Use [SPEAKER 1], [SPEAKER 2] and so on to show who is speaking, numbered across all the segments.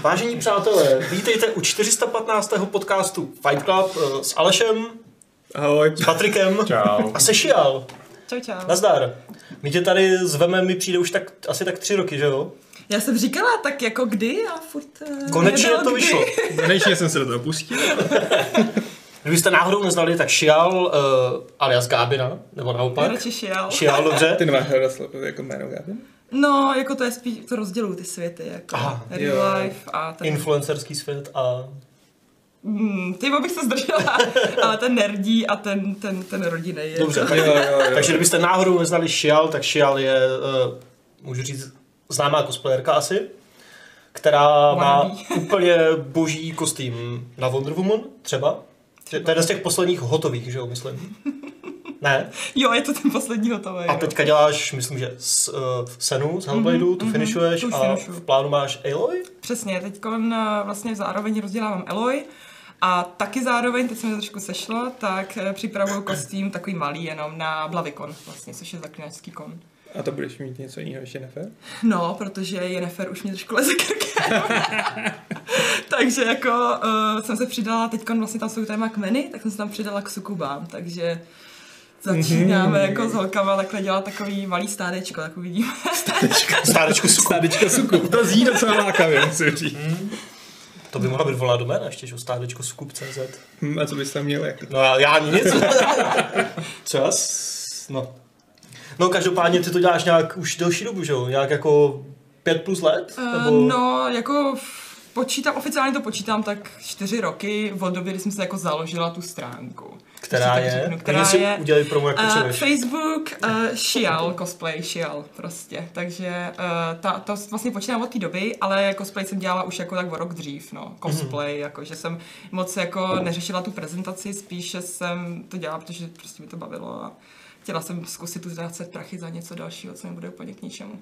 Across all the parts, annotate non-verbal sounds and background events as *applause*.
[SPEAKER 1] Vážení přátelé, vítejte u 415. podcastu Fight Club eh, s Alešem,
[SPEAKER 2] Ahoj.
[SPEAKER 1] s Patrikem
[SPEAKER 2] Čau.
[SPEAKER 1] a se Šial.
[SPEAKER 3] Čau, čau.
[SPEAKER 1] Nazdar. My tě tady zveme, mi přijde už tak, asi tak tři roky, že jo?
[SPEAKER 3] Já jsem říkala, tak jako kdy a furt... eh,
[SPEAKER 1] Konečně
[SPEAKER 3] nebylo
[SPEAKER 1] to
[SPEAKER 3] kdy.
[SPEAKER 1] vyšlo.
[SPEAKER 2] Konečně jsem se do toho pustil.
[SPEAKER 1] Kdybyste náhodou neznali, tak Šial uh, alias Gábina, nebo
[SPEAKER 3] Já
[SPEAKER 1] naopak.
[SPEAKER 3] radši šel.
[SPEAKER 1] Šial, dobře.
[SPEAKER 2] Ty nemáš hledat slovo jako jméno Gavin?
[SPEAKER 3] No, jako to je spíš, to rozdělují ty světy, jako
[SPEAKER 1] Aha,
[SPEAKER 3] Aha, real
[SPEAKER 2] jo.
[SPEAKER 3] life a ten...
[SPEAKER 1] Influencerský svět a...
[SPEAKER 3] Mm, ty bych
[SPEAKER 1] *laughs*
[SPEAKER 3] se zdržela, ale ten nerdí a ten, ten, ten rodinný je.
[SPEAKER 1] Dobře, tak,
[SPEAKER 2] Jo, jo, jo.
[SPEAKER 1] takže kdybyste náhodou neznali Šial, tak Šial je, uh, můžu říct, známá cosplayerka asi, která má
[SPEAKER 3] Wannabe.
[SPEAKER 1] *laughs* úplně boží kostým na Wonder Woman, třeba. Že To je jeden z těch posledních hotových, že jo, myslím. Ne?
[SPEAKER 3] Jo, je to ten poslední hotový.
[SPEAKER 1] A
[SPEAKER 3] jo.
[SPEAKER 1] teďka děláš, myslím, že s, uh, Senu z Hellbladeu, tu finišuješ
[SPEAKER 3] tu už
[SPEAKER 1] a
[SPEAKER 3] finišuju.
[SPEAKER 1] v plánu máš Aloy?
[SPEAKER 3] Přesně, teď kolem eh, vlastně zároveň rozdělávám Eloy a taky zároveň, teď se mi to trošku sešlo, tak eh, připravuju kostým takový malý jenom na Blavikon, vlastně, což je zaklinačský kon.
[SPEAKER 2] A to budeš mít něco jiného ještě nefér?
[SPEAKER 3] No, protože Jennifer už mě trošku leze
[SPEAKER 1] *laughs*
[SPEAKER 3] krkem. takže jako uh, jsem se přidala, teď vlastně tam jsou téma kmeny, tak jsem se tam přidala k sukubám, takže začínáme
[SPEAKER 1] Mhm.
[SPEAKER 3] jako s holkama takhle dělat takový malý stádečko, tak uvidíme.
[SPEAKER 1] Stárečku suku.
[SPEAKER 2] Stádečko suku. To zní docela lákavě, musím říct.
[SPEAKER 1] To by mohla být volá doména ještě, že jo, stárečko sukup.cz.
[SPEAKER 2] Hm, A co bys tam měl? Jako?
[SPEAKER 1] No já, já nic. *laughs* Co já s... No. No každopádně ty to děláš nějak už delší dobu, že jo? Nějak jako pět plus let?
[SPEAKER 3] Uh, no, jako v- počítám, oficiálně to počítám tak čtyři roky od doby, kdy jsem se jako založila tu stránku.
[SPEAKER 1] která
[SPEAKER 3] Když to tak
[SPEAKER 1] je?
[SPEAKER 3] řeknu,
[SPEAKER 1] Takže
[SPEAKER 3] která
[SPEAKER 1] si
[SPEAKER 3] je
[SPEAKER 1] udělej promo, jak
[SPEAKER 3] Uh,
[SPEAKER 1] potřebuješ.
[SPEAKER 3] Facebook, uh, šial, cosplay, šial prostě, takže uh, ta, to vlastně počínám od té doby, ale cosplay jsem dělala už jako tak o rok dřív, no, cosplay, mm-hmm. jako, že jsem moc jako neřešila tu prezentaci, spíše jsem to dělala, protože prostě mi to bavilo a chtěla jsem zkusit utrácet prachy za něco dalšího, co mi bude úplně k ničemu.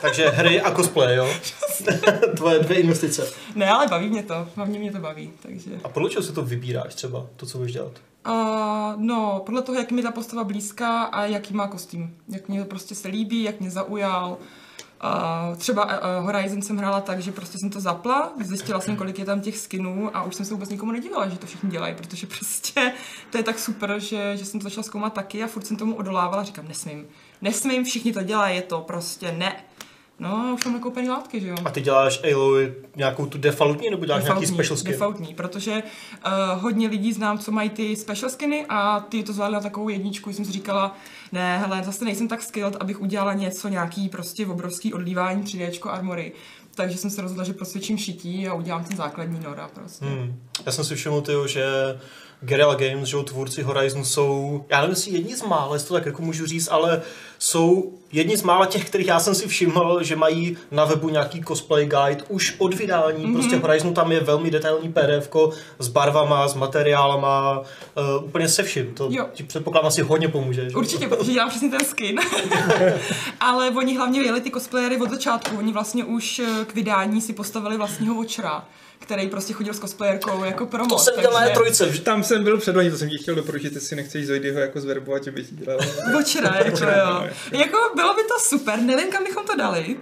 [SPEAKER 1] Takže hry a cosplay, jo? *laughs* Tvoje dvě investice.
[SPEAKER 3] Ne, ale baví mě to, hlavně mě to baví, takže...
[SPEAKER 1] A podle čeho si to vybíráš třeba, to, co budeš dělat?
[SPEAKER 3] Uh, no, podle toho, jak mi ta postava blízká a jaký má kostým. Jak mě prostě se líbí, jak mě zaujal. Uh, třeba uh, Horizon jsem hrála tak, že prostě jsem to zapla, zjistila jsem, kolik je tam těch skinů a už jsem se vůbec nikomu nedívala, že to všichni dělají, protože prostě to je tak super, že, že jsem to začala zkoumat taky a furt jsem tomu odolávala, říkám, nesmím, nesmím, všichni to dělají, je to prostě ne. No, už mám nakoupený látky, že jo.
[SPEAKER 1] A ty děláš Aloy nějakou tu defaultní, nebo děláš nějaký special skin?
[SPEAKER 3] Defaultní, protože uh, hodně lidí znám, co mají ty special skiny a ty to zvládly na takovou jedničku, jsem si říkala, ne, hele, zase nejsem tak skilled, abych udělala něco, nějaký prostě obrovský odlívání 3D armory. Takže jsem se rozhodla, že prosvědčím šití a udělám ten základní Nora prostě. Hmm.
[SPEAKER 1] Hmm. Já jsem si všiml, tyjo, že Guerrilla Games, že jo, tvůrci Horizon jsou, já nevím, jestli jedni z mála, jestli to tak jako můžu říct, ale jsou jedni z mála těch, kterých já jsem si všiml, že mají na webu nějaký cosplay guide už od vydání.
[SPEAKER 3] Mhm.
[SPEAKER 1] Mm-hmm. Prostě v Horizonu tam je velmi detailní PDF s barvama, s materiálama, uh, úplně se vším. To
[SPEAKER 3] Jo.
[SPEAKER 1] ti předpokládám asi hodně pomůže. Že?
[SPEAKER 3] Určitě, protože dělám přesně
[SPEAKER 1] *laughs*
[SPEAKER 3] ten skin. Ale oni hlavně jeli ty cosplayery od začátku. Oni vlastně už eh, k vydání si postavili vlastního vočera, který prostě chodil s cosplayerkou jako promo.
[SPEAKER 1] To jsem viděl na E
[SPEAKER 3] takže-
[SPEAKER 1] trojce, že
[SPEAKER 2] Tam jsem byl předloni, to jsem ti chtěl doporučit, jestli nechceš Zojdyho jako zverbovat, že by ti dělal.
[SPEAKER 3] Bočera, jako jo. Jako bylo by to super, nevím, kam bychom to dali.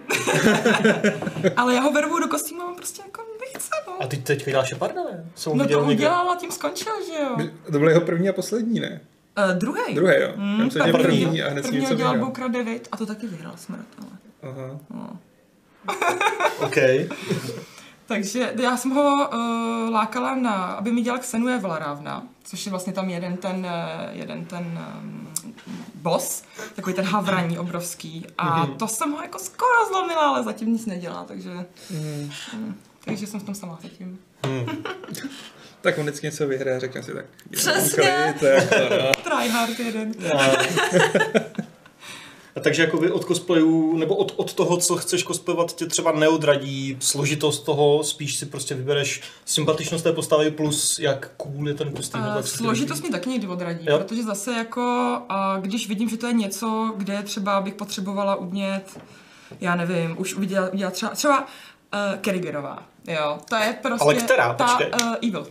[SPEAKER 3] *laughs* Ale já ho vervu do kostýmu, on prostě jako nechce,
[SPEAKER 1] a
[SPEAKER 3] no.
[SPEAKER 1] ty teď děláš Sheparda, ne? Jsem ho
[SPEAKER 3] No
[SPEAKER 1] viděl
[SPEAKER 3] to
[SPEAKER 1] někde.
[SPEAKER 3] udělal a tím skončil, že jo.
[SPEAKER 2] To byl jeho první a poslední, ne?
[SPEAKER 3] Uh, druhý.
[SPEAKER 2] Druhé, jo. Já
[SPEAKER 3] Mm,
[SPEAKER 2] myslím, že
[SPEAKER 1] první.
[SPEAKER 2] první a hned s
[SPEAKER 3] první
[SPEAKER 2] ním
[SPEAKER 3] ho
[SPEAKER 2] jsem
[SPEAKER 3] dělal
[SPEAKER 2] dělal.
[SPEAKER 3] Boukra 9 a to taky vyhrál smrt, ale.
[SPEAKER 2] Aha.
[SPEAKER 1] Okay.
[SPEAKER 3] Takže já jsem ho uh, lákala, na, aby mi dělal Xenuje Valarávna, což je vlastně tam jeden ten, eh, jeden ten um, boss, takový ten havraní obrovský. A
[SPEAKER 2] Mhm.
[SPEAKER 3] to jsem ho jako skoro zlomila, ale zatím nic nedělá, takže... Mm. Takže jsem v tom sama zatím.
[SPEAKER 2] Tak on vždycky něco vyhraje a řekne si tak.
[SPEAKER 3] Přesně.
[SPEAKER 2] "Klid", jako, no.
[SPEAKER 3] Tryhard jeden.
[SPEAKER 1] A takže jakoby od cosplayů, nebo od, od toho, co chceš cosplayovat, tě třeba neodradí složitost toho, spíš si prostě vybereš sympatičnost té postavy plus jak cool je ten kostým. nebo
[SPEAKER 3] Uh,
[SPEAKER 1] jak se ti
[SPEAKER 3] složitost
[SPEAKER 1] líbí.
[SPEAKER 3] mě taky někdy odradí,
[SPEAKER 1] Jo.
[SPEAKER 3] jo. protože zase jako, uh, když vidím, že to je něco, kde třeba bych potřebovala umět, já nevím, už udělat, udělat třeba, třeba uh, Kerrigerová, eh, jo, ta je prostě
[SPEAKER 1] Ale která?
[SPEAKER 3] ta
[SPEAKER 1] Počkej.
[SPEAKER 3] uh, Evil.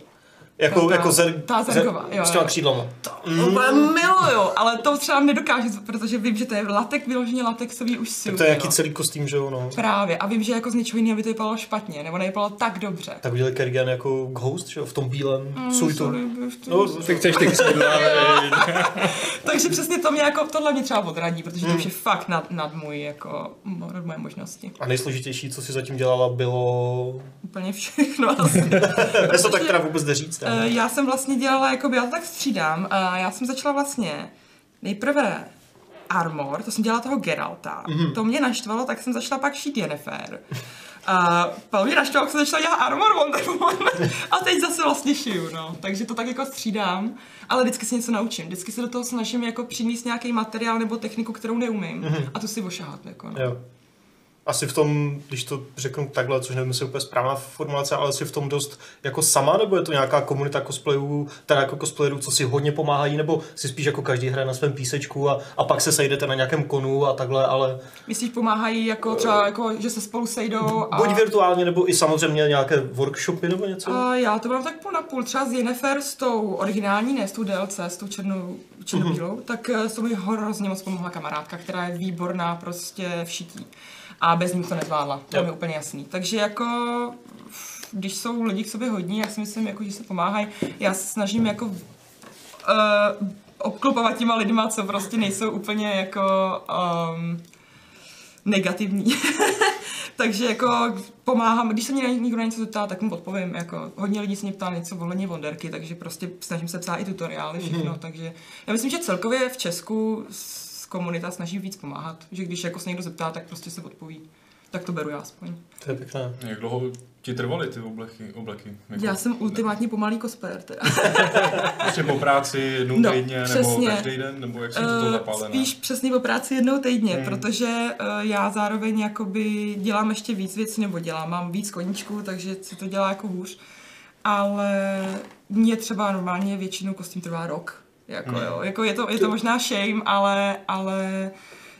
[SPEAKER 1] Jako,
[SPEAKER 3] No, ta-
[SPEAKER 1] jako zer,
[SPEAKER 3] ta zergová, jo,
[SPEAKER 1] s těma
[SPEAKER 3] jo.
[SPEAKER 1] křídlama.
[SPEAKER 3] Mm. Úplně miluju, ale to třeba nedokážu, protože vím, že to je latek, vyloženě latexový už si.
[SPEAKER 1] Tak to je jaký celý kostým, že jo, no.
[SPEAKER 3] Právě. A vím, že jako z něčeho jiného by to vypadalo špatně, nebo nevypadalo tak dobře.
[SPEAKER 1] Tak udělali Kerrigan jako ghost, že jo, v tom bílém mm, suitu.
[SPEAKER 3] Sorry, ještě-
[SPEAKER 1] No,
[SPEAKER 2] Ty chceš ty křídla, vej.
[SPEAKER 3] Takže přesně to mě jako, tohle mě třeba odradí, protože to už je fakt nad, nad můj, jako, nad moje možnosti.
[SPEAKER 1] A nejsložitější, co si zatím dělala,
[SPEAKER 3] *laughs*
[SPEAKER 1] bylo...
[SPEAKER 3] Úplně všechno asi.
[SPEAKER 1] Já to tak teda vůbec jde říct.
[SPEAKER 3] Eh,
[SPEAKER 1] Ne?
[SPEAKER 3] Já jsem vlastně dělala, jako já to tak střídám, a já jsem začala vlastně nejprve Armor, to jsem dělala toho Geralta, mm-hmm. to mě naštvalo, tak jsem začala pak šít Yennefer. A pak mě naštvalo, jak jsem začala dělat Armor Wonder Woman a teď zase vlastně šiju, no. Takže to tak jako střídám, ale vždycky se něco naučím, vždycky se do toho snažím jako přinést nějaký materiál nebo techniku, kterou neumím mm-hmm. a tu si ošahat, jako no.
[SPEAKER 1] Jo. Asi v tom, když to řeknu takhle, což nevím, jestli je úplně správná formulace, ale si v tom dost jako sama, nebo je to nějaká komunita cosplayů, teda jako cosplayerů, co si hodně pomáhají, nebo si spíš jako každý hraje na svém písečku a, a pak se sejdete na nějakém konu a takhle, ale
[SPEAKER 3] Myslíš, pomáhají jako třeba, jako, že se spolu sejdou a...
[SPEAKER 1] buď virtuálně, nebo i samozřejmě nějaké workshopy nebo něco.
[SPEAKER 3] A Eh, já to mám tak půl na půl. Třeba s Jennifer, s tou originální, ne s tou DLC, s tou černou,
[SPEAKER 1] Mhm.
[SPEAKER 3] černobílou, mm-hmm. tak eh, s tou mi hrozně moc pomohla kamarádka, která je výborná prostě v šití. A bez ní to nezvládla, to
[SPEAKER 1] Jo.
[SPEAKER 3] je mi úplně jasný. Takže jako když jsou lidi k sobě hodní, já si myslím, jako, že se pomáhají. Já se snažím jako uh, obklopovat těma lidma, co prostě nejsou úplně jako um, negativní. Takže jako pomáhám, když se mě někdo na něco zeptá, tak mu odpovím. Jako, hodně lidí se mě ptá něco ohledně Wonderky, takže prostě snažím se psát i tutoriály, všechno. Mm-hmm. Takže já myslím, že celkově v Česku s komunita snaží víc pomáhat. Že když jako se někdo zeptá, tak prostě se odpoví. Tak to beru já aspoň.
[SPEAKER 1] To je pěkné. *laughs*
[SPEAKER 4] Jak dlouho ti trvaly ty obleky? obleky? Jako
[SPEAKER 3] Já jsem ultimátně pomalý cosplayer teda.
[SPEAKER 4] Prostě po práci jednou
[SPEAKER 3] No,
[SPEAKER 4] no, týdně, nebo
[SPEAKER 3] přesně.
[SPEAKER 4] každý den, nebo jak jsi do toho
[SPEAKER 3] Eh,
[SPEAKER 4] zapálená?
[SPEAKER 3] Spíš přesně po práci jednou týdně, hmm. protože eh, já zároveň jakoby dělám ještě víc věcí, nebo dělám, mám víc koníčků, takže se to dělá jako hůř. Ale mě třeba normálně většinou kostým trvá rok. Jako, hmm. jo. jako je, to, je to možná shame, ale, ale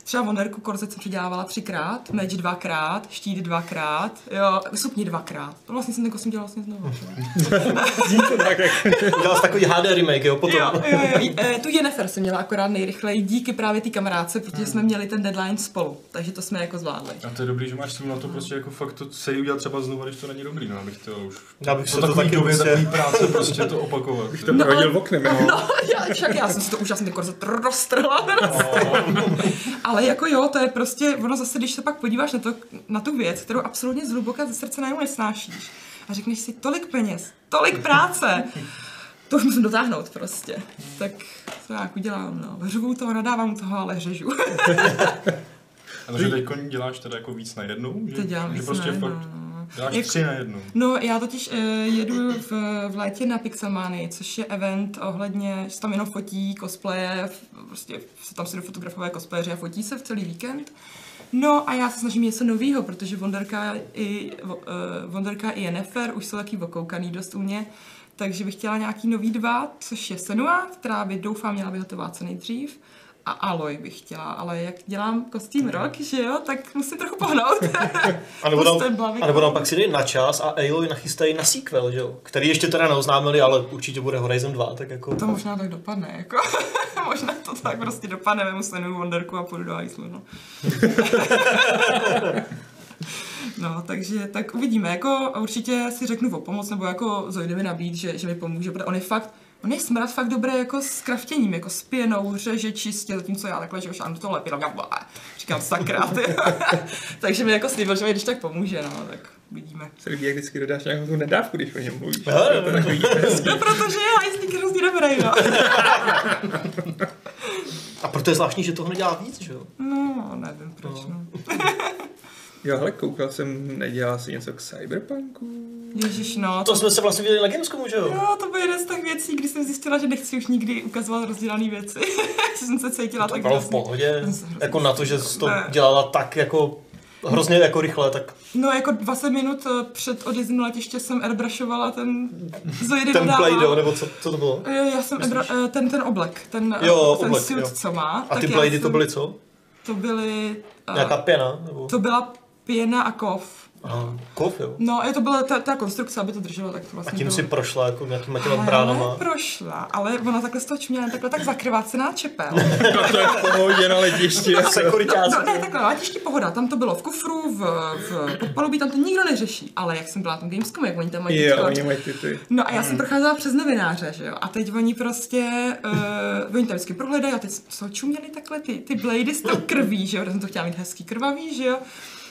[SPEAKER 3] třeba Wonderku korzet jsem předělávala třikrát, meč dvakrát, štít dvakrát, jo, sukni dvakrát. To vlastně jsem ten kostým dělala vlastně znovu.
[SPEAKER 1] Udělal jsi takový HD remake, jo, potom.
[SPEAKER 3] Jo, jo, jo. J- eh, Tu Jennifer jsem měla akorát nejrychleji díky právě té kamarádce, protože jsme měli ten deadline spolu, takže to jsme jako zvládli.
[SPEAKER 4] A to je dobrý, že máš s tím na
[SPEAKER 3] No.
[SPEAKER 4] to prostě jako fakt to se jí udělat třeba znovu, když to není dobrý, no abych to už...
[SPEAKER 1] Já bych
[SPEAKER 4] po
[SPEAKER 1] se to
[SPEAKER 4] takový
[SPEAKER 1] taky
[SPEAKER 4] době,
[SPEAKER 1] prostě-
[SPEAKER 4] takový práce prostě to opakovat.
[SPEAKER 2] To
[SPEAKER 4] jo.
[SPEAKER 2] prohodil v oknem, jo.
[SPEAKER 3] No, já, však já jsem si to úžasně korzet roztrhla. teda. Ale jako jo, to je prostě, ono zase, když se pak podíváš na, to, na tu věc, kterou absolutně zhluboka ze srdce najednou nesnášíš a řekneš si tolik peněz, tolik práce, to už musím dotáhnout prostě. Tak to já jak udělám, no. Řvu toho, nadávám toho, ale řežu.
[SPEAKER 4] A to, že teď děláš teda jako víc na jednou? Že,
[SPEAKER 3] To dělám
[SPEAKER 4] že
[SPEAKER 3] víc
[SPEAKER 4] prostě
[SPEAKER 3] najednou,
[SPEAKER 4] fakt
[SPEAKER 3] no.
[SPEAKER 4] děláš
[SPEAKER 3] Jak-
[SPEAKER 4] tři na jednu.
[SPEAKER 3] No, já totiž uh, jedu v, v létě na Pixelmany, což je event ohledně, že se tam jenom fotí cosplaye, f- prostě se tam si do fotografové cosplayeři a fotí se v celý víkend. No a já se snažím něco novýho, protože Wonderka i, uh, Wonderka i Jennifer už jsou taky okoukaný dost u mě, takže bych chtěla nějaký nový dva, což je Senua, která by doufám měla být hotová co nejdřív. A Aloy bych chtěla, ale jak dělám kostým rok, že jo, tak musím trochu pohnout. *laughs*
[SPEAKER 1] A nebo,
[SPEAKER 3] Prostě
[SPEAKER 1] tam,
[SPEAKER 3] blavy
[SPEAKER 1] a nebo tam pak si dej na čas a Aloy nachystají na sequel, že jo? Který ještě teda neoznámili, ale určitě bude Horizon 2, tak jako...
[SPEAKER 3] To možná tak dopadne, jako. *laughs* možná to tak prostě dopadne, vemu sleduju Wonderku a půjdu do Icelandu, no. *laughs* No, takže tak uvidíme, jako určitě si řeknu o pomoc, nebo jako Zojde mi nabít, že, že mi pomůže, protože on je fakt, on je smrad fakt dobré jako s kraftěním, jako s pěnou, řeže čistě, zatímco já takhle, že už do toho lepidla, já blá, říkám sakra, ty. *laughs* takže mi jako slíbil, že mi když tak pomůže, no, tak uvidíme.
[SPEAKER 2] Se líbí, jak vždycky dodáš nějakou tu nedávku, když o něm mluvíš.
[SPEAKER 1] Hele.
[SPEAKER 2] Je to takový hezký.
[SPEAKER 3] No, protože je hajzlík hrozně dobrý, no.
[SPEAKER 1] A proto je zvláštní, že toho nedělá víc, že jo?
[SPEAKER 3] No, nevím proč, no.
[SPEAKER 2] Jo, hele, koukal jsem, nedělal si něco k cyberpunku.
[SPEAKER 3] Ježíš, no,
[SPEAKER 1] A to jsme se vlastně viděli na Gamescomu, že jo?
[SPEAKER 3] No, to byl jeden z těch věcí, kdy jsem zjistila, že nechci už nikdy ukazovat rozdělané věci. *laughs* že jsem se cítila
[SPEAKER 1] To
[SPEAKER 3] tak
[SPEAKER 1] bylo v
[SPEAKER 3] hrozně.
[SPEAKER 1] pohodě,
[SPEAKER 3] Hrozně.
[SPEAKER 1] jako na to, že jsi to
[SPEAKER 3] Ne.
[SPEAKER 1] dělala tak jako hrozně jako rychle, tak
[SPEAKER 3] No, jako 20 minut eh, před odjezdem na letiště jsem
[SPEAKER 1] *laughs*
[SPEAKER 3] airbrushovala ten Zoidy
[SPEAKER 1] ten
[SPEAKER 3] dodává.
[SPEAKER 1] Play-Doh, nebo co, co to bylo?
[SPEAKER 3] Eh, Já jsem airbru- eh, ten, ten oblek, ten, eh,
[SPEAKER 1] Jo,
[SPEAKER 3] ten
[SPEAKER 1] oblek,
[SPEAKER 3] suit,
[SPEAKER 1] jo.
[SPEAKER 3] co má.
[SPEAKER 1] A ty
[SPEAKER 3] já
[SPEAKER 1] Play-Dy to
[SPEAKER 3] jsem-
[SPEAKER 1] byly co?
[SPEAKER 3] To byly... eh,
[SPEAKER 1] Nějaká pěna? Nebo...
[SPEAKER 3] To byla pěna a kov.
[SPEAKER 1] Aha, kov, jo.
[SPEAKER 3] No, je to byla ta, ta konstrukce, aby to drželo, tak to
[SPEAKER 1] A
[SPEAKER 3] vlastně
[SPEAKER 1] tím
[SPEAKER 3] bylo.
[SPEAKER 1] si prošla jako nějakýma těma
[SPEAKER 3] Ale
[SPEAKER 1] bránama.
[SPEAKER 3] prošla, ale ona takhle z toho čměla, takhle tak zakrvácená čepel.
[SPEAKER 2] *laughs* No to je v pohodě na letišti. Jako.
[SPEAKER 1] Sekuritář.
[SPEAKER 3] No, ne, takhle, na letišti pohoda, tam to bylo v kufru, v, v podpalubí, tam to nikdo neřeší, ale jak jsem byla na tom Gamescomu, jak oni tam
[SPEAKER 2] *laughs*
[SPEAKER 3] mají
[SPEAKER 2] Jo,
[SPEAKER 3] teďko-
[SPEAKER 2] oni mají ty ty.
[SPEAKER 3] No a já jsem procházela přes novináře, že jo, a teď oni prostě, uh, oni tam vždycky prohledají a teď jsou čuměli takhle ty, ty blady z toho krví, že jo, já jsem to chtěla mít hezký krvavý, že jo.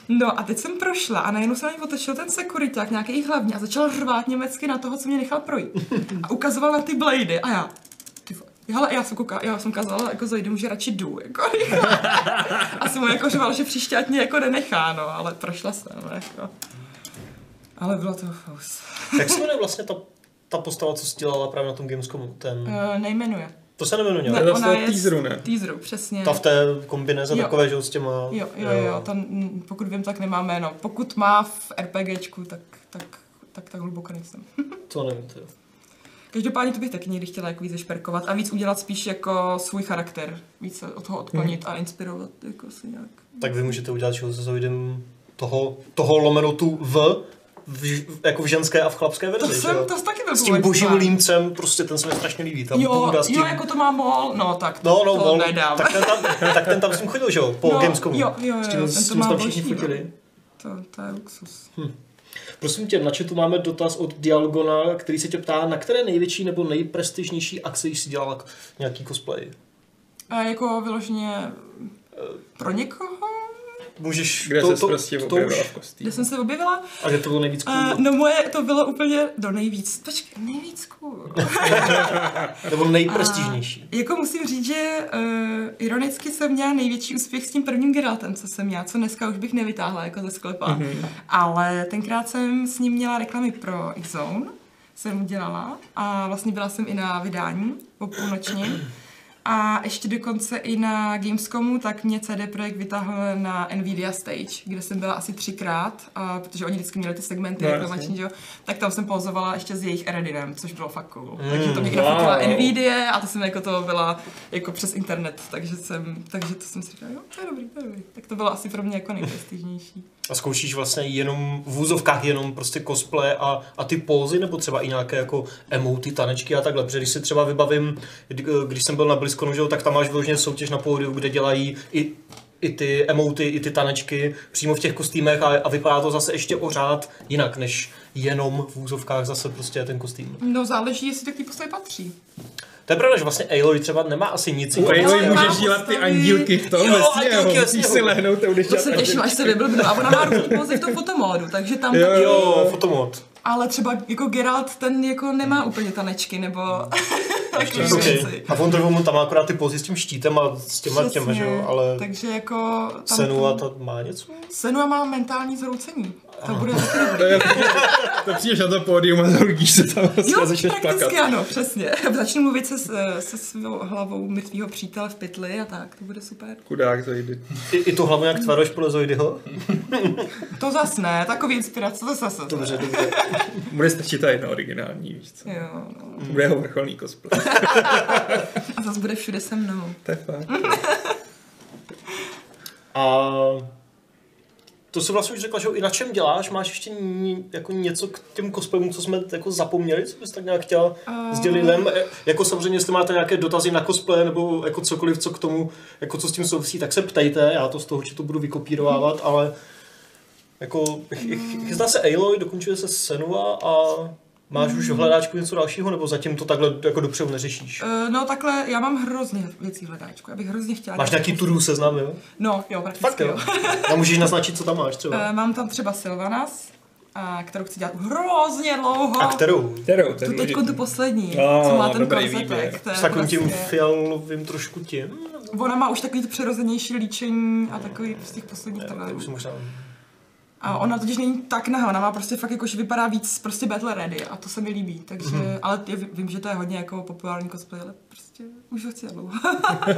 [SPEAKER 3] No a teď jsem prošla a najednou se na mě otočil ten sekuriták, nějaký jejich hlavní a začal rvát německy na toho, co mě nechal projít. A ukazoval na ty blady a já, ty vole, Hele, já jsem, kuka, já jsem kazala, jako zajdu, že radši jdu. Jako, *laughs* a jsem mu jako řval, že příště ať mě jako nenechá, no, ale prošla jsem, jako. Ale bylo to fous.
[SPEAKER 1] Jak se jmenuje vlastně ta, ta postava, co sdělala právě na tom Gamescomu? Ten...
[SPEAKER 3] Uh, nejmenuje.
[SPEAKER 1] To se nejmenuje
[SPEAKER 2] Ne.
[SPEAKER 1] nějak.
[SPEAKER 2] to z toho teaseru, ne?
[SPEAKER 3] z teaseru, přesně.
[SPEAKER 1] Ta v té kombinéze
[SPEAKER 3] Jo.
[SPEAKER 1] takové, že jo, s těma...
[SPEAKER 3] Jo, jo, jo, tam, mm, pokud vím, tak nemá jméno. Pokud má v RPGčku, tak, tak, tak, tak hluboko nejsem.
[SPEAKER 1] To nevím, to jo.
[SPEAKER 3] Každopádně to bych taky někdy chtěla jako víc zašperkovat a víc udělat spíš jako svůj charakter. Víc se od toho odklonit
[SPEAKER 1] Mhm.
[SPEAKER 3] a inspirovat jako si nějak.
[SPEAKER 1] Tak vy můžete udělat šozoidem toho, toho lomeno tu v, v, jako v ženské a v chlapské
[SPEAKER 3] To
[SPEAKER 1] verzi. že jo?
[SPEAKER 3] jsem, to taky byl
[SPEAKER 1] s tím
[SPEAKER 3] původní
[SPEAKER 1] božím
[SPEAKER 3] plán.
[SPEAKER 1] límcem, prostě ten se mi strašně líbí. Tam
[SPEAKER 3] Jo,
[SPEAKER 1] Bunga s tím,
[SPEAKER 3] jo, jako to má mol, no tak to,
[SPEAKER 1] No, no,
[SPEAKER 3] to
[SPEAKER 1] on,
[SPEAKER 3] nedám.
[SPEAKER 1] tak, ten tam, *laughs* tak ten tam s ním chodil, že jo, po
[SPEAKER 3] no,
[SPEAKER 1] Gamescomu.
[SPEAKER 3] Jo, jo, jo,
[SPEAKER 1] s tím,
[SPEAKER 3] ten
[SPEAKER 1] s
[SPEAKER 3] to
[SPEAKER 1] tím
[SPEAKER 3] má
[SPEAKER 1] tam všichni
[SPEAKER 3] boží, no.
[SPEAKER 1] fotili.
[SPEAKER 3] To, to je luxus.
[SPEAKER 1] Prosím tě, na chatu máme dotaz od Dialgona, který se tě ptá, na které největší nebo nejprestižnější akci jsi dělala k- nějaký cosplay?
[SPEAKER 3] A jako vyloženě
[SPEAKER 1] Eh.
[SPEAKER 3] pro někoho?
[SPEAKER 1] Můžeš
[SPEAKER 2] Kde
[SPEAKER 1] to,
[SPEAKER 2] se
[SPEAKER 1] to,
[SPEAKER 2] prostě
[SPEAKER 1] to,
[SPEAKER 2] objevila
[SPEAKER 1] už.
[SPEAKER 2] v kostýmu.
[SPEAKER 3] Kde jsem se objevila?
[SPEAKER 1] A kde to bylo nejvíc cool?
[SPEAKER 3] Uh, no moje to bylo úplně do nejvíc, počkej, nejvíc cool.
[SPEAKER 1] Nebo nejprestižnější?
[SPEAKER 3] A jako musím říct, že uh, ironicky jsem měla největší úspěch s tím prvním Geraltem, co jsem měla, co dneska už bych nevytáhla jako ze sklepa. Mm-hmm. Ale tenkrát jsem s ním měla reklamy pro X-Zone, jsem udělala a vlastně byla jsem i na vydání po půlnočním. A ještě dokonce i na Gamescomu, tak mě CD Projekt vytáhl na Nvidia Stage, kde jsem byla asi třikrát, a, protože oni vždycky měli ty segmenty
[SPEAKER 2] No,
[SPEAKER 3] reklamační, Jako že jo, tak tam jsem pouzovala ještě s jejich Eredinem, což bylo fakt cool.
[SPEAKER 1] Mm,
[SPEAKER 3] takže to mě
[SPEAKER 2] wow.
[SPEAKER 3] grafitila Nvidia a to jsem jako to byla jako přes internet, takže jsem, takže to jsem si říkala, jo, to je dobrý, to je dobrý. Tak to bylo asi pro mě jako nejprestižnější.
[SPEAKER 1] A zkoušíš vlastně jenom v úzovkách jenom prostě cosplay a, a ty pózy, nebo třeba i nějaké jako emoty, tanečky a takhle. Protože když si třeba vybavím, kdy- když jsem byl na Blizzconu, že jo, tak tam máš vyloženě soutěž na pódiu, kde dělají i i ty emoty, i ty tanečky přímo v těch kostýmech a, a vypadá to zase ještě o řád jinak, než jenom v úzovkách zase prostě ten kostým.
[SPEAKER 3] No záleží, jestli to k té postavě patří.
[SPEAKER 1] To je pravda, že vlastně Aloy třeba nemá asi nic.
[SPEAKER 2] U
[SPEAKER 1] jako-
[SPEAKER 2] Aloy
[SPEAKER 3] Ale má
[SPEAKER 2] můžeš dělat ty
[SPEAKER 3] postavy.
[SPEAKER 2] andílky v tom
[SPEAKER 1] Jo,
[SPEAKER 2] ve sněhu.
[SPEAKER 1] andílky ve
[SPEAKER 2] Musíš
[SPEAKER 1] sněhu.
[SPEAKER 2] si lehnout a budeš
[SPEAKER 3] To se
[SPEAKER 2] dělat
[SPEAKER 3] těším, až se vyblbnu. A ona má různý pozy v tom fotomódu, takže tam
[SPEAKER 2] Jo,
[SPEAKER 3] taky
[SPEAKER 1] Jo, fotomod.
[SPEAKER 3] Ale třeba jako Geralt, ten jako nemá úplně tanečky, nebo
[SPEAKER 1] *laughs*
[SPEAKER 3] takové
[SPEAKER 1] Okay.
[SPEAKER 3] věci.
[SPEAKER 1] A Wonder Woman tam má akorát ty pózy s tím štítem a s těma těma, že jo, ale
[SPEAKER 3] Takže jako... Tam,
[SPEAKER 1] Senua ta má něco?
[SPEAKER 3] Senua má mentální zroucení. To bude taky dobrý.
[SPEAKER 2] To, je, to přijdeš na to pódium a zrudíš se tam prostě a
[SPEAKER 3] Jo,
[SPEAKER 2] začneš plakat.
[SPEAKER 3] prakticky ano, přesně. *laughs* Začnu mluvit se, s- se svou hlavou mrtvýho přítele v pytli a tak, to bude super.
[SPEAKER 2] Chudák to jde.
[SPEAKER 1] I, i tu hlavu nějak tvaruješ podle Zoidyho?
[SPEAKER 3] To zas ne, takový inspirace, to zase. ne.
[SPEAKER 1] Dobře, dobře.
[SPEAKER 2] Bude stačit ta jedna originální, víš co.
[SPEAKER 3] Jo, no.
[SPEAKER 2] Bude jeho vrcholný cosplay.
[SPEAKER 3] Mm. A zase bude všude se mnou.
[SPEAKER 2] To je fakt.
[SPEAKER 3] Mm.
[SPEAKER 1] A to se vlastně už řekla, že jo, i na čem děláš? Máš ještě ní, jako něco k těm cosplayům, co jsme jako zapomněli, co bys tak nějak chtěla sdělit lidem? E, Jako samozřejmě, jestli máte nějaké dotazy na cosplay nebo jako cokoliv, co k tomu, jako co s tím souvisí, tak se ptejte, já to z toho určitě budu vykopírovávat, ale jako ch- ch- chystá se Aloy, dokončuje se Senua a máš už v hledáčku něco dalšího, nebo zatím to takhle jako dopředu neřešíš?
[SPEAKER 3] Eh, No takhle, já mám hrozně věcí v hledáčku, já bych hrozně chtěla...
[SPEAKER 1] Máš nějaký to-do seznam, jo?
[SPEAKER 3] No, jo,
[SPEAKER 1] Fakt
[SPEAKER 3] prakticky
[SPEAKER 1] jo.
[SPEAKER 3] jo.
[SPEAKER 1] A můžeš naznačit, co tam máš třeba.
[SPEAKER 3] Eh, Mám tam třeba Silvanas, a kterou chci dělat hrozně dlouho.
[SPEAKER 1] A kterou?
[SPEAKER 2] Kterou? to je
[SPEAKER 3] Tu teď
[SPEAKER 2] důležitý.
[SPEAKER 3] tu poslední,
[SPEAKER 2] No,
[SPEAKER 3] co má ten
[SPEAKER 2] dobrý
[SPEAKER 3] korzetek.
[SPEAKER 2] výběr.
[SPEAKER 3] to je
[SPEAKER 1] S takovým tím
[SPEAKER 3] prostě-
[SPEAKER 1] fialovým trošku tím?
[SPEAKER 3] Ona má už takový to přirozenější líčení a takový z těch posledních
[SPEAKER 1] To
[SPEAKER 3] trailerů.
[SPEAKER 1] už jsem možná...
[SPEAKER 3] A ona totiž není tak nahá, ona má prostě fakt jako, že vypadá víc prostě battle ready a to se mi líbí, takže, mm-hmm. ale je, vím, že to je hodně jako populární cosplay, ale prostě už ho chci dlouho.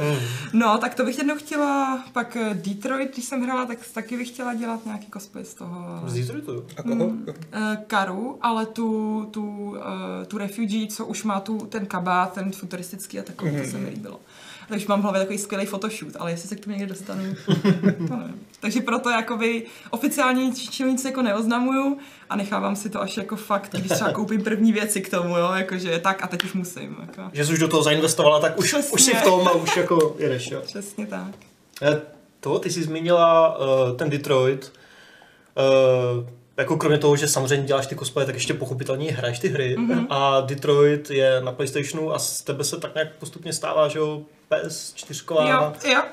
[SPEAKER 3] *laughs* no, tak to bych jednou chtěla, pak eh, Detroit, když jsem hrála, tak taky bych chtěla dělat nějaký cosplay z toho. ale-
[SPEAKER 1] Zítra to jo.
[SPEAKER 2] A koho?
[SPEAKER 3] Eh, Karu, ale tu,
[SPEAKER 1] Mm-hmm.
[SPEAKER 3] tu, eh, tu refugee, co už má tu, ten kabát, ten futuristický a takový, to se mi líbilo. Takže mám v hlavě takový skvělý photoshoot, ale jestli se k tomu někde
[SPEAKER 1] *laughs*
[SPEAKER 3] dostanu, to nevím. Takže proto jakoby oficiálně nic, čím nic jako neoznamuju a nechávám si to až jako fakt, když třeba koupím první věci k tomu, jo, jakože tak a teď už musím. Jako.
[SPEAKER 1] Že jsi už do toho zainvestovala, tak už,
[SPEAKER 3] Přesně.
[SPEAKER 1] už si v tom a už jako jedeš, jo.
[SPEAKER 3] Přesně tak.
[SPEAKER 1] Eh, To, ty jsi zmínila uh, ten Detroit. Uh, jako kromě toho, že samozřejmě děláš ty cosplay, tak ještě pochopitelně i hraješ ty hry. Mm-hmm.
[SPEAKER 3] Mhm.
[SPEAKER 1] A Detroit je na Playstationu a z tebe se tak nějak postupně stává, že jo, PS4.
[SPEAKER 3] Jo, jo.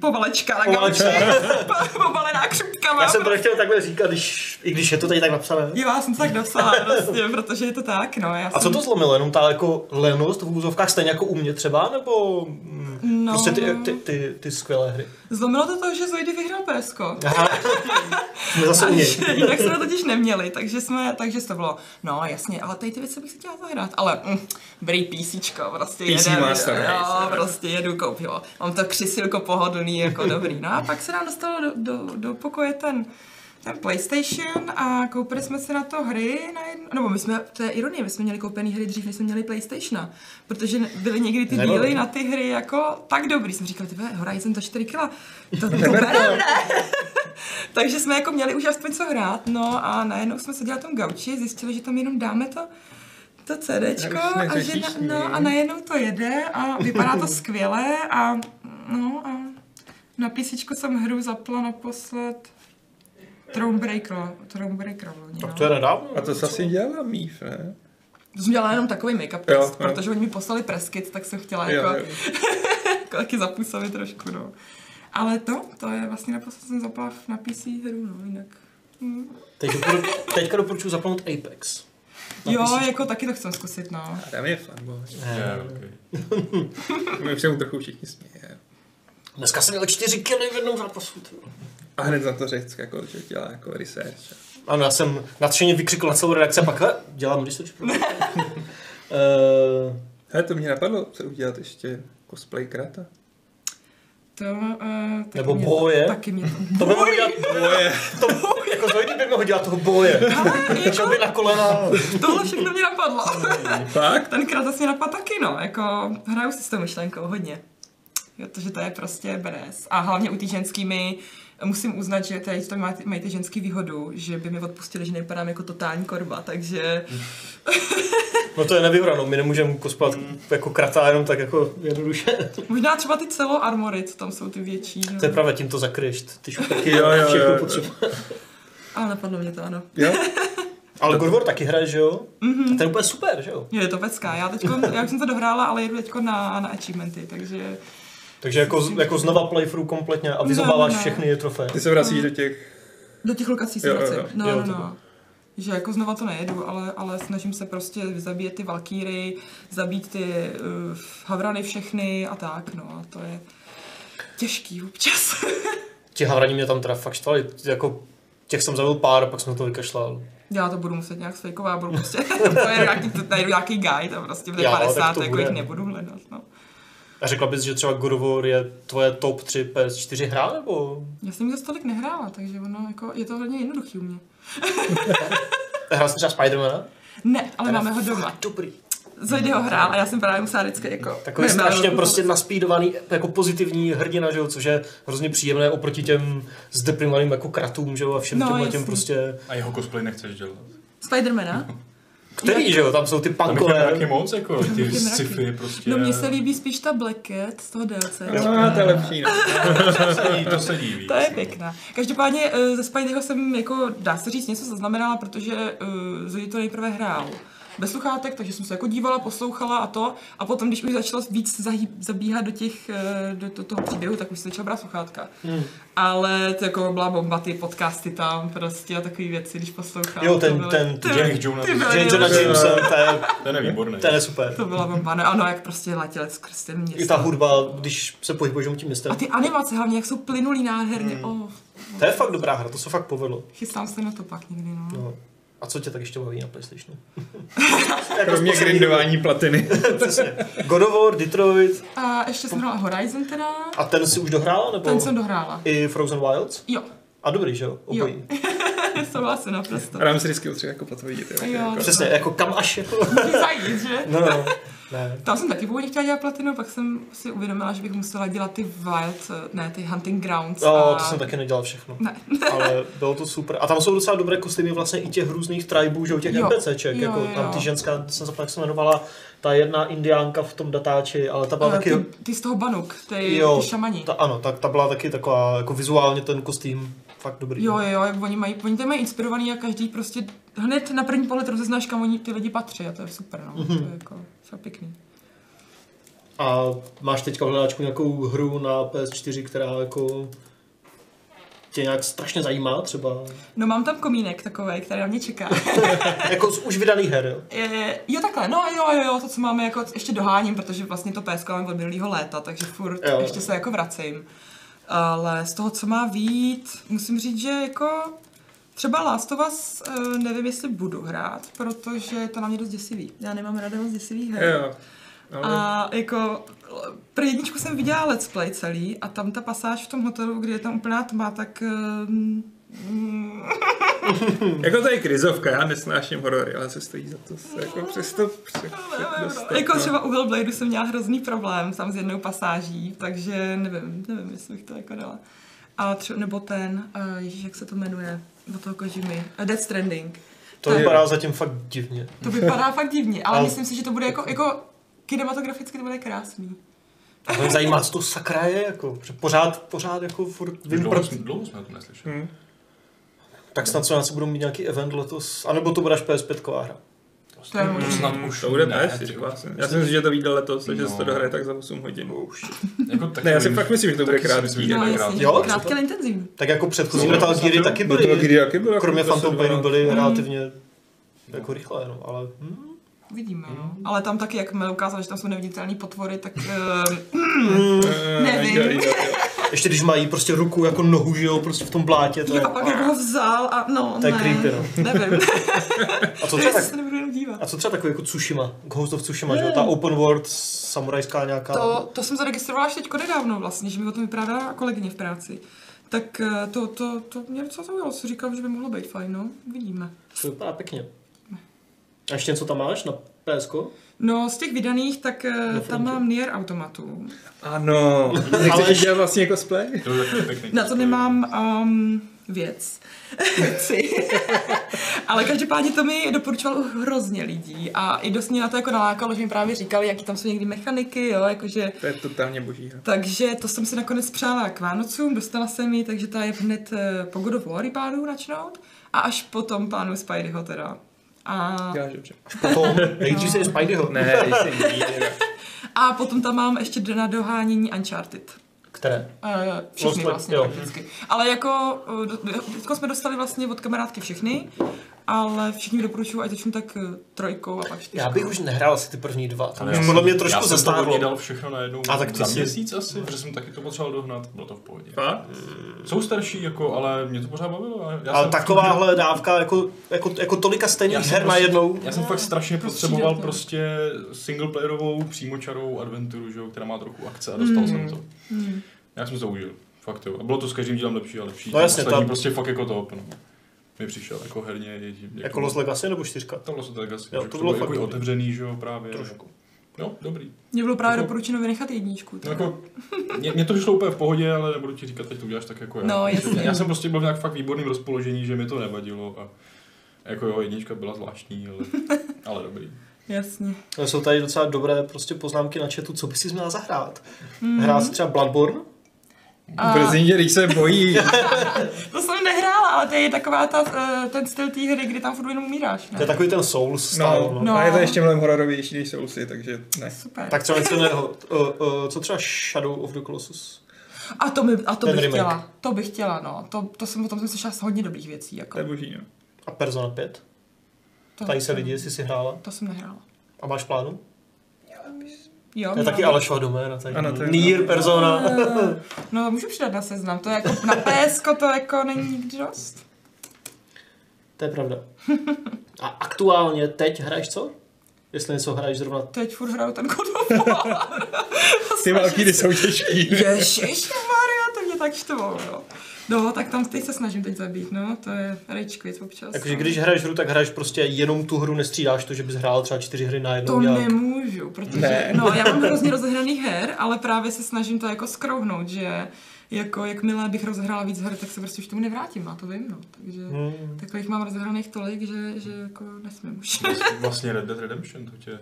[SPEAKER 3] Povalečka na gauči, *laughs*
[SPEAKER 1] Povalečka.
[SPEAKER 3] povalená křupkama.
[SPEAKER 1] Já jsem to nechtěl takhle říkat, když, i když je to tady tak napsané.
[SPEAKER 3] Jo, já jsem se tak dostala, prostě, protože je to tak, no. Já
[SPEAKER 1] A co
[SPEAKER 3] jsem...
[SPEAKER 1] to zlomilo? Jenom ta jako lenost v úzovkách, stejně jako u mě třeba, nebo mm,
[SPEAKER 3] No.
[SPEAKER 1] prostě ty, ty, ty, ty skvělé hry?
[SPEAKER 3] Zlomilo to to, že Zojdy vyhrál PSko.
[SPEAKER 1] Aha, jsme zase u něj.
[SPEAKER 3] Jinak jsme to totiž neměli, takže jsme, takže to bylo, no jasně, ale tady ty věci bych si chtěla zahrát, ale mm, brý písíčko, prostě
[SPEAKER 2] PC
[SPEAKER 3] jedem,
[SPEAKER 2] Master
[SPEAKER 3] jo,
[SPEAKER 2] Race.
[SPEAKER 3] prostě jedu, koupím, ho. mám to křisilko pohodlný, jako dobrý, no a pak se nám dostalo do, do, do pokoje ten, ten PlayStation a koupili jsme si na to hry, na jedno, nebo my jsme, to je ironie, my jsme měli koupený hry dřív, než jsme měli PlayStationa, protože byly někdy ty
[SPEAKER 1] Nebylo.
[SPEAKER 3] díly na ty hry jako tak dobrý, jsem říkal, ty vole, Horizon to 4 kila, to, to berem, ne? Takže jsme jako měli už aspoň co hrát, no a najednou jsme seděli na tom gauči, zjistili, že tam jenom dáme to, to CDčko
[SPEAKER 2] Já už
[SPEAKER 3] a, že na,
[SPEAKER 2] neřešíš,
[SPEAKER 3] no,
[SPEAKER 2] ne?
[SPEAKER 3] a najednou to jede a vypadá to skvěle a no a na písičku jsem hru zapla naposled Thronebreaker, Thronebreaker loni,
[SPEAKER 1] Tak
[SPEAKER 3] no.
[SPEAKER 1] to je nedávno.
[SPEAKER 2] A to jsi asi dělala míf, ne?
[SPEAKER 3] To jsem dělala jenom takový make-up
[SPEAKER 2] Jo,
[SPEAKER 3] test,
[SPEAKER 2] jo.
[SPEAKER 3] protože oni mi poslali preskit, tak jsem chtěla
[SPEAKER 2] Jo,
[SPEAKER 3] jako,
[SPEAKER 2] jo.
[SPEAKER 3] jako *laughs* taky zapůsobit trošku, no. Ale to, to je vlastně naposled jsem zapla na PC hru, no jinak. Hm.
[SPEAKER 1] Teď, doporu- teďka doporučuji zapnout Apex. Na
[SPEAKER 3] Jo,
[SPEAKER 1] PC.
[SPEAKER 3] jako taky to chcem zkusit, no.
[SPEAKER 2] A tam je fanboy.
[SPEAKER 1] Eh,
[SPEAKER 4] Je, okay.
[SPEAKER 2] My už se mu trochu všichni směje.
[SPEAKER 1] Dneska jsem měl čtyři kily v jednom zápasu. ty vole.
[SPEAKER 2] A hned za to Řecka, jako, že dělá jako research.
[SPEAKER 1] Ano, já jsem nadšeně vykřikl na celou redakci a pak "Hele, dělám research pro
[SPEAKER 3] *laughs*
[SPEAKER 1] Eh,
[SPEAKER 2] Hele, to mě napadlo, co udělat ještě cosplay krata.
[SPEAKER 3] To, uh, taky
[SPEAKER 1] Nebo
[SPEAKER 3] mě to-
[SPEAKER 1] boje.
[SPEAKER 3] Taky mě
[SPEAKER 1] To *laughs*
[SPEAKER 3] to...
[SPEAKER 1] by mohl dělat boje. To, jako zojdy by mohl dělat toho boje.
[SPEAKER 3] Ale
[SPEAKER 1] Šel by
[SPEAKER 3] jako,
[SPEAKER 1] na kolena.
[SPEAKER 3] tohle všechno mě napadlo. *laughs*
[SPEAKER 2] Fakt?
[SPEAKER 3] Tenkrát zase mě napadl taky, no. Jako, hraju si s tou myšlenkou hodně. Protože to je prostě beres. A hlavně u těch ženskými musím uznat, že tady to má- mají ty ženský výhodu, že by mi odpustili, že nevypadám jako totální korba,
[SPEAKER 1] *laughs*
[SPEAKER 3] takže
[SPEAKER 1] No to je nevyhranou, my nemůžeme kospat jako kratá jenom tak jako
[SPEAKER 3] *laughs*
[SPEAKER 1] jednoduše.
[SPEAKER 3] možná třeba ty celo armory, co tam jsou ty větší.
[SPEAKER 1] To je
[SPEAKER 3] No.
[SPEAKER 1] právě tím to zakryješ, ty šupeky
[SPEAKER 2] Jo, jo,
[SPEAKER 1] a všechno
[SPEAKER 2] jo.
[SPEAKER 1] potřeba.
[SPEAKER 3] Ale napadlo mě to, ano.
[SPEAKER 2] Jo?
[SPEAKER 1] Ale God of War taky hraje, že jo?
[SPEAKER 3] Mhm.
[SPEAKER 1] A to je úplně super, že jo?
[SPEAKER 3] Jo, Je to pecká. Já, teďko, já už jsem to dohrála, ale jedu teďko na, na achievementy, takže
[SPEAKER 1] Takže jako, jako znova playthrough kompletně a vyzobáváš
[SPEAKER 3] No, no.
[SPEAKER 1] všechny trofé.
[SPEAKER 2] Ty se vracíš do těch...
[SPEAKER 3] Do těch lokací se
[SPEAKER 2] Jo, jo,
[SPEAKER 3] vracím.
[SPEAKER 2] jo.
[SPEAKER 3] No,
[SPEAKER 1] Jo,
[SPEAKER 3] no,
[SPEAKER 1] to
[SPEAKER 3] no. Že jako znova to nejedu, ale, ale snažím se prostě zabíjet ty valkýry, zabít ty uh, havrany všechny a tak, no a to je těžký občas. *laughs*
[SPEAKER 1] Ti havraní mě tam teda fakt štvali, jako těch jsem zabil pár, pak jsem na to vykašlal.
[SPEAKER 3] Já to budu muset nějak sfejkovat, já budu prostě, *laughs* to je nějaký, to, najdu nějaký guide a prostě bude
[SPEAKER 1] Jo, tak to
[SPEAKER 3] 50, jako
[SPEAKER 1] bude.
[SPEAKER 3] jich nebudu hledat, no.
[SPEAKER 1] A řekla bys, že třeba God of War je tvoje top 3 PS4 hra, nebo
[SPEAKER 3] Já jsem jim zase tolik nehrála, takže ono jako, je to hodně jednoduchý u mě.
[SPEAKER 1] hrál jsi třeba Spidermana?
[SPEAKER 3] Ne, ale
[SPEAKER 1] Teda
[SPEAKER 3] máme ho doma.
[SPEAKER 1] Fakt dobrý.
[SPEAKER 3] Zajde ho hrál a já jsem právě musela vždycky jako...
[SPEAKER 1] Takový
[SPEAKER 3] ne,
[SPEAKER 1] strašně
[SPEAKER 3] ne,
[SPEAKER 1] prostě naspídovaný, jako pozitivní hrdina, že jo, což je hrozně příjemné oproti těm zdeprimovaným jako kratům, že jo, a všem
[SPEAKER 3] No,
[SPEAKER 1] těmhle
[SPEAKER 3] jasně.
[SPEAKER 1] těm prostě...
[SPEAKER 4] A jeho cosplay nechceš dělat.
[SPEAKER 3] Spidermana?
[SPEAKER 1] Který, že jo, tam jsou ty
[SPEAKER 4] Tam je
[SPEAKER 1] punkové.
[SPEAKER 4] nějaký moc, jako
[SPEAKER 3] Tam
[SPEAKER 4] ty
[SPEAKER 3] je mraky.
[SPEAKER 4] sci-fi prostě.
[SPEAKER 3] No mně se líbí spíš ta Black Cat z toho DLC.
[SPEAKER 2] No, to je lepší, ne?
[SPEAKER 4] To se líbí, to se líbí.
[SPEAKER 3] To je pěkná. Každopádně eh, ze Spideyho jsem, jako, dá se říct, něco zaznamenala, protože uh, Zoe to nejprve hrál bez sluchátek, takže jsem se jako dívala, poslouchala a to. A potom, když už začalo víc zahýb, zabíhat do, těch, eh, do, do toho příběhu, tak už se začala brát sluchátka. Hmm. Ale to jako byla bomba, ty podcasty tam prostě a takové věci, když poslouchám.
[SPEAKER 1] Jo,
[SPEAKER 3] to
[SPEAKER 1] ten,
[SPEAKER 3] byly-
[SPEAKER 1] ten,
[SPEAKER 3] ty-
[SPEAKER 4] Jack Jonas.
[SPEAKER 3] ty byly
[SPEAKER 1] Jenna
[SPEAKER 3] nejlepší.
[SPEAKER 1] Jameson, to je,
[SPEAKER 4] Ten je výborný.
[SPEAKER 1] to je super.
[SPEAKER 3] To byla bomba, no, ano, jak prostě letěl skrz ten město.
[SPEAKER 1] I ta hudba, když se pohybuješ tím
[SPEAKER 3] A
[SPEAKER 1] městem.
[SPEAKER 3] ty animace hlavně, jak jsou plynulý nádherně. Mm.
[SPEAKER 1] Hmm.
[SPEAKER 3] Oh,
[SPEAKER 1] To je fakt dobrá hra, to se fakt povedlo.
[SPEAKER 3] chystám se na to pak někdy, no.
[SPEAKER 1] No. A co tě tak ještě baví na
[SPEAKER 3] *laughs*
[SPEAKER 1] PlayStationu? Jako
[SPEAKER 2] Kromě grindování platiny.
[SPEAKER 1] Přesně. God of War, Detroit
[SPEAKER 3] A ještě jsem hrála Horizon teda.
[SPEAKER 1] a ten si už dohrála? Nebo
[SPEAKER 3] Ten jsem dohrála.
[SPEAKER 1] i Frozen Wilds?
[SPEAKER 3] Jo, *laughs*
[SPEAKER 1] A dobrý, že jo? Obojí. *laughs*
[SPEAKER 3] souhlasím naprosto.
[SPEAKER 2] A dám si vždycky utřeba jako potvrdit, jo?
[SPEAKER 3] Jo.
[SPEAKER 2] Jako,
[SPEAKER 1] Přesně, jako kam až jako...
[SPEAKER 3] Zajít, že?
[SPEAKER 1] No, no. Ne.
[SPEAKER 3] Tam jsem taky původně chtěla dělat platinu, pak jsem si uvědomila, že bych musela dělat ty wild, eh, ne, ty hunting grounds.
[SPEAKER 1] No, to jsem taky nedělal všechno.
[SPEAKER 3] Ne.
[SPEAKER 1] *laughs* Ale bylo to super. A tam jsou docela dobré kostýmy vlastně i těch různých tribů, že jo, těch
[SPEAKER 3] Jo.
[SPEAKER 1] NPCček.
[SPEAKER 3] Jo,
[SPEAKER 1] jako
[SPEAKER 3] jo,
[SPEAKER 1] tam
[SPEAKER 3] jo.
[SPEAKER 1] ty ženská, jsem zapomněl, jak se jmenovala, ta jedna indiánka v tom datáči, ale ta byla
[SPEAKER 3] eh,
[SPEAKER 1] taky...
[SPEAKER 3] ty, ty, z toho banuk, ty, ty šamani.
[SPEAKER 1] ta, ano, tak ta byla taky taková, jako vizuálně ten kostým fakt dobrý.
[SPEAKER 3] Jo, jo, jo, jak oni mají, oni to mají inspirovaný a každý prostě hned na první pohled rozeznáš, kam oni ty lidi patří a to je super, no.
[SPEAKER 1] Mhm.
[SPEAKER 3] To je jako fakt pěkný.
[SPEAKER 1] A máš teďka v hledáčku nějakou hru na PS4, která jako tě nějak strašně zajímá třeba,
[SPEAKER 3] No mám tam komínek takový, který na mě čeká.
[SPEAKER 1] *laughs* jako z už vydaných her, jo?
[SPEAKER 3] Je- jo takhle, no jo, jo, jo, to, co máme, jako ještě doháním, protože vlastně to PSK mám od minulého léta, takže furt
[SPEAKER 1] Jo.
[SPEAKER 3] jo. ještě se jako vracím. Ale z toho, co má vít, musím říct, že jako třeba Last of Us, eh, nevím, jestli budu hrát, protože je to na mě dost děsivý. Já nemám ráda moc děsivý her.
[SPEAKER 2] Jo, No, ale
[SPEAKER 3] A jako pro jedničku jsem viděla let's play celý a tam ta pasáž v tom hotelu, kde je tam úplná tma, tak ehm, mm,
[SPEAKER 2] jako to je krizovka, já nesnáším horory, ale se stojí za to se jako přesto pře- dostat,
[SPEAKER 3] jako
[SPEAKER 2] no.
[SPEAKER 3] třeba u Hellbladeu jsem měla hrozný problém tam s jednou pasáží, takže nevím, nevím, jestli bych to jako dala. A třeba, nebo ten, eh, ježiš, jak se to jmenuje, od toho Kojimy, eh, Death Stranding.
[SPEAKER 1] To
[SPEAKER 3] Tak.
[SPEAKER 1] vypadá zatím fakt divně. *laughs*
[SPEAKER 3] To vypadá fakt divně, ale
[SPEAKER 1] Ale-
[SPEAKER 3] myslím si, že to bude jako, jako kinematograficky to bude krásný.
[SPEAKER 1] To mě zajímá, co to sakra je, jako, že pořád, pořád, jako, furt vím,
[SPEAKER 4] Dlouho,
[SPEAKER 1] proč,
[SPEAKER 4] jsme- dlouho jsme o tom neslyšeli.
[SPEAKER 2] Hm.
[SPEAKER 1] tak snad co nás budou mít nějaký event letos, anebo to bude až PS5 hra.
[SPEAKER 3] To je no, možný.
[SPEAKER 4] snad už
[SPEAKER 2] To bude
[SPEAKER 4] ne,
[SPEAKER 2] PS,
[SPEAKER 4] ty-
[SPEAKER 2] Já si myslím, že to vyjde letos, takže
[SPEAKER 4] No.
[SPEAKER 2] se to dohraje tak za 8 hodin.
[SPEAKER 1] Hm.
[SPEAKER 4] Jako taky
[SPEAKER 2] Ne, já si
[SPEAKER 4] nevím.
[SPEAKER 2] fakt myslím, že to bude
[SPEAKER 4] Taky si
[SPEAKER 2] krátký.
[SPEAKER 4] myslím, že
[SPEAKER 3] No
[SPEAKER 4] bude
[SPEAKER 3] jasně,
[SPEAKER 4] krátký.
[SPEAKER 1] Jo,
[SPEAKER 3] krátký, ale intenzivní.
[SPEAKER 1] Tak jako předchozí
[SPEAKER 4] No,
[SPEAKER 1] Metal
[SPEAKER 4] to
[SPEAKER 1] Geary
[SPEAKER 4] bylo-
[SPEAKER 1] taky
[SPEAKER 2] No to
[SPEAKER 1] byly,
[SPEAKER 2] kdy jaký byl?
[SPEAKER 1] kromě
[SPEAKER 2] jako
[SPEAKER 1] Phantom Painu
[SPEAKER 2] 12.
[SPEAKER 1] byly relativně jako rychlé, no, ale hm,
[SPEAKER 3] Uvidíme, no.
[SPEAKER 1] Mhm.
[SPEAKER 3] Ale tam taky, jak Mel ukázal, že tam jsou neviditelné potvory, tak uh,
[SPEAKER 2] Eh,
[SPEAKER 3] Nevím.
[SPEAKER 2] jo, jo, jo.
[SPEAKER 1] ještě když mají prostě ruku jako nohu, že jo, prostě v tom blátě, to je,
[SPEAKER 3] *laughs* jo, pak jak ho vzal a no,
[SPEAKER 1] To je
[SPEAKER 3] ne,
[SPEAKER 1] creepy, no.
[SPEAKER 3] nevím.
[SPEAKER 1] a *laughs* co
[SPEAKER 3] to
[SPEAKER 1] třeba
[SPEAKER 3] já
[SPEAKER 1] tak,
[SPEAKER 3] se nebudu jenom dívat.
[SPEAKER 1] a co třeba takový jako Tsushima, Ghost of Tsushima, že jo, ta open world, samurajská nějaká,
[SPEAKER 3] Hmm. To, to jsem zaregistrovala až teďko nedávno vlastně, že mi o tom vyprávěla kolegyně v práci. Tak eh, to, to, to mě docela zaujalo, si říkám, že by mohlo být fajn, no, vidíme.
[SPEAKER 1] to vypadá pěkně. A ještě něco tam máš na PSK? *laughs*
[SPEAKER 3] No, z těch vydaných, tak eh, tam
[SPEAKER 1] frontu.
[SPEAKER 3] mám Nier Automatu.
[SPEAKER 2] Ano,
[SPEAKER 1] Ale-
[SPEAKER 2] nechceš dělat vlastně cosplay?
[SPEAKER 4] To je takový pěkný.
[SPEAKER 3] Na to nemám um, věc. Věci. *laughs* Ale každopádně to mi doporučovalo hrozně lidí a i dost mě na to jako nalákalo, že mi právě říkali, jaký tam jsou někdy mechaniky, jo, jakože...
[SPEAKER 2] To je totálně boží hra.
[SPEAKER 3] Takže to jsem si nakonec přála k Vánocům, dostala jsem ji, takže ta je hned eh, po God of War pánu načnout a až potom pánu Spideyho teda. A,
[SPEAKER 2] Děláš dobře.
[SPEAKER 1] Potom, nejdřív si je Spideyho,
[SPEAKER 2] Ne, jsi
[SPEAKER 3] a potom tam mám ještě na dohánění Uncharted.
[SPEAKER 1] které?
[SPEAKER 3] Eh, Všechny
[SPEAKER 1] Lost Lake,
[SPEAKER 3] vlastně
[SPEAKER 1] jo.
[SPEAKER 3] prakticky. Ale jako, eh, do- teďko jsme dostali vlastně od kamarádky všechny, ale všichni mi doporučují, ať začnu tak eh, trojkou a pak čtyřkou.
[SPEAKER 1] Já bych už nehrál asi ty první dva, tam
[SPEAKER 4] Ale
[SPEAKER 1] už
[SPEAKER 4] já
[SPEAKER 1] Hm. podle
[SPEAKER 4] jsem-
[SPEAKER 1] mě
[SPEAKER 4] já
[SPEAKER 1] trošku
[SPEAKER 4] jsem to hodně
[SPEAKER 1] zastávalo.
[SPEAKER 4] dal všechno najednou
[SPEAKER 1] A tak ty
[SPEAKER 4] za
[SPEAKER 1] si-
[SPEAKER 4] měsíc asi, protože jsem taky to potřeboval dohnat, bylo to v pohodě.
[SPEAKER 2] Fakt?
[SPEAKER 4] Jsou starší, jako, ale mě to pořád bavilo. a Já
[SPEAKER 1] Ale
[SPEAKER 4] jsem-
[SPEAKER 1] takováhle dávka, jako, jako, jako tolika
[SPEAKER 4] Já
[SPEAKER 1] stejných
[SPEAKER 4] jsem
[SPEAKER 1] her
[SPEAKER 4] prostě-
[SPEAKER 1] najednou,
[SPEAKER 4] Já jsem fakt strašně
[SPEAKER 3] Prostě
[SPEAKER 4] potřeboval
[SPEAKER 3] jdete.
[SPEAKER 4] prostě singleplayerovou, přímočarou adventuru, že jo, která má trochu akce a dostal
[SPEAKER 3] Hmm.
[SPEAKER 4] jsem to. Já jsem to užil, fakt jo. A bylo to s každým dílem lepší a lepší.
[SPEAKER 1] No jasně,
[SPEAKER 4] Ostatní
[SPEAKER 1] ta-
[SPEAKER 4] prostě fakt jako to, no. Mi přišel jako herně. je- je-
[SPEAKER 1] jako Lost Legacy nebo čtyřka.
[SPEAKER 4] To Lost Legacy,
[SPEAKER 1] Jo,
[SPEAKER 4] že
[SPEAKER 1] to bylo
[SPEAKER 4] to bylo jako
[SPEAKER 1] fakt
[SPEAKER 4] i
[SPEAKER 1] dobrý.
[SPEAKER 4] otevřený, že jo, právě.
[SPEAKER 1] Trošku.
[SPEAKER 4] No, dobrý.
[SPEAKER 3] Mně bylo právě
[SPEAKER 4] Jako-
[SPEAKER 3] doporučeno vynechat jedničku.
[SPEAKER 4] No,
[SPEAKER 3] teda.
[SPEAKER 4] jako, mě, mě, to šlo úplně v pohodě, ale nebudu ti říkat, teď to uděláš tak jako já.
[SPEAKER 3] No, jasně.
[SPEAKER 4] Já jsem prostě byl v nějak fakt výborným rozpoložení, že mi to nevadilo a jako jo, jednička byla
[SPEAKER 3] *laughs*
[SPEAKER 4] zvláštní, ale, ale dobrý.
[SPEAKER 3] Jasně.
[SPEAKER 1] Ale Jsou tady docela dobré prostě poznámky na chatu, co by si měla zahrát. Hrát si třeba Bloodborne?
[SPEAKER 3] A-
[SPEAKER 2] Prosím tě, když se *laughs* bojí.
[SPEAKER 3] To jsem nehrála, ale to je taková ta, eh, ten styl té hry, kdy tam furt jenom umíráš,
[SPEAKER 1] To je
[SPEAKER 4] Hmm.
[SPEAKER 3] ne?
[SPEAKER 1] takový ten Souls style. No.
[SPEAKER 2] No,
[SPEAKER 1] No.
[SPEAKER 2] no. A je to ještě mnohem hororovější, než Soulsy, takže ne.
[SPEAKER 3] Super.
[SPEAKER 1] Tak třeba něco jiného. Uh, uh, co třeba Shadow of the Colossus?
[SPEAKER 3] A to, mi, a to
[SPEAKER 1] Ten
[SPEAKER 3] bych
[SPEAKER 1] remake.
[SPEAKER 3] chtěla, to bych chtěla, no. To, to jsem, o tom jsem slyšela s hodně dobrých věcí, jako.
[SPEAKER 2] To je boží, no.
[SPEAKER 1] A Persona 5?
[SPEAKER 3] To,
[SPEAKER 1] Tady se lidi, jestli si hrála.
[SPEAKER 3] To jsem nehrála.
[SPEAKER 1] A máš plánu?
[SPEAKER 3] Jo, no.
[SPEAKER 1] To je taky
[SPEAKER 3] mám.
[SPEAKER 1] Alešova doména. Tady.
[SPEAKER 2] Ano, to je-
[SPEAKER 1] Nier, Persona.
[SPEAKER 3] Eh, No, můžu přidat na seznam, to je jako na PSK, to jako není nikdy dost.
[SPEAKER 1] To je pravda. A aktuálně teď hraješ co? Jestli něco hraješ zrovna
[SPEAKER 3] Teď furt hraju ten God of War.
[SPEAKER 2] Ty války ty jsou těžký.
[SPEAKER 3] Ježiš, Maria, to mě tak štvou, jo. No, tak tam teď se snažím teď zabít, no, to je rage quit občas. no.
[SPEAKER 1] Jakože když hraješ hru, tak hraješ prostě jenom tu hru, nestřídáš to, že bys hrál třeba čtyři hry najednou.
[SPEAKER 3] To
[SPEAKER 1] nějak.
[SPEAKER 3] nemůžu, protože
[SPEAKER 2] Ne.
[SPEAKER 3] ne. no, já mám hrozně rozehraných her, ale právě se snažím to jako skrouhnout, že jako jakmile bych rozehrála víc her, tak se prostě už k tomu nevrátím, a to vím, no. Takže
[SPEAKER 1] Hmm.
[SPEAKER 3] takových mám rozehraných tolik, že, že jako nesmím už. *laughs*
[SPEAKER 4] Vlastně Red Dead Redemption, to tě...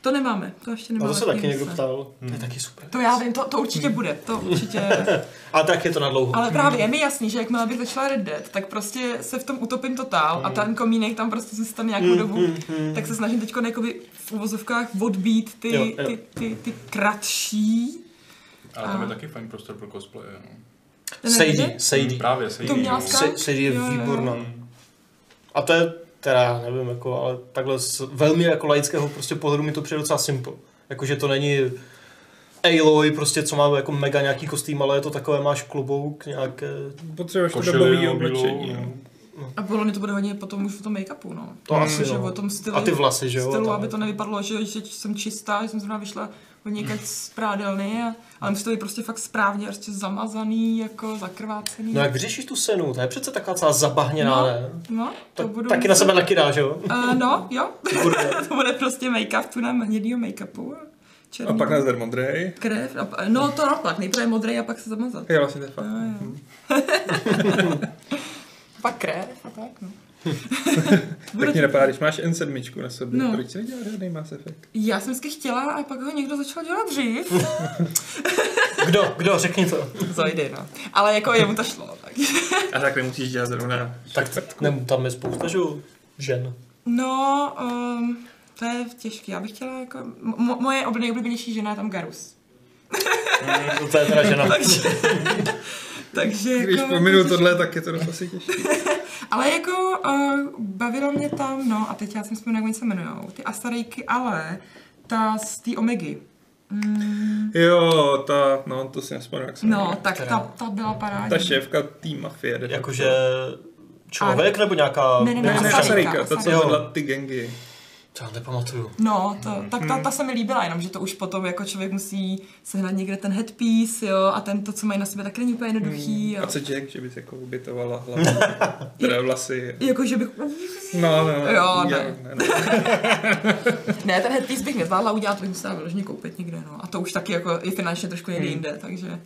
[SPEAKER 3] To nemáme, to ještě
[SPEAKER 1] A
[SPEAKER 3] nemáme.
[SPEAKER 1] to se
[SPEAKER 3] v
[SPEAKER 1] taky
[SPEAKER 3] knihovce.
[SPEAKER 1] někdo ptal. Hmm. To je taky super.
[SPEAKER 3] To já vím, to, to určitě bude, to určitě.
[SPEAKER 1] A tak je to na dlouho.
[SPEAKER 3] Ale právě je mi jasný, že jakmile bych začala Red Dead, tak prostě se v tom utopím totál a
[SPEAKER 1] Hmm.
[SPEAKER 3] ten komínek tam prostě zůstane nějakou dobu, tak se snažím teď jakoby v uvozovkách odbít ty,
[SPEAKER 1] Jo, jo.
[SPEAKER 3] ty, ty, ty kratší.
[SPEAKER 4] Ale tam je
[SPEAKER 3] A.
[SPEAKER 4] taky fajn prostor pro cosplay. No.
[SPEAKER 3] Ten Red
[SPEAKER 1] Sejdí,
[SPEAKER 3] Dead?
[SPEAKER 1] sejdí.
[SPEAKER 4] Právě, se
[SPEAKER 3] To měla
[SPEAKER 4] no.
[SPEAKER 3] skáč?
[SPEAKER 1] Se- Sejdí je
[SPEAKER 3] Jo, jo, jo.
[SPEAKER 1] výborná. A to je, teda já nevím, jako, ale takhle z velmi jako laického prostě pohledu mi to přijde docela simple. Jakože to není Aloy, prostě, co má jako mega nějaký kostým, ale je to takové, máš klobouk, nějaké...
[SPEAKER 2] Potřebuješ to
[SPEAKER 4] Košili,
[SPEAKER 2] dobový
[SPEAKER 4] oblílou,
[SPEAKER 2] oblečení.
[SPEAKER 4] no.
[SPEAKER 2] no.
[SPEAKER 3] A podle mě to bude hodně potom už v tom make-upu, no.
[SPEAKER 1] To asi,
[SPEAKER 3] že o
[SPEAKER 1] no.
[SPEAKER 3] tom stylu,
[SPEAKER 1] A ty vlasy, že jo?
[SPEAKER 3] stylu
[SPEAKER 1] tam.
[SPEAKER 3] aby to nevypadlo, že, že jsem čistá, že jsem zrovna vyšla od někač z prádelny, a, ale musí to být prostě fakt správně, prostě zamazaný, jako zakrvácený.
[SPEAKER 1] No jak vyřešíš tu senu, to je přece taková celá zabahněná,
[SPEAKER 3] No,
[SPEAKER 1] ne?
[SPEAKER 3] no, to
[SPEAKER 1] Tak,
[SPEAKER 3] budu...
[SPEAKER 1] taky na sebe nakydá, že jo?
[SPEAKER 3] Uh, no, jo.
[SPEAKER 1] Kurva.
[SPEAKER 3] *laughs* to bude prostě make-up, tu nám hnědýho make-upu. a Černý.
[SPEAKER 2] A pak nás dar modrej.
[SPEAKER 3] Krev. A, pa- no to naopak, nejprve modrý a pak se zamazat.
[SPEAKER 2] Je vlastně to je fakt.
[SPEAKER 3] Pak krev a tak, *laughs* no.
[SPEAKER 2] Tak
[SPEAKER 3] Bude-
[SPEAKER 2] mě napadá, když máš N7 na sobě,
[SPEAKER 3] No.
[SPEAKER 2] proč si nedělá žádný Mass Effect?
[SPEAKER 3] Já jsem vždycky chtěla a pak ho někdo začal dělat dřív.
[SPEAKER 1] Kdo, kdo, řekni to.
[SPEAKER 3] Zajde, no. Ale jako jemu to šlo. Tak.
[SPEAKER 2] A tak nemusíš dělat zrovna.
[SPEAKER 1] Tak ne, tam je spousta, že jo?
[SPEAKER 3] *laughs*
[SPEAKER 1] Žen.
[SPEAKER 3] No, um, to je těžké. Já bych chtěla jako... Mo- moje obl- nejoblíbenější žena je tam Garus.
[SPEAKER 1] To je teda žena.
[SPEAKER 3] Takže... takže jako...
[SPEAKER 2] Když pominu tohle, tak je to dost asi těžké.
[SPEAKER 3] Ale jako uh, bavilo mě tam, no a teď já jsem vzpomínám, jak oni se jmenujou, ty Astarejky, ale ta z té Omegy. Mm,
[SPEAKER 2] Jo, ta, no to si nespomínám, jak se
[SPEAKER 3] no,
[SPEAKER 2] jmenuje.
[SPEAKER 3] tak ta, ta byla parádní.
[SPEAKER 2] Ta šéfka tý mafie. de facto.
[SPEAKER 1] Jakože člověk nebo nějaká...
[SPEAKER 3] Ne,
[SPEAKER 2] Ne,
[SPEAKER 3] ne,
[SPEAKER 2] ne,
[SPEAKER 3] Asarika,
[SPEAKER 2] Asarika, ta, co
[SPEAKER 3] Asarika.
[SPEAKER 2] vedla ty gangy.
[SPEAKER 1] To já nepamatuju.
[SPEAKER 3] No, to, tak ta, ta se mi líbila, jenomže to už potom jako člověk musí sehnat někde ten headpiece, jo, a ten to, co mají na sebe, tak není úplně jednoduchý, jo.
[SPEAKER 2] Hmm. A co Jack, že bys jako obětovala
[SPEAKER 3] *laughs*
[SPEAKER 2] hlavu, teda vlasy.
[SPEAKER 3] Jako, že bych...
[SPEAKER 2] No, no, no.
[SPEAKER 3] Jo, ne.
[SPEAKER 2] jo, ne, ne.
[SPEAKER 3] Ne, ten headpiece bych nezvládla udělat, to bych musela vyloženě koupit někde, no. A to už taky jako i finančně trošku
[SPEAKER 1] Hmm.
[SPEAKER 3] někde jinde, takže...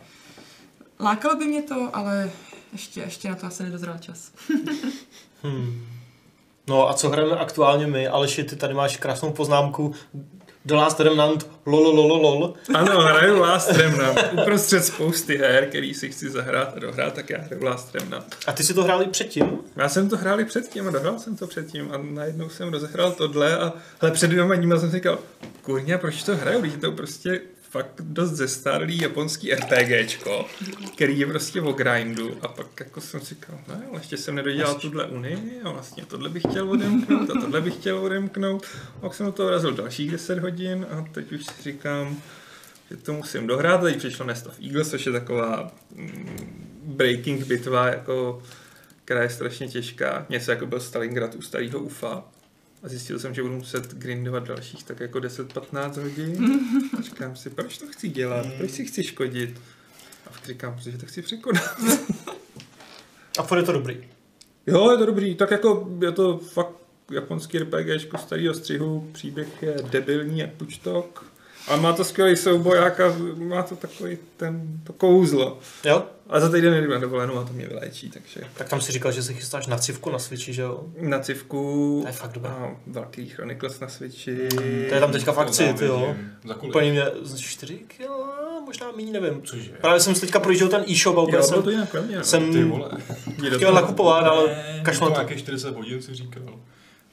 [SPEAKER 3] Lákalo by mě to, ale ještě, ještě na to asi nedozrál
[SPEAKER 1] *laughs*
[SPEAKER 3] čas.
[SPEAKER 1] Hmm. No a co hrajeme aktuálně my? Aleši, ty tady máš krásnou poznámku. The Last Remnant, lololololol.
[SPEAKER 2] Ano, hraju Last Remnant. Uprostřed spousty her, který si chci zahrát a dohrát, tak já hraju Last Remnant.
[SPEAKER 1] A ty si to hrál i předtím?
[SPEAKER 2] Já jsem to hrál i předtím a dohrál jsem to předtím a najednou jsem rozehrál tohle a hele, před dvěma dníma jsem si říkal, kurňa, proč to hraju, když je to prostě fakt dost zestárlý japonský RPGčko, který je prostě o grindu a pak jako jsem si říkal, ne, ale ještě jsem nedodělal tuhle unii a vlastně tohle bych chtěl odemknout a tohle bych chtěl odemknout. Pak jsem do toho razil dalších 10 hodin a teď už si říkám, že to musím dohrát. Teď přišlo Nest of Eagles, což je taková mm, breaking bitva, jako, která je strašně těžká. Něco jako byl Stalingrad u starého UFA. A zjistil jsem, že budu muset grindovat dalších tak jako 10-15 hodin. A říkám si, proč to chci dělat? Proč si chci škodit? A pak říkám, že to chci překonat.
[SPEAKER 1] A furt je to dobrý.
[SPEAKER 2] Jo, je to dobrý. Tak jako je to fakt japonský RPGčko starého střihu. Příběh je debilní jak pučtok. A má to skvělý souboják a má to takový ten, to kouzlo.
[SPEAKER 1] Jo?
[SPEAKER 2] Ale za týden jdu na dovolenou a to mě vyléčí, takže
[SPEAKER 1] Tak tam si říkal, že se chystáš na civku na Switchi, že jo?
[SPEAKER 2] na civku
[SPEAKER 1] To je fakt dobré.
[SPEAKER 2] a velký Chronicles na Switchi.
[SPEAKER 1] To je tam teďka v akci, ty jo.
[SPEAKER 4] Za kolik?
[SPEAKER 1] Úplně mě z 4 kila, možná méně, nevím.
[SPEAKER 4] Cože?
[SPEAKER 1] Právě jsem si teďka projížděl ten e-shop a úplně
[SPEAKER 2] Jo, bylo
[SPEAKER 1] jsem,
[SPEAKER 2] to jinak levně, no.
[SPEAKER 4] Ty
[SPEAKER 1] jsem
[SPEAKER 4] vole.
[SPEAKER 2] Jdi do
[SPEAKER 1] chtěl
[SPEAKER 2] toho.
[SPEAKER 1] nakupovat, ale
[SPEAKER 4] Ne,
[SPEAKER 1] kašlo
[SPEAKER 4] to
[SPEAKER 1] na to.
[SPEAKER 4] nějakých 40 hodin si říkal.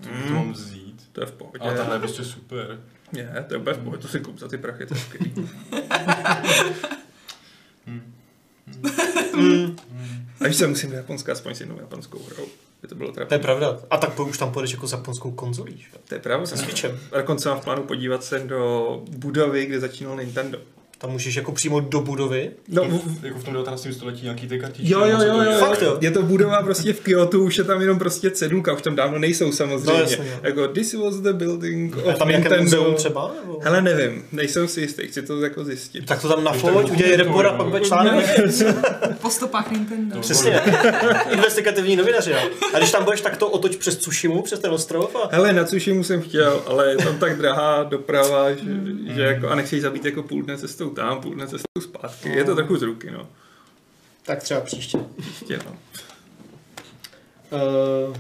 [SPEAKER 4] To, to mám vzít.
[SPEAKER 2] To je v pohodě.
[SPEAKER 4] Ale tahle je prostě super.
[SPEAKER 2] Ne, to je úplně v pohodě, to si kup za ty prachy, to je skvělý.
[SPEAKER 1] Mm,
[SPEAKER 2] A když se musím do Japonska, aspoň s jednou japonskou hrou. By to bylo
[SPEAKER 1] to je
[SPEAKER 2] trapné.
[SPEAKER 1] pravda. A tak už tam půjdeš jako s japonskou konzolí, že?
[SPEAKER 2] To je pravda.
[SPEAKER 1] Se Switchem.
[SPEAKER 2] A dokonce mám v plánu podívat se do budovy, kde začínal Nintendo.
[SPEAKER 1] Tam můžeš jako přímo do budovy.
[SPEAKER 2] No,
[SPEAKER 4] Jako
[SPEAKER 2] v-
[SPEAKER 4] v- jako v tom 19. století nějaký ty kartičky.
[SPEAKER 2] Jo, jo,
[SPEAKER 4] nebo co
[SPEAKER 2] jo,
[SPEAKER 4] to je.
[SPEAKER 2] jo.
[SPEAKER 1] Fakt jo.
[SPEAKER 2] Je to budova prostě v Kyoto, už je tam jenom prostě cedulka, už tam dávno nejsou samozřejmě.
[SPEAKER 1] No, jasně, jo.
[SPEAKER 2] jako this was the building
[SPEAKER 1] A
[SPEAKER 2] of
[SPEAKER 1] tam nějaké
[SPEAKER 2] Nintendo.
[SPEAKER 1] muzeum třeba? Nebo?
[SPEAKER 2] Hele, nevím, nejsem si jistý, chci to jako zjistit.
[SPEAKER 1] Tak to tam
[SPEAKER 4] tak
[SPEAKER 1] nafouť,
[SPEAKER 4] to-
[SPEAKER 1] udělej
[SPEAKER 4] to-
[SPEAKER 1] report a
[SPEAKER 4] to-
[SPEAKER 1] pak bude článek.
[SPEAKER 3] Po stopách Nintendo.
[SPEAKER 4] To-
[SPEAKER 1] Přesně. Investigativní novinaři, jo. A když tam budeš, tak to otoč přes Tsushimu, přes ten ostrov a...
[SPEAKER 2] Hele, na Tsushimu jsem chtěl, ale je tam tak drahá doprava, že,
[SPEAKER 1] Hmm.
[SPEAKER 2] že jako, a nechci zabít jako půl dne cestou tam, půl dne cestou zpátky. Je
[SPEAKER 1] Hmm.
[SPEAKER 2] to trochu z ruky, no.
[SPEAKER 1] Tak třeba příště.
[SPEAKER 2] Ještě, no.
[SPEAKER 1] Uh,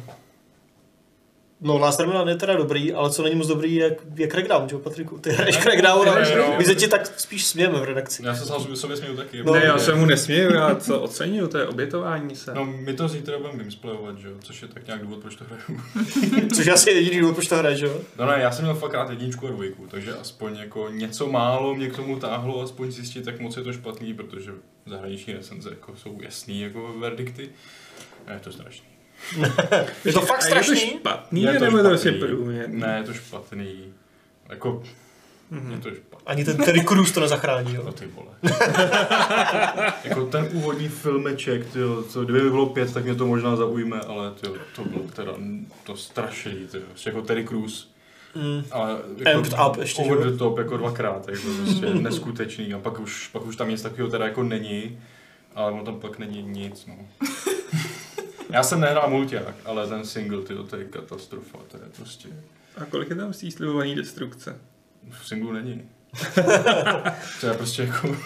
[SPEAKER 1] no, Last Remnant je teda dobrý, ale co není moc dobrý je, je Crackdown, že jo, Patriku? Ty hraješ Crackdown a
[SPEAKER 4] Ne, no.
[SPEAKER 1] my se ti tak spíš smějeme v redakci.
[SPEAKER 4] Já se sám sobě směju taky.
[SPEAKER 1] No,
[SPEAKER 2] Ne, já
[SPEAKER 4] protože-
[SPEAKER 2] se mu nesměju, já to oceňuju, to je obětování se.
[SPEAKER 4] No, my to zítra budeme vymsplayovat, že jo, což je tak nějak důvod, proč to hraju. *laughs*
[SPEAKER 1] Což je asi jediný důvod, proč to hraješ, že jo?
[SPEAKER 4] No ne, já jsem měl fakt rád jedničku a dvojku, takže aspoň jako něco málo mě k tomu táhlo, aspoň zjistit, jak moc je to špatný, protože zahraniční recenze jako jsou jasný jako verdikty. A je to strašný.
[SPEAKER 1] Je to fakt
[SPEAKER 2] A Je to
[SPEAKER 1] strašný.
[SPEAKER 2] špatný, je nebo je to prostě průměrný?
[SPEAKER 4] Ne, je to špatný. Jako,
[SPEAKER 2] Mhm.
[SPEAKER 4] je to špatný.
[SPEAKER 1] Ani ten Terry Crews to nezachrání,
[SPEAKER 4] No
[SPEAKER 1] jo.
[SPEAKER 4] ty vole. jako ten původní filmeček, tyjo, co kdyby bylo pět, tak mě to možná zaujme, ale tyjo, to bylo teda to strašný, tyjo. jako Terry Crews.
[SPEAKER 1] Mm.
[SPEAKER 4] Ale jako
[SPEAKER 1] Amped up ještě, že
[SPEAKER 4] over
[SPEAKER 1] jo?
[SPEAKER 4] the top jako dvakrát, jako
[SPEAKER 1] *laughs*
[SPEAKER 4] prostě neskutečný a pak už, pak už tam nic takového teda jako není, ale ono tam pak není
[SPEAKER 1] *laughs*
[SPEAKER 4] nic, no. Já jsem nehrál multiák, ale ten single, tyjo, to je katastrofa, to je prostě,
[SPEAKER 2] A kolik je tam z té slibované destrukce?
[SPEAKER 4] v
[SPEAKER 1] *laughs*
[SPEAKER 4] singlu není. to je prostě jako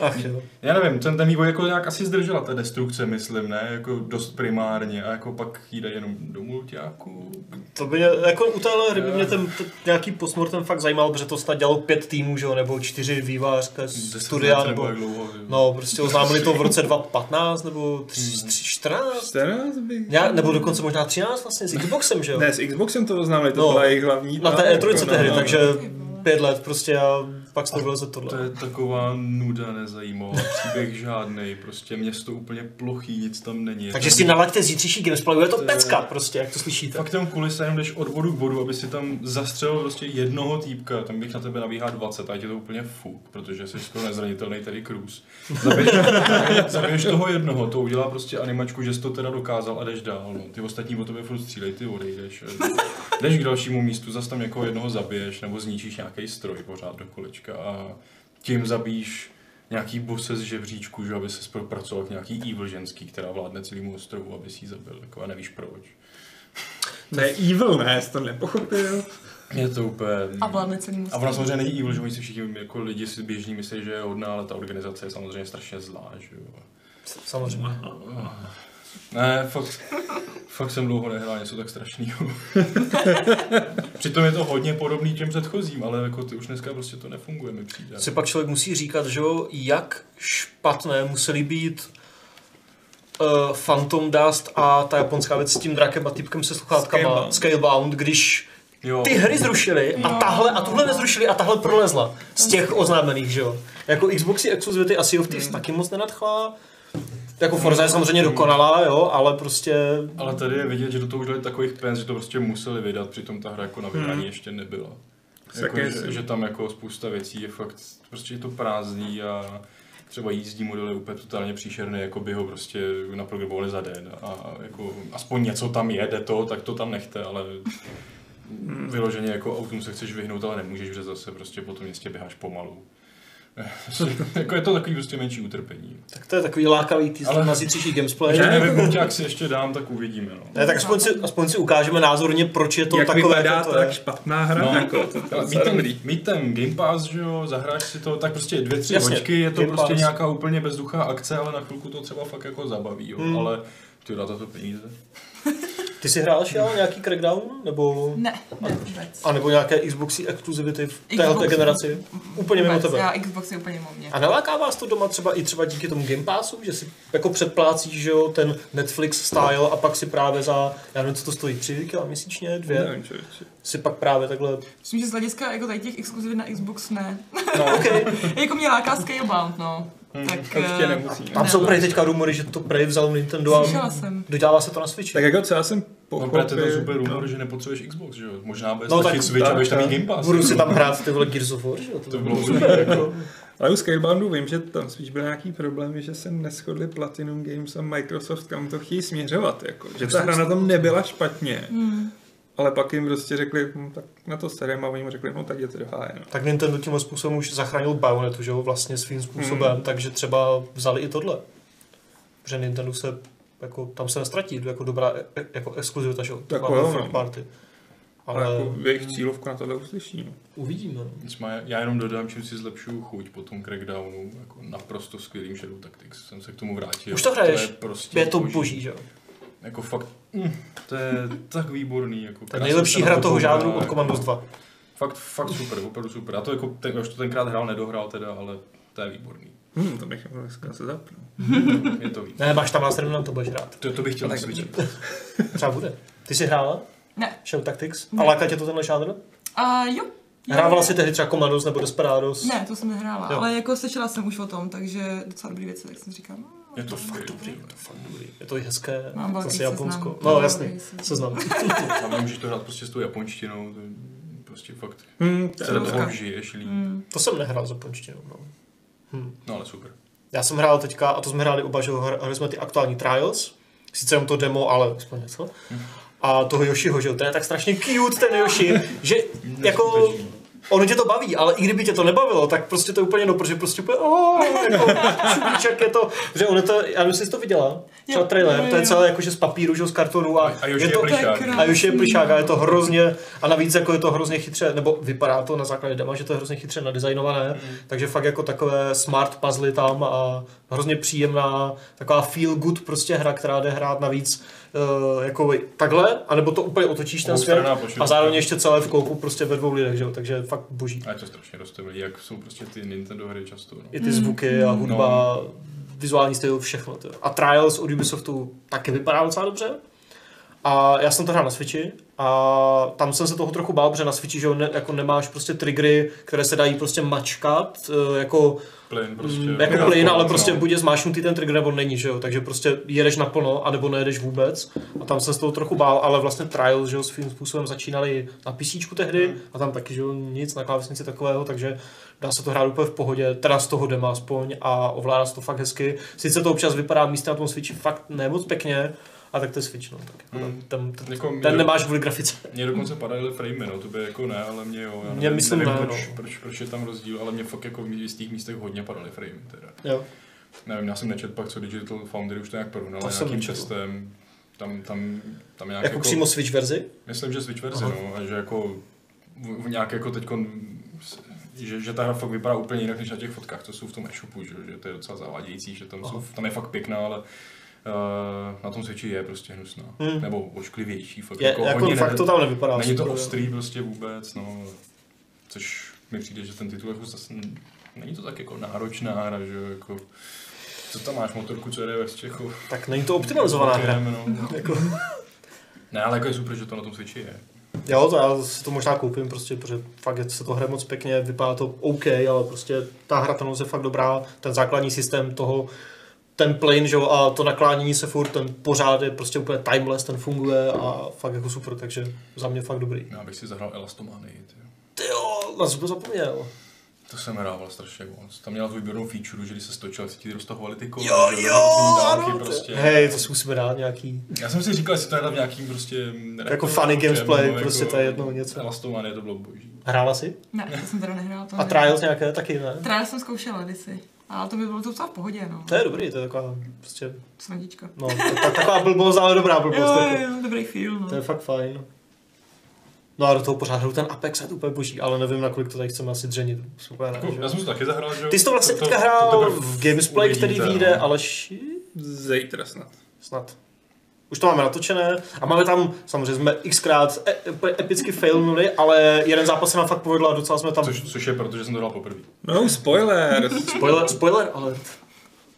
[SPEAKER 1] Ach jo.
[SPEAKER 4] Já nevím, ten, ten vývoj jako nějak asi zdržela ta destrukce, myslím, ne? Jako dost primárně a jako pak jí dají jenom do multiáku.
[SPEAKER 1] To by mě, jako u téhle hry by mě ten, t- nějaký postmortem fakt zajímal, protože to snad dělalo pět týmů, že jo, nebo čtyři vývářka z
[SPEAKER 4] Deset
[SPEAKER 1] studia,
[SPEAKER 4] let
[SPEAKER 1] nebo...
[SPEAKER 4] jak dlouho. že jo.
[SPEAKER 1] No, prostě oznámili to v roce 2015, nebo 2014,
[SPEAKER 2] 14 bych...
[SPEAKER 1] nebo dokonce možná 13 vlastně s Xboxem, že jo?
[SPEAKER 2] Ne, s Xboxem to oznámili, to
[SPEAKER 1] No.
[SPEAKER 2] byla jejich hlavní...
[SPEAKER 1] Na
[SPEAKER 2] ta-
[SPEAKER 1] té E3
[SPEAKER 2] jako,
[SPEAKER 1] tehdy,
[SPEAKER 2] no, no.
[SPEAKER 1] takže pět let prostě a pak se to vyleze
[SPEAKER 4] To
[SPEAKER 1] tohle.
[SPEAKER 4] je taková nuda nezajímavá, příběh žádný, prostě město úplně plochý, nic tam není.
[SPEAKER 1] Takže
[SPEAKER 4] Tam-
[SPEAKER 1] si nalaďte zítřejší Gamesplay, je to
[SPEAKER 4] To je-
[SPEAKER 1] pecka prostě, jak to slyšíte.
[SPEAKER 4] Fakt jenom kulisa, jenom jdeš od bodu k bodu, aby si tam zastřelil prostě jednoho týpka, tam bych na tebe nabíhá 20 a je ti to úplně fuk, protože jsi skoro nezranitelný, tady Cruz. Zabiješ, zabiješ, *laughs* toho jednoho, to udělá prostě animačku, že jsi to teda dokázal a jdeš dál. No. Ty ostatní o tobě furt střílej, ty odejdeš. *laughs* Jdeš k dalšímu místu, zase tam někoho jednoho zabiješ nebo zničíš nějaký stroj pořád do kolečka a tím zabíš nějaký bose z žebříčku, že aby se propracoval k nějaký evil ženský, která vládne celému ostrovu, aby si ji zabil, jako a nevíš proč.
[SPEAKER 2] Ne, evil, ne, jsi to nepochopil.
[SPEAKER 4] Je to úplně...
[SPEAKER 3] A vládne celým
[SPEAKER 4] A ona samozřejmě není evil, že oni si všichni jako lidi si běžní myslí, že je hodná, ale ta organizace je samozřejmě strašně zlá, že jo.
[SPEAKER 1] Samozřejmě.
[SPEAKER 4] Ne, fakt, fakt jsem dlouho nehrál něco tak strašného. Přitom je to hodně podobný těm předchozím, ale jako ty už dneska prostě to nefunguje, mi přijde.
[SPEAKER 1] Si pak člověk musí říkat, že jo, jak špatné museli být uh, Phantom Dust a ta japonská věc s tím drakem a typkem se sluchátkama
[SPEAKER 2] Scalebound.
[SPEAKER 1] Scalebound, když
[SPEAKER 4] Jo.
[SPEAKER 1] ty hry zrušili a
[SPEAKER 3] Jo.
[SPEAKER 1] tahle a tuhle nezrušili a tahle prolezla z
[SPEAKER 3] No.
[SPEAKER 1] těch oznámených, že jo. Jako Xboxy exkluzivity asi of
[SPEAKER 3] Hmm.
[SPEAKER 1] Thieves taky moc nenadchla. Jako Forza je samozřejmě dokonalá, jo, ale prostě
[SPEAKER 4] Ale tady je vidět, že do toho už dali takových peněz, že to prostě museli vydat, přitom ta hra jako na vydání ještě nebyla. Jako,
[SPEAKER 2] Taky
[SPEAKER 4] že,
[SPEAKER 2] si-
[SPEAKER 4] že, tam jako spousta věcí je fakt, prostě je to prázdný a třeba jízdní model je úplně totálně příšerný, jako by ho prostě naprogramovali za den a jako aspoň něco tam je, jde to, tak to tam nechte, ale vyloženě jako autům se chceš vyhnout, ale nemůžeš, protože zase prostě po tom městě běháš pomalu. *laughs* jako je to takový prostě menší utrpení.
[SPEAKER 1] tak to je takový lákavý teaser
[SPEAKER 4] Ale-
[SPEAKER 1] na zítřejší gamesplay.
[SPEAKER 4] Takže nevím, jak si ještě dám, tak uvidíme. No.
[SPEAKER 1] Ne, tak aspoň si, aspoň si ukážeme názorně, proč je to
[SPEAKER 2] To Jak
[SPEAKER 1] No, takové,
[SPEAKER 2] vypadá
[SPEAKER 1] jaké to je.
[SPEAKER 2] tak špatná hra?
[SPEAKER 4] No.
[SPEAKER 2] Jako, to, to,
[SPEAKER 4] Mít
[SPEAKER 2] to,
[SPEAKER 4] ten, mít ten Game Pass, že jo, zahráš si to, tak prostě dvě, tři
[SPEAKER 1] Jasně,
[SPEAKER 4] hoďky, je to
[SPEAKER 1] Game
[SPEAKER 4] prostě
[SPEAKER 1] Pass.
[SPEAKER 4] nějaká úplně bezduchá akce, ale na chvilku to třeba fakt jako zabaví, jo,
[SPEAKER 1] Hmm.
[SPEAKER 4] ale ty dá za to peníze.
[SPEAKER 1] Ty jsi hrál šel nějaký Crackdown? Nebo...
[SPEAKER 3] Ne, ne, vůbec.
[SPEAKER 1] A nebo nějaké Xboxy exkluzivity v téhle
[SPEAKER 3] Xboxy.
[SPEAKER 1] generaci? Úplně mimo
[SPEAKER 3] Vůbec,
[SPEAKER 1] tebe.
[SPEAKER 3] Já Xbox je úplně mimo mě.
[SPEAKER 1] A naláká vás to doma třeba i třeba díky tomu Game Passu, že si jako předplácíš, že jo, ten Netflix style a pak si právě za, já nevím, co to stojí, tři kila měsíčně, dvě,
[SPEAKER 2] nevím, člověče.
[SPEAKER 1] si pak právě takhle,
[SPEAKER 3] Myslím, že z hlediska jako tady těch exkluzivit na Xbox ne.
[SPEAKER 1] no Hmm, ok.
[SPEAKER 3] *laughs* jako mě láká Scalebound, no. Tak,
[SPEAKER 2] určitě
[SPEAKER 3] eh,
[SPEAKER 2] nemusí, no.
[SPEAKER 1] Tam
[SPEAKER 3] ne.
[SPEAKER 1] jsou prej teďka rumory, že to prej vzal Nintendo a
[SPEAKER 3] Slyšela jsem.
[SPEAKER 1] dodělává se to na Switchi.
[SPEAKER 2] Tak jako co já jsem
[SPEAKER 4] No, protože to je ten super rumor, že nepotřebuješ Xbox, že jo? Možná bez no, taky Switch, abys tam mít Game Pass.
[SPEAKER 1] Budu si tam hrát ty vole Gears of War, že jo?
[SPEAKER 4] To by bylo super.
[SPEAKER 2] jako. Ale u Skyboundu vím, že tam spíš byl nějaký problém, že se neschodli Platinum Games a Microsoft, kam to chtějí směřovat. Jako. Že ta hra na tom nebyla špatně. Ale pak jim prostě řekli, "Hm, tak na to serem a oni mu řekli, no tak jděte do háje. No.
[SPEAKER 1] Tak Nintendo tímhle způsobem už zachránil Bayonetu, že jo, vlastně svým způsobem, hmm. takže třeba vzali i tohle. Protože Nintendo se, jako, tam se nestratí, jako dobrá e- jako exkluzivita, že jo,
[SPEAKER 2] Tak
[SPEAKER 1] taková
[SPEAKER 2] jo,
[SPEAKER 1] third
[SPEAKER 2] no.
[SPEAKER 1] party.
[SPEAKER 2] Ale,
[SPEAKER 1] Ale
[SPEAKER 2] jako jejich cílovku na tohle uslyší. No.
[SPEAKER 1] uvidíme. No.
[SPEAKER 4] Nicméně já jenom dodám, čím si zlepšuju chuť po tom Crackdownu, jako naprosto skvělým Shadow Tactics, jsem se k tomu vrátil.
[SPEAKER 1] Už to hraješ?
[SPEAKER 4] je prostě
[SPEAKER 1] Je to boží, že jo.
[SPEAKER 4] Jako fakt, mm, to je tak výborný. Jako
[SPEAKER 1] To je
[SPEAKER 4] krásně se
[SPEAKER 1] nejlepší
[SPEAKER 4] na
[SPEAKER 1] hra
[SPEAKER 4] to
[SPEAKER 1] toho
[SPEAKER 4] koukám,
[SPEAKER 1] žánru od
[SPEAKER 4] jako
[SPEAKER 1] Commandos 2.
[SPEAKER 4] Fakt, fakt super, opravdu super. Já to jako, ten, já už to tenkrát hrál, nedohrál teda, ale to je
[SPEAKER 1] *laughs*
[SPEAKER 4] výborný.
[SPEAKER 2] Hm, to bych mohl dneska se zapnout.
[SPEAKER 4] Je to víc.
[SPEAKER 1] Ne, máš tam na nám to budeš hrát.
[SPEAKER 4] To, to bych chtěl
[SPEAKER 2] Tak
[SPEAKER 4] tak vidět.
[SPEAKER 1] Třeba bude. Ty jsi hrála?
[SPEAKER 3] Ne.
[SPEAKER 1] Show Tactics?
[SPEAKER 3] Ne.
[SPEAKER 1] A láká tě to tenhle žánr?
[SPEAKER 3] A jo. jo.
[SPEAKER 1] Hrávala si tehdy třeba Commandos nebo Desperados?
[SPEAKER 3] Ne, to jsem nehrála,
[SPEAKER 1] Jo.
[SPEAKER 3] ale jako slyšela jsem už o tom, takže docela dobrý věci, jak jsem říkala. no,
[SPEAKER 4] Je to fakt
[SPEAKER 1] Dobrý,
[SPEAKER 4] dobrý.
[SPEAKER 1] je to fakt dobrý. Je to i hezké,
[SPEAKER 3] Mám velký
[SPEAKER 1] zase
[SPEAKER 3] seznam.
[SPEAKER 1] Japonsko.
[SPEAKER 3] Mám
[SPEAKER 1] No
[SPEAKER 3] velký
[SPEAKER 1] jasný,
[SPEAKER 3] seznam.
[SPEAKER 1] seznam.
[SPEAKER 4] Tam můžeš to hrát prostě s tou japonštinou, to je prostě fakt.
[SPEAKER 2] Hm, to
[SPEAKER 4] Se
[SPEAKER 2] je
[SPEAKER 4] do
[SPEAKER 2] dobré.
[SPEAKER 4] toho žiješ líp.
[SPEAKER 1] To jsem nehrál za ponštinou. No.
[SPEAKER 4] No ale super.
[SPEAKER 1] Já jsem hrál teďka, a to jsme hráli oba, že jo, hra- hráli jsme ty aktuální Trials, sice jenom to demo, ale aspoň něco. A toho Yoshiho, že jo, ten je tak strašně cute, ten Yoshi, že jako...
[SPEAKER 4] Neskutečný.
[SPEAKER 1] Ono tě to baví, ale i kdyby tě to nebavilo, tak prostě to je úplně no, protože prostě úplně oh, jako šubiček je to, že ono to, já nevím, jestli jsi to viděla, třeba
[SPEAKER 3] Jo,
[SPEAKER 1] trailer,
[SPEAKER 3] jo,
[SPEAKER 1] to je
[SPEAKER 3] jo.
[SPEAKER 1] celé jakože z papíru, že jo, z kartonu a,
[SPEAKER 4] A Yoshi
[SPEAKER 1] je
[SPEAKER 4] je
[SPEAKER 1] to,
[SPEAKER 3] To je
[SPEAKER 4] Plišák.
[SPEAKER 1] a
[SPEAKER 3] krásný.
[SPEAKER 1] Yoshi je plišák a je to hrozně, a navíc jako je to hrozně chytře, nebo vypadá to na základě dema, že to je hrozně chytře nadizajnované, mm. takže fakt jako takové smart puzzle tam a hrozně příjemná, taková feel good prostě hra, která jde hrát navíc uh, jako takhle, anebo to úplně otočíš ten svět
[SPEAKER 4] Oboustranná pošilka.
[SPEAKER 1] a zároveň ještě celé v kouku prostě ve dvou lidech, že jo, takže fakt boží.
[SPEAKER 4] A je to strašně rostomilý, jak jsou prostě ty Nintendo hry často. No.
[SPEAKER 1] I ty zvuky a hudba, vizuální styl, všechno. To. A Trials od Ubisoftu taky vypadá docela dobře. A já jsem to hrál na Switchi a tam jsem se toho trochu bál, protože na Switchi že jo, ne, jako nemáš prostě triggery, které se dají prostě mačkat, eh, jako,
[SPEAKER 4] Plyn prostě.
[SPEAKER 1] prostě, jako plyn, ale prostě
[SPEAKER 4] No.
[SPEAKER 1] buď je zmášnutý ten trigger nebo není, že jo, takže prostě jedeš naplno, anebo nejedeš vůbec a tam jsem z toho trochu bál, ale vlastně Trials, že jo, svým způsobem začínali na PC tehdy a tam taky, že jo, nic na klávesnici takového, takže dá se to hrát úplně v pohodě, teda z toho dema aspoň a ovládá se to fakt hezky. Sice to občas vypadá místy na tom Switchi fakt nemoc pěkně, a tak to je Switch, no, tak jako
[SPEAKER 4] Mm.
[SPEAKER 1] tam, tam,
[SPEAKER 4] Jako mě-
[SPEAKER 1] ten nemáš vůli grafice.
[SPEAKER 4] Mně dokonce padaly framey, no, to by jako ne, ale mě jo. Já
[SPEAKER 1] Mně myslím
[SPEAKER 4] nevím,
[SPEAKER 1] ne,
[SPEAKER 4] proč,
[SPEAKER 1] no.
[SPEAKER 4] proč, proč, je tam rozdíl, ale mě fakt jako v jistých místech hodně padaly framey teda.
[SPEAKER 1] Jo.
[SPEAKER 4] Nevím, já jsem nečetl pak, co Digital Foundry už to nějak
[SPEAKER 1] To
[SPEAKER 4] porovnalo
[SPEAKER 1] jsem
[SPEAKER 4] nějakým
[SPEAKER 1] nečetl.
[SPEAKER 4] testem. Tam, tam, tam nějak
[SPEAKER 1] Jako, jako přímo Switch verzi?
[SPEAKER 4] Myslím, že Switch verze,
[SPEAKER 1] Aha.
[SPEAKER 4] no, a že jako v, v nějak jako teď že, že ta hra fakt vypadá úplně jinak než na těch fotkách, co jsou v tom e-shopu, že, že to je docela zavádějící, že tam, jsou,
[SPEAKER 1] Aha.
[SPEAKER 4] tam je fakt pěkná, ale uh, na tom Switchi je prostě hnusná.
[SPEAKER 1] Hmm.
[SPEAKER 4] Nebo ošklivější, fakt
[SPEAKER 1] Je, jako,
[SPEAKER 4] hodně
[SPEAKER 1] fakt
[SPEAKER 4] ne-
[SPEAKER 1] to tam nevypadá.
[SPEAKER 4] Není to
[SPEAKER 1] super, jo.
[SPEAKER 4] ostrý prostě vůbec, no, což mi přijde, že ten titul jako zase, n- není to tak jako náročná hra, že jo, jako, co tam máš motorku, co jede ve střechu.
[SPEAKER 1] Tak není to optimalizovaná hra.
[SPEAKER 4] No.
[SPEAKER 1] Jako,
[SPEAKER 4] Ne, ale jako je super, že to na tom Switchi je.
[SPEAKER 1] jo, to já si to možná koupím, prostě, protože fakt se to hraje moc pěkně, vypadá to OK, ale prostě ta hratelnost je fakt dobrá, ten základní systém toho, ten plane, že jo, a to naklánění se furt, ten pořád je prostě úplně timeless, ten funguje a fakt jako super, takže za mě fakt dobrý.
[SPEAKER 4] Já bych si zahrál Elastomany, tyjo.
[SPEAKER 1] Ty jo, na to zapomněl.
[SPEAKER 4] To jsem hrával strašně moc. Tam měla tu výbornou feature, že když se stočil, se ti roztahovaly ty kola.
[SPEAKER 1] Jo,
[SPEAKER 4] že
[SPEAKER 1] jo,
[SPEAKER 4] různý dálky
[SPEAKER 1] ano,
[SPEAKER 4] prostě.
[SPEAKER 1] Hej, to si musíme dát nějaký.
[SPEAKER 4] Já jsem si říkal, jestli to je tam nějakým prostě...
[SPEAKER 1] Jako funny gameplay, prostě to je jedno něco.
[SPEAKER 4] jako Elastomany, to bylo boží.
[SPEAKER 1] Hrála si?
[SPEAKER 3] No, Ne, to jsem teda nehrála. To
[SPEAKER 1] A Trials nějaké taky, ne?
[SPEAKER 3] Trial jsem zkoušela kdysi, ale to by bylo docela v pohodě, no.
[SPEAKER 1] To je dobrý, to je taková prostě,
[SPEAKER 3] Svandička.
[SPEAKER 1] no, tak, taková blbost, ale dobrá blbost.
[SPEAKER 3] Jo,
[SPEAKER 1] Jako.
[SPEAKER 3] jo, dobrý feel, no. *laughs*
[SPEAKER 1] To je fakt fajn. No a do toho pořád hru ten Apex a je to úplně boží, ale nevím, nakolik to tady chceme asi dřenit. Super, ne,
[SPEAKER 4] Jako,
[SPEAKER 1] že?
[SPEAKER 4] já jsem si to taky zahrál, že jo?
[SPEAKER 1] Ty jsi to vlastně
[SPEAKER 4] To-
[SPEAKER 1] teďka
[SPEAKER 4] to-
[SPEAKER 1] hrál
[SPEAKER 4] to
[SPEAKER 1] v
[SPEAKER 4] teprve
[SPEAKER 1] Gamesplay, který
[SPEAKER 4] uvidíte,
[SPEAKER 1] vyjde,
[SPEAKER 4] no.
[SPEAKER 1] ale ši...
[SPEAKER 2] Zítra snad.
[SPEAKER 1] snad. Už to máme natočené a máme tam, samozřejmě jsme xkrát e- úplně epicky failnuli, ale jeden zápas se nám fakt povedl a docela jsme tam...
[SPEAKER 4] Což, což je, protože jsem to hrál poprvé.
[SPEAKER 2] No,
[SPEAKER 4] *laughs*
[SPEAKER 2] spoiler!
[SPEAKER 1] Spoiler, spoiler alert.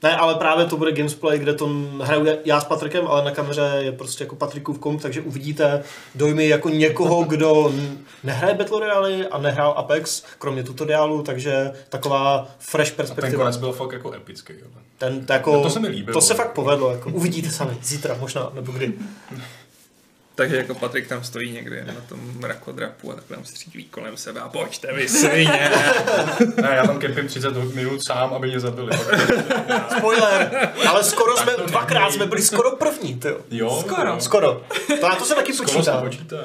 [SPEAKER 1] Ne, ale právě to bude Gamesplay, kde to hraju já s Patrikem, ale na kameře je prostě jako Patrikův komp, takže uvidíte dojmy jako někoho, kdo n- nehraje Battle Royale a nehrál Apex, kromě tutoriálu, takže taková fresh
[SPEAKER 4] A ten
[SPEAKER 1] perspektiva.
[SPEAKER 4] konec byl fakt jako epický, ale.
[SPEAKER 1] Ten, jako,
[SPEAKER 4] To se mi líbilo.
[SPEAKER 1] To se fakt povedlo, jako, uvidíte sami, zítra možná, nebo kdy.
[SPEAKER 2] Takže jako Patrik tam stojí někde na tom mrakodrapu a takhle tam střílí kolem sebe a pojďte vy
[SPEAKER 4] *laughs*
[SPEAKER 2] svině.
[SPEAKER 4] Ne, já tam kempím 30 minut sám, aby mě *laughs* zabili.
[SPEAKER 1] Spoiler, ale skoro jsme, dvakrát jsme byli skoro první, ty jo.
[SPEAKER 4] Jo,
[SPEAKER 3] Skoro.
[SPEAKER 4] jo.
[SPEAKER 1] Skoro. To na to se taky
[SPEAKER 4] Skoro se
[SPEAKER 1] počítá.
[SPEAKER 4] počítá.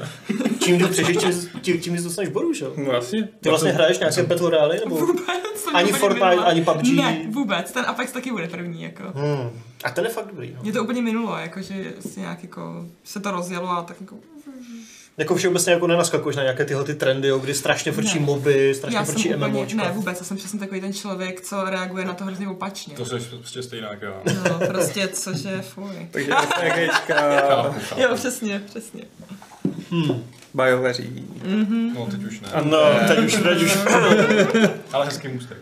[SPEAKER 1] Čím díl přežiješ, tím, tím, tím víc dostaneš bodů, že jo?
[SPEAKER 2] No asi.
[SPEAKER 1] Ty vlastně hraješ nějaké Battle Royale, nebo?
[SPEAKER 3] Vůbec jsem
[SPEAKER 1] Ani
[SPEAKER 3] úplně
[SPEAKER 1] Fortnite,
[SPEAKER 3] minula.
[SPEAKER 1] ani PUBG.
[SPEAKER 3] Ne, vůbec, ten Apex taky bude první, jako.
[SPEAKER 1] Hmm. A ten je fakt dobrý. No.
[SPEAKER 3] Mě to úplně minulo, jako, že si nějak jako, se to rozjelo a tak jako...
[SPEAKER 1] Jako všeobecně jako nenaskakuješ na nějaké tyhle ty trendy, jo, kdy strašně frčí
[SPEAKER 3] Ne.
[SPEAKER 1] moby, strašně
[SPEAKER 3] Já jsem
[SPEAKER 1] frčí
[SPEAKER 3] úplně,
[SPEAKER 1] MMOčka.
[SPEAKER 3] ne vůbec, já jsem přesně takový ten člověk, co reaguje na to hrozně opačně.
[SPEAKER 4] To jsi prostě stejná jak *laughs* já.
[SPEAKER 3] No, prostě,
[SPEAKER 1] *laughs*
[SPEAKER 3] cože, fuj.
[SPEAKER 2] Takže RPGčka,
[SPEAKER 4] Chápu, chápu.
[SPEAKER 3] Jo, přesně, přesně.
[SPEAKER 2] bajovaří.
[SPEAKER 4] No, teď už ne.
[SPEAKER 1] No, teď už, teď už.
[SPEAKER 4] Ale hezký můstek.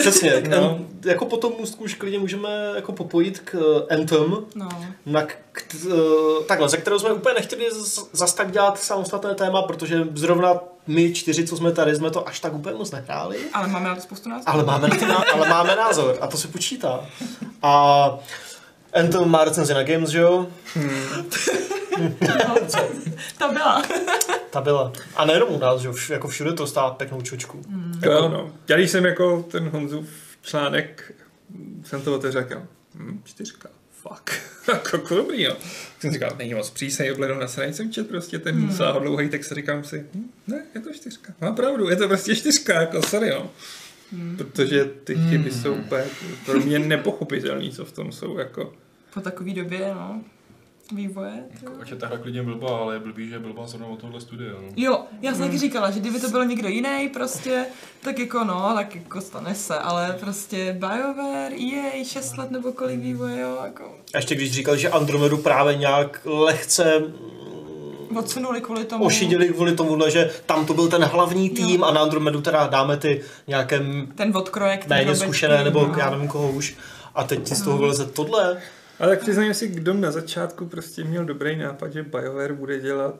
[SPEAKER 1] Přesně, no.
[SPEAKER 2] No.
[SPEAKER 1] en, jako po tom můstku už klidně můžeme jako popojit k eh, Anthem,
[SPEAKER 3] No,
[SPEAKER 1] na k, k, eh, takhle, ze kterého jsme úplně nechtěli z, zas tak dělat samostatné téma, protože zrovna my čtyři, co jsme tady, jsme to až tak úplně moc nehráli.
[SPEAKER 3] ale máme na to spoustu názorů.
[SPEAKER 1] Ale máme, na to, ná- ale máme názor a to se počítá. A Anthem má recenzi na Games, že jo?
[SPEAKER 3] No, ta byla.
[SPEAKER 1] Ta byla. A nejenom u nás, že jo? Vš- jako všude to stává pěknou čočku.
[SPEAKER 2] To jo, no. Já když jsem jako ten Honzův článek, mm, jsem to otevřel, říkal, hm, čtyřka, fuck, *laughs* jako dobrý, jo. Tak Jsem říkal, není moc přísnej, obhledem na straně jsem čet prostě ten hmm. sáhodlouhý text, říkám si, hm, ne, je to čtyřka, má pravdu, je to prostě čtyřka, jako sorry, jo. Protože ty chyby jsou úplně pro mě nepochopitelné, co v tom jsou, jako.
[SPEAKER 3] Po takové době, no, vývoje.
[SPEAKER 4] Jako, Ať je ta hra klidně blbá, ale je blbý, že je blbá zrovna od tohle studia. No.
[SPEAKER 3] Jo, já jsem taky
[SPEAKER 1] Hmm.
[SPEAKER 3] říkala, že kdyby to byl někdo jiný prostě, tak jako no, tak jako stane se, ale prostě BioWare, EA, 6 let nebo kolik vývoje, jo, jako
[SPEAKER 1] A ještě když říkal, že Andromedu právě nějak lehce mm,
[SPEAKER 3] odsunuli kvůli tomu.
[SPEAKER 1] ošidili kvůli tomuhle, že tam to byl ten hlavní tým a na Andromedu teda dáme ty nějaké m-
[SPEAKER 3] Ten odkrojek. ten
[SPEAKER 1] méně
[SPEAKER 3] robečký,
[SPEAKER 1] zkušené, nebo
[SPEAKER 3] no.
[SPEAKER 1] já nevím koho už. A teď ti z toho vyleze tohle.
[SPEAKER 2] Ale tak přiznám si, kdo na začátku prostě měl dobrý nápad, že BioWare bude dělat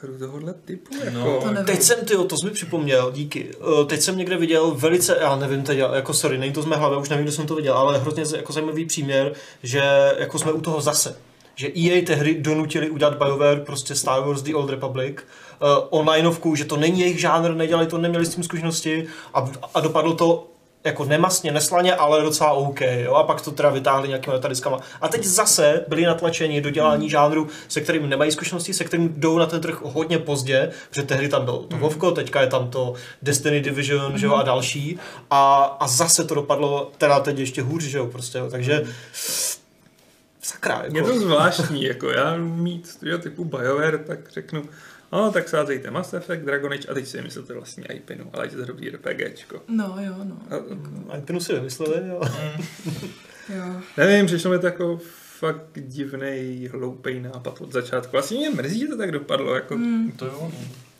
[SPEAKER 2] hru tohohle typu, jako.
[SPEAKER 4] No.
[SPEAKER 3] To nevím.
[SPEAKER 1] Teď jsem, ty, to jsi mi připomněl, díky. Eh, Teď jsem někde viděl velice, já nevím teď, jako sorry, není to z mé hlavy, už nevím, kde jsem to viděl, ale hrozně z- jako zajímavý příměr, že jako jsme u toho zase. Že EA tehdy donutili udělat BioWare prostě Star Wars The Old Republic, uh, onlineovku, že to není jejich žánr, nedělali to, neměli s tím zkušenosti a, a dopadlo to jako nemasně, neslaně, ale docela OK, jo, a pak to teda vytáhli nějakýma metadiskama. A teď zase byli natlačeni do dělání žánru, se kterým nemají zkušenosti, se kterým jdou na ten trh hodně pozdě, protože tehdy tam bylo to Vovko, teďka je tam to Destiny Division, že jo, a další. A, a zase to dopadlo teda teď ještě hůř, že jo, prostě, jo, takže sakra,
[SPEAKER 2] Je
[SPEAKER 1] jako.
[SPEAKER 2] to zvláštní, jako já mít studio typu BioWare, tak řeknu, no tak sázejte Mass Effect, Dragon Age a teď si vymyslete vlastní IPinu, ale je to dobrý RPGčko.
[SPEAKER 3] No jo, no.
[SPEAKER 2] A,
[SPEAKER 1] Antinu si vymysleli, jo.
[SPEAKER 3] Jo.
[SPEAKER 2] nevím, přišlo mi to jako fakt divný, hloupý nápad od začátku. Vlastně mě mrzí, že to tak dopadlo, jako mm.
[SPEAKER 4] To jo. no.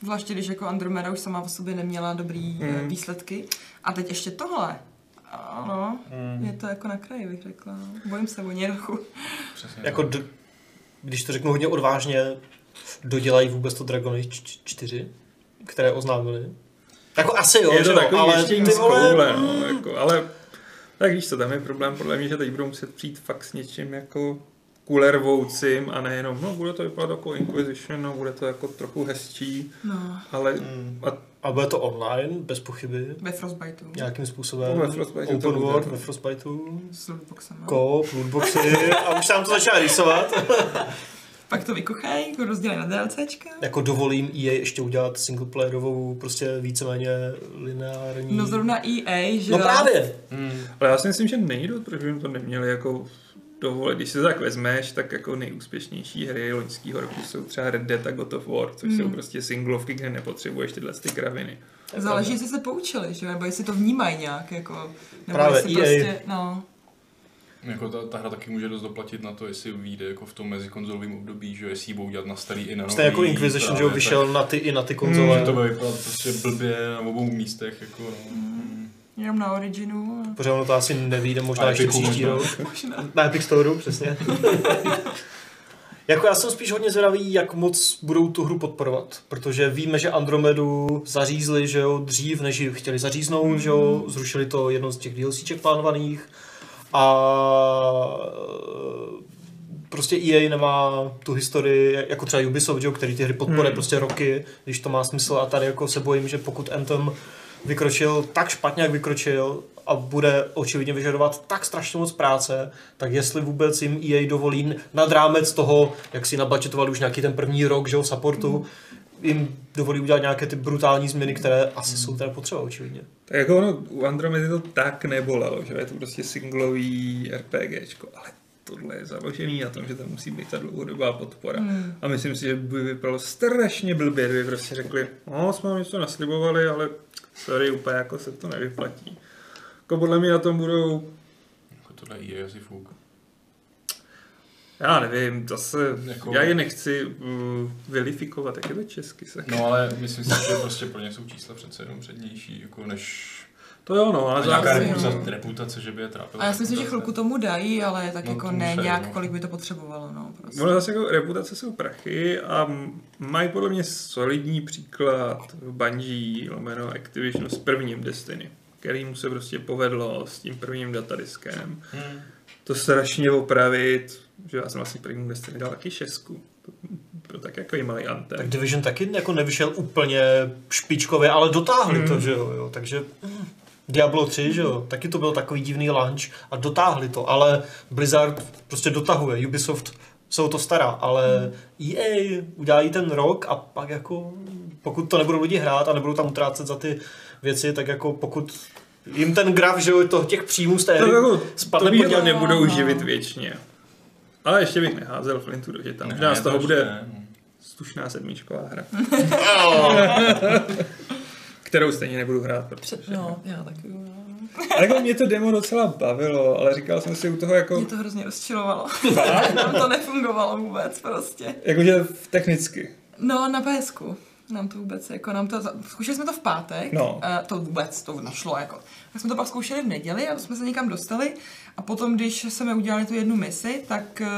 [SPEAKER 3] Zvláště když jako Andromeda už sama o sobě neměla dobrý mm.
[SPEAKER 2] Mm.
[SPEAKER 3] výsledky. A teď ještě tohle. Ano, mm. je to jako na kraji, bych řekla. no. Bojím se o ně trochu.
[SPEAKER 4] Přesně.
[SPEAKER 1] Jako, d- když to řeknu hodně odvážně, dodělají vůbec to Dragon Age č- 4, které oznámili? Jako asi jo,
[SPEAKER 2] je
[SPEAKER 1] že
[SPEAKER 2] to
[SPEAKER 1] jo,
[SPEAKER 2] takový
[SPEAKER 1] ale
[SPEAKER 2] ještě
[SPEAKER 1] ty vole,
[SPEAKER 2] koule, no, jako, ale tak víš co, tam je problém podle mě, že teď budou muset přijít fakt s něčím jako kulervoucím a nejenom, no bude to vypadat jako Inquisition, no bude to jako trochu hezčí,
[SPEAKER 3] No,
[SPEAKER 2] ale
[SPEAKER 1] Mm.
[SPEAKER 2] a
[SPEAKER 1] a bude to online, bez pochyby,
[SPEAKER 3] ve Frostbiteu.
[SPEAKER 1] nějakým způsobem,
[SPEAKER 2] Ve Frostbiteu to
[SPEAKER 1] open
[SPEAKER 2] bude.
[SPEAKER 1] world, ve Frostbiteu,
[SPEAKER 3] S no. lootboxem.
[SPEAKER 1] koop, lootboxy a už tam to začíná rýsovat.
[SPEAKER 3] Pak to vykuchají, jako rozdělají na DLCčka.
[SPEAKER 1] jako dovolím EA ještě udělat singleplayerovou, prostě víceméně lineární.
[SPEAKER 3] No zrovna EA, že
[SPEAKER 1] no
[SPEAKER 3] jo?
[SPEAKER 1] právě,
[SPEAKER 4] Mm.
[SPEAKER 2] Ale já si myslím, že není důvod, proč bychom to neměli jako dovolit. Když si to tak vezmeš, tak jako nejúspěšnější hry loňského roku jsou třeba Red Dead a God of War, což
[SPEAKER 1] Hmm.
[SPEAKER 2] jsou prostě singlovky, kde nepotřebuješ tyhle ty kraviny.
[SPEAKER 3] Záleží, jestli se poučili, že jo? Nebo jestli to vnímají nějak, jako... Nebo
[SPEAKER 1] Právě
[SPEAKER 3] jestli
[SPEAKER 1] EA.
[SPEAKER 3] prostě, no.
[SPEAKER 4] Jako ta, ta, hra taky může dost doplatit na to, jestli vyjde jako v tom mezikonzolovém období, že jestli ji budou dělat na starý i na nový.
[SPEAKER 1] stejně jako
[SPEAKER 2] No,
[SPEAKER 1] Inquisition, že jo,
[SPEAKER 4] právě,
[SPEAKER 1] vyšel na ty i na ty
[SPEAKER 4] Tak,
[SPEAKER 1] konzole.
[SPEAKER 2] Hmm,
[SPEAKER 4] že to bude vypadat prostě blbě na obou místech, jako no. Mm.
[SPEAKER 3] Jenom na Originu. a-
[SPEAKER 1] Pořád ono to asi nevíde, možná
[SPEAKER 4] A
[SPEAKER 1] ještě
[SPEAKER 4] Epicu
[SPEAKER 1] příští
[SPEAKER 4] možná.
[SPEAKER 1] rok.
[SPEAKER 3] Možná.
[SPEAKER 1] Na Epic Storeu, přesně. jako já jsem spíš hodně zvědavý, jak moc budou tu hru podporovat, protože víme, že Andromedu zařízli, že jo, dřív, než ji chtěli zaříznout, že jo, zrušili to jedno z těch DLCček plánovaných a eh, prostě EA nemá tu historii, jako třeba Ubisoft, že, jo, který ty hry podporuje hmm. prostě roky, když to má smysl a tady jako se bojím, že pokud Anthem vykročil tak špatně, jak vykročil a bude očividně vyžadovat tak strašně moc práce, tak jestli vůbec jim EA dovolí nad rámec toho, jak si nabačetovali už nějaký ten první rok, že jo, supportu, jim dovolí udělat nějaké ty brutální změny, které asi jsou teda potřeba, očividně.
[SPEAKER 2] Tak jako ono, u Andromedy to tak nebolelo, že jo, je to prostě singlový RPGčko, ale tohle je založený na tom, že tam musí být ta dlouhodobá podpora. Hmm. A myslím si, že by vypadalo strašně blbě, kdyby prostě řekli, no jsme vám něco naslibovali, ale sorry, úplně jako se to nevyplatí. Jako podle mě na tom budou,
[SPEAKER 4] Jako tohle je asi fuk.
[SPEAKER 2] já nevím, zase,
[SPEAKER 4] Jako-
[SPEAKER 2] já je nechci uh, vilifikovat, jak je to česky se.
[SPEAKER 4] No ale myslím si, že prostě pro ně jsou čísla přece jenom přednější, jako než
[SPEAKER 2] To jo, no, ale
[SPEAKER 4] a nějaká
[SPEAKER 3] asi
[SPEAKER 2] zároveň...
[SPEAKER 3] jo.
[SPEAKER 4] reputace, reputace, že by je trápila.
[SPEAKER 3] A já si myslím, že chvilku tomu dají, ale tak
[SPEAKER 4] No,
[SPEAKER 3] jako
[SPEAKER 4] to
[SPEAKER 3] ne
[SPEAKER 4] musí,
[SPEAKER 3] nějak,
[SPEAKER 4] no.
[SPEAKER 3] kolik by to potřebovalo, no. Prostě.
[SPEAKER 2] Ono zase jako reputace jsou prachy a m- mají podle mě solidní příklad Bungie lomeno Activisionu s prvním Destiny, kterýmu se prostě povedlo s tím prvním datadiskem
[SPEAKER 4] Hmm.
[SPEAKER 2] to strašně opravit, že já jsem vlastně prvním Destiny dal taky šestku, pro tak jako malý
[SPEAKER 1] Tak
[SPEAKER 2] antem.
[SPEAKER 1] Division taky jako nevyšel úplně špičkově, ale dotáhli
[SPEAKER 2] Hmm.
[SPEAKER 1] to, že jo, jo. takže mm, Diablo 3, že jo, taky to byl takový divný launch a dotáhli to, ale Blizzard prostě dotahuje, Ubisoft se o to stará, ale EA udělají ten rok a pak jako, pokud to nebudou lidi hrát a nebudou tam utrácet za ty věci, tak jako pokud jim ten graf, že jo, to, těch příjmů z
[SPEAKER 2] *laughs*
[SPEAKER 1] té
[SPEAKER 2] To,
[SPEAKER 1] hry
[SPEAKER 2] jako,
[SPEAKER 1] spadne
[SPEAKER 2] to
[SPEAKER 1] pod
[SPEAKER 2] výhla
[SPEAKER 1] ně-
[SPEAKER 2] nebudou
[SPEAKER 3] No.
[SPEAKER 2] živit věčně. Ale ještě bych neházel Flintu do žita. Možná z toho bude
[SPEAKER 4] no.
[SPEAKER 2] slušná sedmičková hra, kterou stejně nebudu hrát, protože
[SPEAKER 3] Před, no, já taky. no.
[SPEAKER 2] A jako mě to demo docela bavilo, ale říkal jsem si u toho jako,
[SPEAKER 3] Mě to
[SPEAKER 2] *laughs*
[SPEAKER 3] hrozně rozčilovalo. *laughs* Tam to nefungovalo vůbec prostě.
[SPEAKER 2] jakože v- technicky.
[SPEAKER 3] No, na PSku. Nám to vůbec, jako nám to, za- zkoušeli jsme to v pátek,
[SPEAKER 2] No.
[SPEAKER 3] eh, to vůbec, to našlo, jako. Tak jsme to pak zkoušeli v neděli a jsme se někam dostali a potom, když jsme udělali tu jednu misi, tak eh,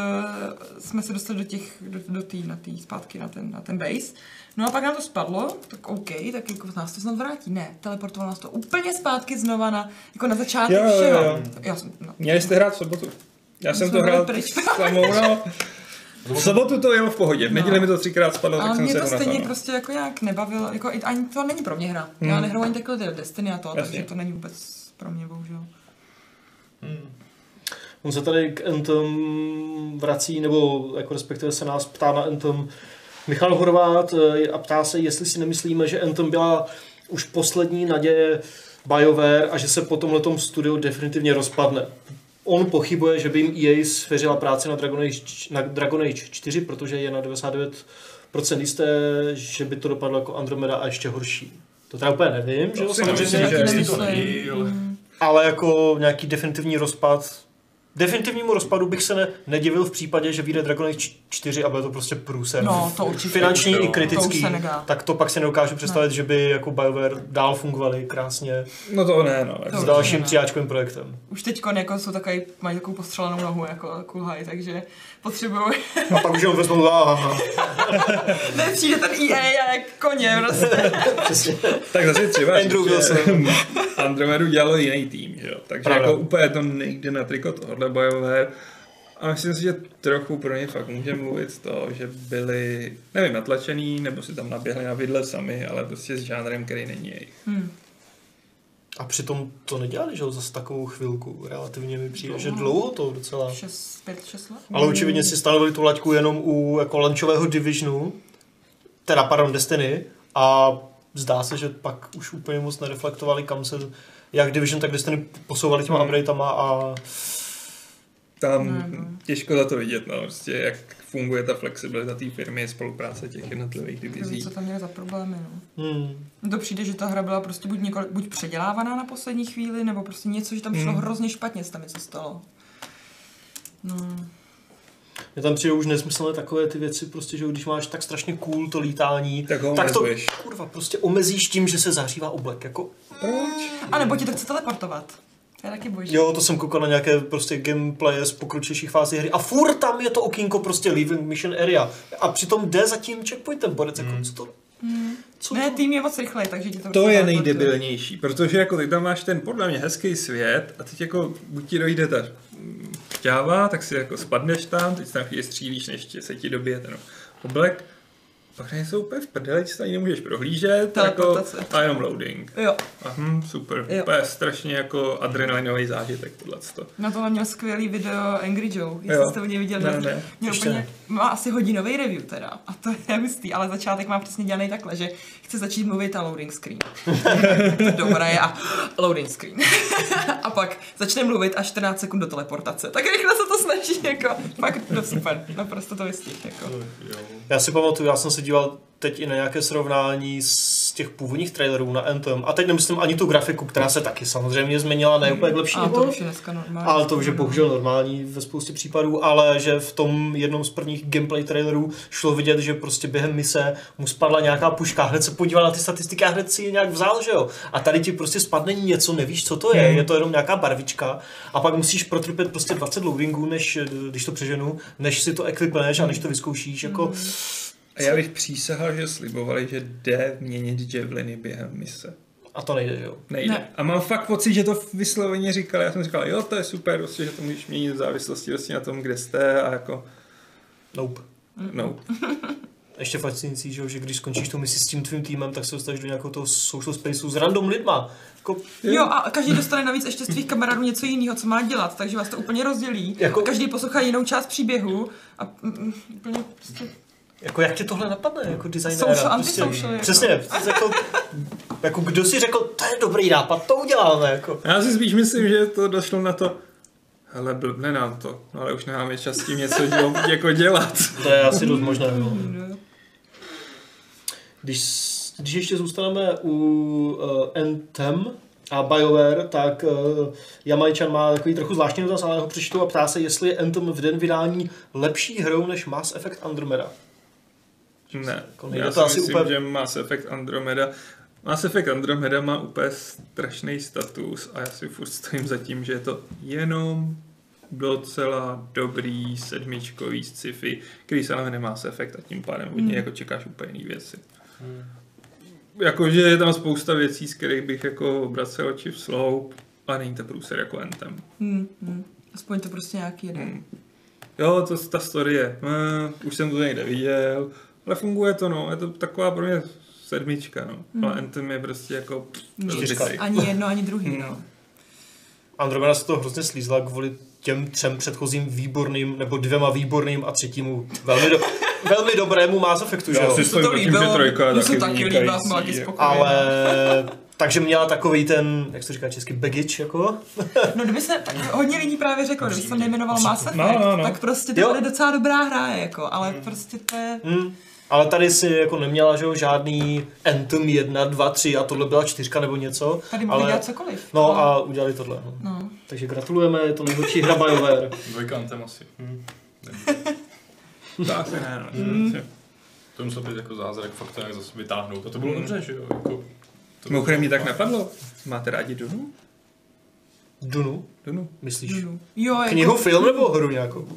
[SPEAKER 3] jsme se dostali do těch, do, do tý, na tý, zpátky na ten, na ten base. No a pak nám to spadlo, tak OK, tak jako nás to snad vrátí. Ne, teleportovalo nás to úplně zpátky znova na, jako na začátek
[SPEAKER 2] Jo, jo, jo.
[SPEAKER 3] všeho. Já jsem, no,
[SPEAKER 2] Měli jste hrát v sobotu. Já jsem
[SPEAKER 3] jsme
[SPEAKER 2] to
[SPEAKER 3] byli
[SPEAKER 2] hrál
[SPEAKER 3] pryč.
[SPEAKER 2] samou, no. V sobotu to jelo v pohodě, v neděli
[SPEAKER 3] No.
[SPEAKER 2] mi to třikrát spadlo, tak
[SPEAKER 3] Ale
[SPEAKER 2] jsem
[SPEAKER 3] mě
[SPEAKER 2] se
[SPEAKER 3] to stejně
[SPEAKER 2] ho
[SPEAKER 3] prostě jako nějak nebavilo, jako i- ani to není pro mě hra.
[SPEAKER 2] Hmm.
[SPEAKER 3] Já nehraju ani takhle Destiny a to,
[SPEAKER 2] Jasně.
[SPEAKER 3] takže to není vůbec pro mě, bohužel.
[SPEAKER 1] On se tady k Anthem vrací, nebo jako respektive se nás ptá na Anthem Michal Horvát eh, a ptá se, jestli si nemyslíme, že Anthem byla už poslední naděje BioWare a že se po tomhletom studiu definitivně rozpadne. On pochybuje, že by jim EA svěřila práci na Dragon Age, č- na Dragon Age 4, protože je na 99% jisté, že by to dopadlo jako Andromeda a ještě horší. To teda úplně nevím, že jo,
[SPEAKER 2] si nemyslím,
[SPEAKER 1] samozřejmě.
[SPEAKER 2] že-
[SPEAKER 4] jestli to nejí, ale-
[SPEAKER 3] Mm.
[SPEAKER 1] Ale jako nějaký definitivní rozpad, definitivnímu rozpadu bych se ne, nedivil v případě, že vyjde Dragon Age 4 a bude to prostě průser.
[SPEAKER 3] No, to určitě.
[SPEAKER 1] Finanční
[SPEAKER 4] To
[SPEAKER 1] i
[SPEAKER 4] už
[SPEAKER 1] kritický,
[SPEAKER 3] se nedá.
[SPEAKER 1] tak to pak si nedokážu představit, že by jako BioWare dál fungovali krásně
[SPEAKER 2] No to ne, no.
[SPEAKER 3] prostě-
[SPEAKER 1] s
[SPEAKER 3] To
[SPEAKER 2] Jako.
[SPEAKER 3] určitě
[SPEAKER 1] dalším
[SPEAKER 3] ne.
[SPEAKER 1] tříáčkovým projektem.
[SPEAKER 3] Už teď jako jsou takový, mají takovou postřelenou nohu, jako kulhaj, takže potřebuju.
[SPEAKER 2] *laughs*
[SPEAKER 1] A pak už jenom vezmou, aha,
[SPEAKER 3] ne, přijde ten EA a jak koně, prostě.
[SPEAKER 1] přesně.
[SPEAKER 2] Tak zase
[SPEAKER 3] *laughs*
[SPEAKER 2] třeba
[SPEAKER 1] Andrew
[SPEAKER 2] říct, že
[SPEAKER 1] Wilson.
[SPEAKER 2] Andromedu dělalo jiný tým, že jo. Takže
[SPEAKER 1] Pravda.
[SPEAKER 2] jako úplně to nejde na triko tohohle bojové. A myslím si, že trochu pro ně fakt může mluvit to, že byli, nevím, natlačený, nebo si tam naběhli na vidle sami, ale prostě s žánrem, který není jejich.
[SPEAKER 3] Hmm.
[SPEAKER 1] A přitom to nedělali, že jo, zase takovou chvilku. Relativně mi přijde, že dlouho to
[SPEAKER 2] No.
[SPEAKER 1] docela.
[SPEAKER 3] Šest, pět, šest let?
[SPEAKER 1] Ale očividně si stanovili tu laťku jenom u jako lančového Divisionu, teda pardon Destiny, a zdá se, že pak už úplně moc nereflektovali, kam se jak Division, tak Destiny posouvali těma
[SPEAKER 2] Hmm.
[SPEAKER 1] updatama a
[SPEAKER 2] Tam
[SPEAKER 3] Ne, no.
[SPEAKER 2] těžko za to vidět, no, prostě jak funguje ta flexibilita té firmy, spolupráce těch jednotlivých
[SPEAKER 3] Kdo ví,
[SPEAKER 2] divizí.
[SPEAKER 3] co tam měli za problémy, no.
[SPEAKER 1] hmm,
[SPEAKER 3] Mně to přijde, že ta hra byla prostě buď, několik, buď předělávaná na poslední chvíli, nebo prostě něco, že tam šlo
[SPEAKER 2] Hmm.
[SPEAKER 3] hrozně špatně, se tam něco stalo. No,
[SPEAKER 1] mě tam přijde už nesmyslné takové ty věci, prostě, že když máš tak strašně cool to lítání,
[SPEAKER 2] Tak ho
[SPEAKER 1] tak to
[SPEAKER 2] omezuješ.
[SPEAKER 1] kurva, prostě omezíš tím, že se zahřívá oblek, jako
[SPEAKER 2] Proč?
[SPEAKER 3] A nebo ti to chce teleportovat. To je taky boží.
[SPEAKER 1] Jo, to jsem koukal na nějaké prostě gameplaye z pokročilejších fází hry a furt tam je to okýnko prostě leaving mission area a přitom jde za tím checkpointem, borec, jako co to... Co
[SPEAKER 3] Hmm. ne,
[SPEAKER 1] to?
[SPEAKER 3] tým je moc rychlej, takže ti to...
[SPEAKER 2] To
[SPEAKER 3] prostě
[SPEAKER 2] je
[SPEAKER 3] teleportuje.
[SPEAKER 2] nejdebilnější, protože jako ty tam máš ten podle mě hezký svět a teď jako buď ti dojde ta mm, šťáva, tak si jako spadneš tam, teď si tam chvíli střílíš, než tě- se ti dobije ten oblek. Pak nejsou úplně v prdele, ti se ani nemůžeš prohlížet, jako
[SPEAKER 3] Teleportace.
[SPEAKER 2] a jenom loading.
[SPEAKER 3] Jo,
[SPEAKER 2] A hm, super,
[SPEAKER 3] Jo.
[SPEAKER 2] to je strašně jako adrenalinový zážitek tohleto.
[SPEAKER 3] na tohle měl skvělý video Angry Joe,
[SPEAKER 2] Jo.
[SPEAKER 3] jestli jste ho viděl.
[SPEAKER 2] Ne, ne.
[SPEAKER 3] Měl
[SPEAKER 1] Ještě
[SPEAKER 3] úplně,
[SPEAKER 1] ne.
[SPEAKER 3] má asi hodinový review teda, a to je hustý, ale začátek má přesně dělaný takhle, že chce začít mluvit a loading screen. *laughs* To Dobré a loading screen. *laughs* a pak začne mluvit a 14 sekund do teleportace. Tak rychle se to snaží, jako, fakt to super, naprosto to vystih, jako.
[SPEAKER 4] Jo.
[SPEAKER 1] Já si pamatuju, já jsem se díval teď i na nějaké srovnání z těch původních trailerů na Anthem. A teď nemyslím ani tu grafiku, která se taky samozřejmě změnila, ne úplně k lepšímu.
[SPEAKER 3] Hmm. A to už je dneska normální.
[SPEAKER 1] Ale to už je bohužel normální ve spoustě případů, ale že v tom jednom z prvních gameplay trailerů šlo vidět, že prostě během mise mu spadla nějaká puška, hned se podíval na ty statistiky a hned si ji nějak vzal, že jo. A tady ti prostě spadne něco, nevíš, co to je, je to jenom nějaká barvička a pak musíš protrpět prostě 20 loadingů, než, když to přeženu, než si to ekvipneš a než to vyzkoušíš, jako
[SPEAKER 2] A já bych přísahal, že slibovali, že jde měnit javeliny během mise.
[SPEAKER 1] a to nejde, že jo.
[SPEAKER 2] Nejde.
[SPEAKER 3] Ne.
[SPEAKER 2] Ne. A mám fakt pocit, že to vysloveně říkal. Já jsem říkal, jo, to je super, prostě, že to můžeš měnit v závislosti prostě na tom, kde jste a jako,
[SPEAKER 1] Nope.
[SPEAKER 2] no.
[SPEAKER 1] ještě fascinující, že, jo, že když skončíš tu misi s tím tvým týmem, tak se dostaneš do nějakého toho social spaceu s random lidma. Jako,
[SPEAKER 3] Jo, a každý dostane navíc ještě z tvých kamarádů něco jiného, co má dělat, takže vás to úplně rozdělí.
[SPEAKER 1] Jako-
[SPEAKER 3] Jako... Každý poslouchá jinou část příběhu a mm, mm, úplně prostě
[SPEAKER 1] jako jak tě tohle napadne, jako designéra?
[SPEAKER 3] Social, antisocial, jako.
[SPEAKER 1] Přesně, jako, jako, kdo si řekl, to je dobrý nápad, to uděláme, jako.
[SPEAKER 2] Já si spíš myslím, že to došlo na to, hele, blbne nám to, no, ale už nemáme čas s tím něco děl, jako dělat.
[SPEAKER 1] To je asi dost možné. No.
[SPEAKER 3] Mm,
[SPEAKER 1] Když, s- když ještě zůstaneme u uh, Anthem a BioWare, tak uh, Jamajčan má takový trochu zvláštní dotaz, ale já ho přečtu a ptá se, jestli je Anthem v den vydání lepší hrou než Mass Effect Andromeda.
[SPEAKER 2] Ne,
[SPEAKER 1] Jako nejde
[SPEAKER 2] já
[SPEAKER 1] to
[SPEAKER 2] si
[SPEAKER 1] asi
[SPEAKER 2] myslím,
[SPEAKER 1] úplně-
[SPEAKER 2] úplně... že Mass Effect Andromeda Mass Effect Andromeda má úplně strašný status a já si furt stojím za tím, že je to jenom docela dobrý sedmičkový sci-fi, který se ale nemá Mass Effect a tím pádem hodně
[SPEAKER 3] Hmm.
[SPEAKER 2] jako čekáš úplně jiný věci.
[SPEAKER 1] Hmm.
[SPEAKER 2] Jakože je tam spousta věcí, z kterých bych jako obracel oči v sloup a není to průser jako Anthem.
[SPEAKER 3] mm, mm. Aspoň to prostě nějaký jeden.
[SPEAKER 2] Hmm. Jo, to, ta story je. Mm, už jsem to někde viděl. Ale funguje to, no. Je to taková pro mě sedmička, no.
[SPEAKER 3] Hmm.
[SPEAKER 2] Hmm. Ale Anthem je prostě jako...
[SPEAKER 3] Mm.
[SPEAKER 1] Čtyřka.
[SPEAKER 2] rozbitej.
[SPEAKER 3] Ani jedno, ani druhý,
[SPEAKER 2] Hmm.
[SPEAKER 3] no.
[SPEAKER 1] Andromeda se to hrozně slízla kvůli těm třem předchozím výborným, nebo dvěma výborným a třetímu velmi, do, velmi dobrému Mass Effectu, že
[SPEAKER 2] Já
[SPEAKER 1] jo?
[SPEAKER 2] si stojím za tím, že trojka je
[SPEAKER 3] mně se
[SPEAKER 2] taky
[SPEAKER 3] taky líbí, já jsem taky
[SPEAKER 2] vynikající.
[SPEAKER 3] spokojená.
[SPEAKER 1] Ale takže měla takový ten, jak se říká česky, baggage, jako.
[SPEAKER 3] No kdyby se, tak hodně lidí právě řeklo, kdyby se to nejmenoval Mass Effect,
[SPEAKER 2] No, no, no.
[SPEAKER 3] tak prostě
[SPEAKER 1] Jo. Mm.
[SPEAKER 3] to bude docela dobrá hra, jako, ale prostě to je...
[SPEAKER 1] Hmm. Ale tady si jako neměla, že jo, žádný Anthem 1, 2, 3 a tohle byla čtyřka nebo něco.
[SPEAKER 3] Tady může
[SPEAKER 1] ale...
[SPEAKER 3] dělat cokoliv.
[SPEAKER 1] No a
[SPEAKER 3] ale-
[SPEAKER 1] udělali tohle. No.
[SPEAKER 3] No.
[SPEAKER 1] Takže gratulujeme, je to nejhorší hra BioWare.
[SPEAKER 4] Dvojka Antem asi.
[SPEAKER 2] Hmm.
[SPEAKER 4] Hm.
[SPEAKER 2] To asi *laughs* ne, no.
[SPEAKER 4] To musel být jako zázrak fakt to nějak zase vytáhnout. A to
[SPEAKER 2] Hmm.
[SPEAKER 4] bylo dobře, že jo? Jako, to
[SPEAKER 2] Mimochodem mě tak napadlo. Máte rádi Dunu?
[SPEAKER 1] Dunu,
[SPEAKER 2] Dunu?
[SPEAKER 1] myslíš?
[SPEAKER 3] Jdu. Jo, jako...
[SPEAKER 1] Knihu, film nebo hru nějakou?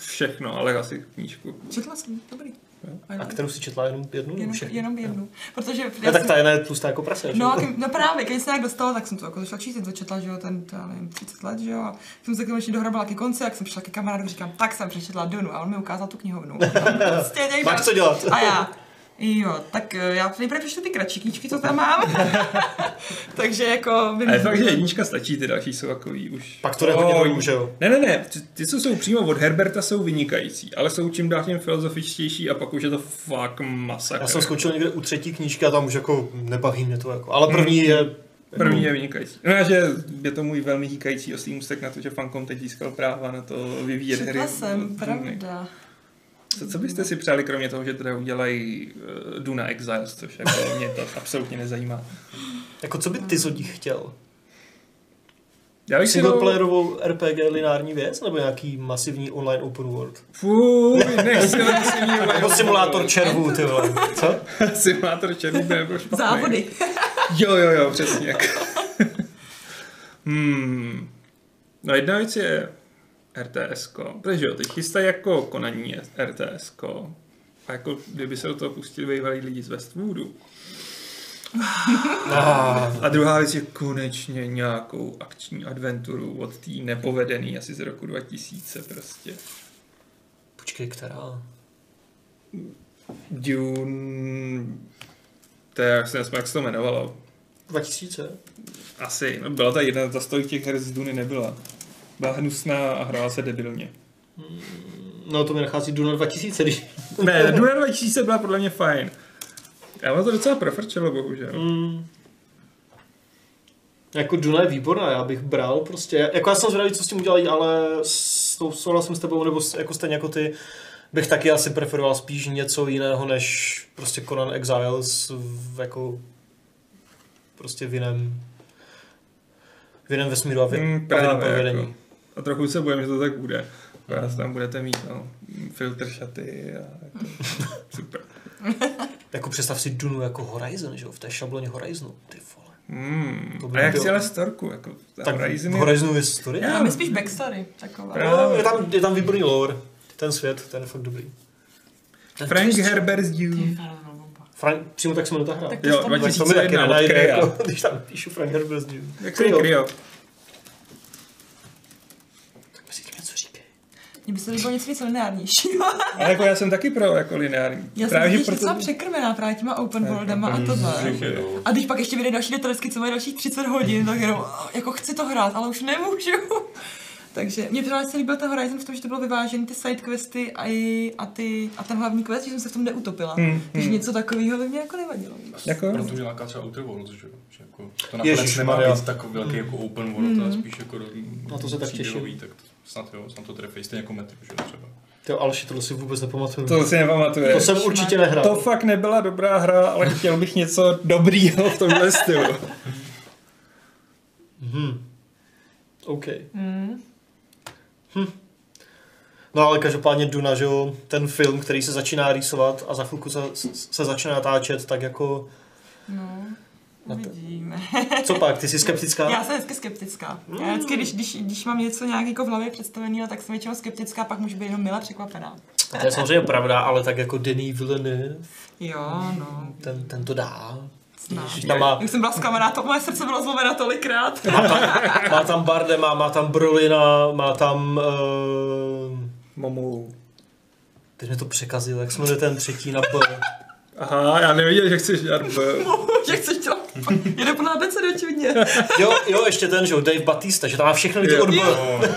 [SPEAKER 2] Všechno, ale asi knížku.
[SPEAKER 3] Četla jsem, dobrý.
[SPEAKER 2] Jo.
[SPEAKER 3] I
[SPEAKER 1] A
[SPEAKER 3] like.
[SPEAKER 1] kterou si četla jenom jednu?
[SPEAKER 3] Jenom,
[SPEAKER 1] Všechny.
[SPEAKER 3] jenom jednu. Protože
[SPEAKER 1] Ne,
[SPEAKER 3] já
[SPEAKER 1] No, tak
[SPEAKER 3] jsem-
[SPEAKER 1] ta jedna je tlustá jako prase, že
[SPEAKER 3] No,
[SPEAKER 1] jo?
[SPEAKER 3] a ke, no právě, když jsem nějak dostala, tak jsem to jako začala číst, jsem to četla, že jo, ten, to, já nevím, 30 let, že jo, a jsem se k tomu ještě dohrabala ke konci, jak jsem přišla ke kamarádu, říkám, tak jsem přečetla Dunu a on mi ukázal tu knihovnu. prostě někdo.
[SPEAKER 1] Máš co dělat.
[SPEAKER 3] A já, jo, tak eh, já nejprve přečtu ty kratší knížky, co tam mám. *laughs* Takže jako... Vím,
[SPEAKER 2] Ale fakt, že jednička stačí, ty další jsou takový už...
[SPEAKER 1] Pak to jde hodně
[SPEAKER 2] Oj.
[SPEAKER 1] dolů, že jo?
[SPEAKER 2] Ne, ne, ne, ty, ty, co jsou přímo od Herberta, jsou vynikající, ale jsou čím dál tím filozofičtější a pak už je to fakt masakr.
[SPEAKER 1] Já jsem skončil někde u třetí knížky a tam už jako nebaví mě to jako, ale první je...
[SPEAKER 3] Hmm.
[SPEAKER 2] První je vynikající. No, že je to můj velmi hýkající oslý můstek na to, že Fancom teď získal práva na to vyvíjet hry.
[SPEAKER 3] Četla jsem,
[SPEAKER 2] Duny.
[SPEAKER 3] pravda.
[SPEAKER 2] Co, co byste si přáli, kromě toho, že teda udělají eh, Duna Exiles, což jako *laughs* mě to absolutně nezajímá.
[SPEAKER 1] Jako co by ty z nich chtěl?
[SPEAKER 2] Já
[SPEAKER 1] Jako
[SPEAKER 2] bych si dal...
[SPEAKER 1] Singleplayerovou RPG lineární věc nebo nějaký masivní online open world?
[SPEAKER 2] Fuuu, nechci to
[SPEAKER 1] Jako simulátor červů, ty vole. Co?
[SPEAKER 2] *laughs* Simulátor černý to nebyl špatný.
[SPEAKER 3] Závody.
[SPEAKER 2] Jo, jo, jo, přesně. jak. *laughs* hmm. No jedna věc je rts protože jo, teď chystají jako konaní rts a jako kdyby se do toho pustili bývalí lidi z Westwoodu,
[SPEAKER 1] Ah,
[SPEAKER 2] A druhá věc je konečně nějakou akční adventuru od té nepovedený asi z roku 2000 prostě.
[SPEAKER 1] počkej, která?
[SPEAKER 2] Dune... To je, jak se jak se to jmenovalo.
[SPEAKER 1] 2000?
[SPEAKER 2] Asi. No, byla ta jedna, ta stojí těch her z Duny nebyla. Byla hnusná a hrála se debilně.
[SPEAKER 1] No to mi nachází Duna 2000, když...
[SPEAKER 2] Ne, Duna 2000 byla podle mě fajn. Já vám to docela profrčelo, bohužel.
[SPEAKER 1] Mm. Jako Duna je výborná, já bych bral prostě. Jako já jsem zvědavý, co s tím udělají, ale s tou souhlasím s tebou, nebo s- jako stejně jako ty, bych taky asi preferoval spíš něco jiného, než prostě Conan Exiles v, jako prostě v jiném v jiném vesmíru a v,
[SPEAKER 2] Mm,
[SPEAKER 1] a v jiném
[SPEAKER 2] právě,
[SPEAKER 1] provedení.
[SPEAKER 2] jako. A trochu se bojím, že to tak bude. Vás tam budete mít, no, filtr šaty a jako, *laughs* super.
[SPEAKER 1] Jako představ si Dunu jako Horizon, že jo, v té šabloně Horizonu, ty vole.
[SPEAKER 2] Hmm.
[SPEAKER 1] To by
[SPEAKER 2] A jak
[SPEAKER 1] bylo-
[SPEAKER 2] si ale storku, jako ta
[SPEAKER 1] Tak
[SPEAKER 2] Horizon
[SPEAKER 1] Horizon
[SPEAKER 2] je-
[SPEAKER 1] v Horizonu je story.
[SPEAKER 2] Já.
[SPEAKER 3] Máme spíš backstory, taková.
[SPEAKER 2] Právě.
[SPEAKER 1] No, je, tam, je tam výborný lore, ten svět, ten je fakt dobrý. Ten
[SPEAKER 2] Frank
[SPEAKER 1] twist.
[SPEAKER 2] Herbert's Dune.
[SPEAKER 1] Frank, přímo tak se jmenuje ta hra.
[SPEAKER 3] Tak to
[SPEAKER 2] Jo,
[SPEAKER 3] tam-
[SPEAKER 1] to mi taky
[SPEAKER 2] 2001 od
[SPEAKER 1] nenajde,
[SPEAKER 2] Krya.
[SPEAKER 1] jako, když tam píšu Frank Herbert Dune.
[SPEAKER 2] Jak se kryo?
[SPEAKER 1] Tak mezi tím něco říkej.
[SPEAKER 3] Mně by se líbilo něco víc lineárnějšího. *laughs*
[SPEAKER 2] Ale jako já jsem taky pro jako lineární.
[SPEAKER 3] Já jsem totiž docela překrmená právě těma open worldama a tohle.
[SPEAKER 4] Zřichy, no.
[SPEAKER 3] A když pak ještě vyjde další detailsky, co mají dalších 30 hodin, tak jenom, "Ah, jako chci to hrát, ale už nemůžu. *laughs* Takže mě právě se líbil ten Horizon v tom, že to bylo vyvážený ty side questy a, i, a, ty, a ten hlavní quest, že jsem se v tom neutopila.
[SPEAKER 1] Mm,
[SPEAKER 2] Hmm,
[SPEAKER 3] Takže
[SPEAKER 2] hmm.
[SPEAKER 3] něco takového by mě jako nevadilo.
[SPEAKER 2] Jako jo.
[SPEAKER 4] Proto mě láká třeba Outer Worlds, že jo? Že jako, to nakonec
[SPEAKER 1] Ježiš,
[SPEAKER 4] nemá
[SPEAKER 1] Maria.
[SPEAKER 4] být tak velký jako open world,
[SPEAKER 3] Hmm.
[SPEAKER 4] ale spíš jako do,
[SPEAKER 1] Na to se tak
[SPEAKER 4] příběhový, Tak snad jo, snad to trefí, stejně jako metry, že jo, třeba.
[SPEAKER 1] Ty Alši, tohle si vůbec nepamatuju. To,
[SPEAKER 2] To si nepamatuje.
[SPEAKER 1] to jsem určitě nehrál.
[SPEAKER 2] To fakt nebyla dobrá hra, ale chtěl bych něco dobrýho v tomhle stylu.
[SPEAKER 1] Hmm. OK.
[SPEAKER 3] Mm.
[SPEAKER 1] No ale každopádně Duna, že jo, ten film, který se začíná rýsovat a za chvilku se, se začne natáčet, tak jako,
[SPEAKER 3] No,
[SPEAKER 1] Na to-
[SPEAKER 3] uvidíme.
[SPEAKER 1] co pak, ty jsi skeptická?
[SPEAKER 3] *laughs* Já jsem vždycky skeptická. Já vždycky, když, když, když mám něco nějak jako v hlavě představeného, tak jsem většinou skeptická, pak můžu být jenom milé překvapená.
[SPEAKER 1] A to je samozřejmě pravda, ale tak jako Denis Villeneuve,
[SPEAKER 3] Jo, no.
[SPEAKER 1] ten, ten to dá.
[SPEAKER 3] Znám.
[SPEAKER 1] Ježiš, Tam má,
[SPEAKER 3] Jak jsem byla zklamaná, to moje srdce bylo zlomeno tolikrát.
[SPEAKER 1] má, tam, má tam Bardema, má tam Brolina, má tam... Uh,
[SPEAKER 2] Momu.
[SPEAKER 1] teď mi to překazil, jak se jmenuje ten třetí na B.
[SPEAKER 2] Aha, já nevěděl, že chceš dělat B.
[SPEAKER 3] *laughs* Že chceš dělat? Jede podle abecedy očividně.
[SPEAKER 1] Jo, jo, ještě ten, že jo, Dave Batista, že tam má všechny lidi
[SPEAKER 2] Jo.
[SPEAKER 1] od B.
[SPEAKER 4] No, ne,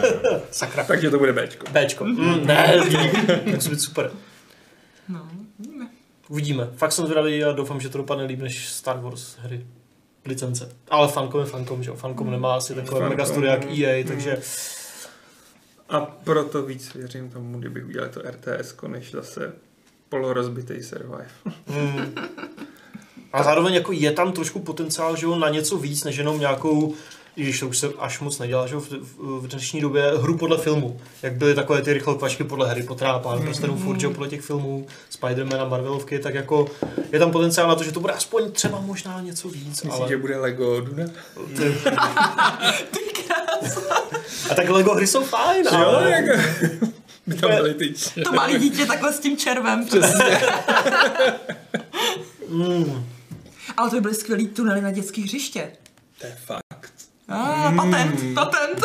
[SPEAKER 1] Sakra.
[SPEAKER 2] Takže to bude Bčko.
[SPEAKER 1] Bčko. Mm, ne, tak to být super.
[SPEAKER 3] No, víme.
[SPEAKER 1] Uvidíme. Fakt jsem zvědavý a doufám, že to dopadne líp než Star Wars hry. Licence. Ale Fancom je Fancom, že jo. Fancom nemá asi takové
[SPEAKER 2] Funcom.
[SPEAKER 1] mega studia jak EA, takže...
[SPEAKER 2] A proto víc věřím tomu, kdybych udělal to RTS, než zase polorozbitej Survive.
[SPEAKER 1] Mm. A zároveň jako je tam trošku potenciál, že jo, na něco víc, než jenom nějakou i když to už se až moc nedělá, že jo, v, v, v dnešní době hru podle filmu. Jak byly takové ty rychlé kvačky podle Harry Pottera a pán
[SPEAKER 2] Mhm.
[SPEAKER 1] prstenů furt, že jo, podle těch filmů, Spidermana, Marvelovky, tak jako je tam potenciál na to, že to bude aspoň třeba možná něco víc,
[SPEAKER 2] Myslíš,
[SPEAKER 1] ale...
[SPEAKER 2] že bude Lego Duna?
[SPEAKER 1] A tak Lego hry jsou fajn,
[SPEAKER 2] Jo,
[SPEAKER 1] ale...
[SPEAKER 2] jako... *laughs* By tam byly ty č-
[SPEAKER 3] To malý dítě takhle s tím červem. *laughs*
[SPEAKER 1] Mm.
[SPEAKER 3] Ale to by byly skvělý tunely na dětský hřiště.
[SPEAKER 2] To je fakt.
[SPEAKER 3] Ah,
[SPEAKER 1] Mm.
[SPEAKER 3] patent, patent.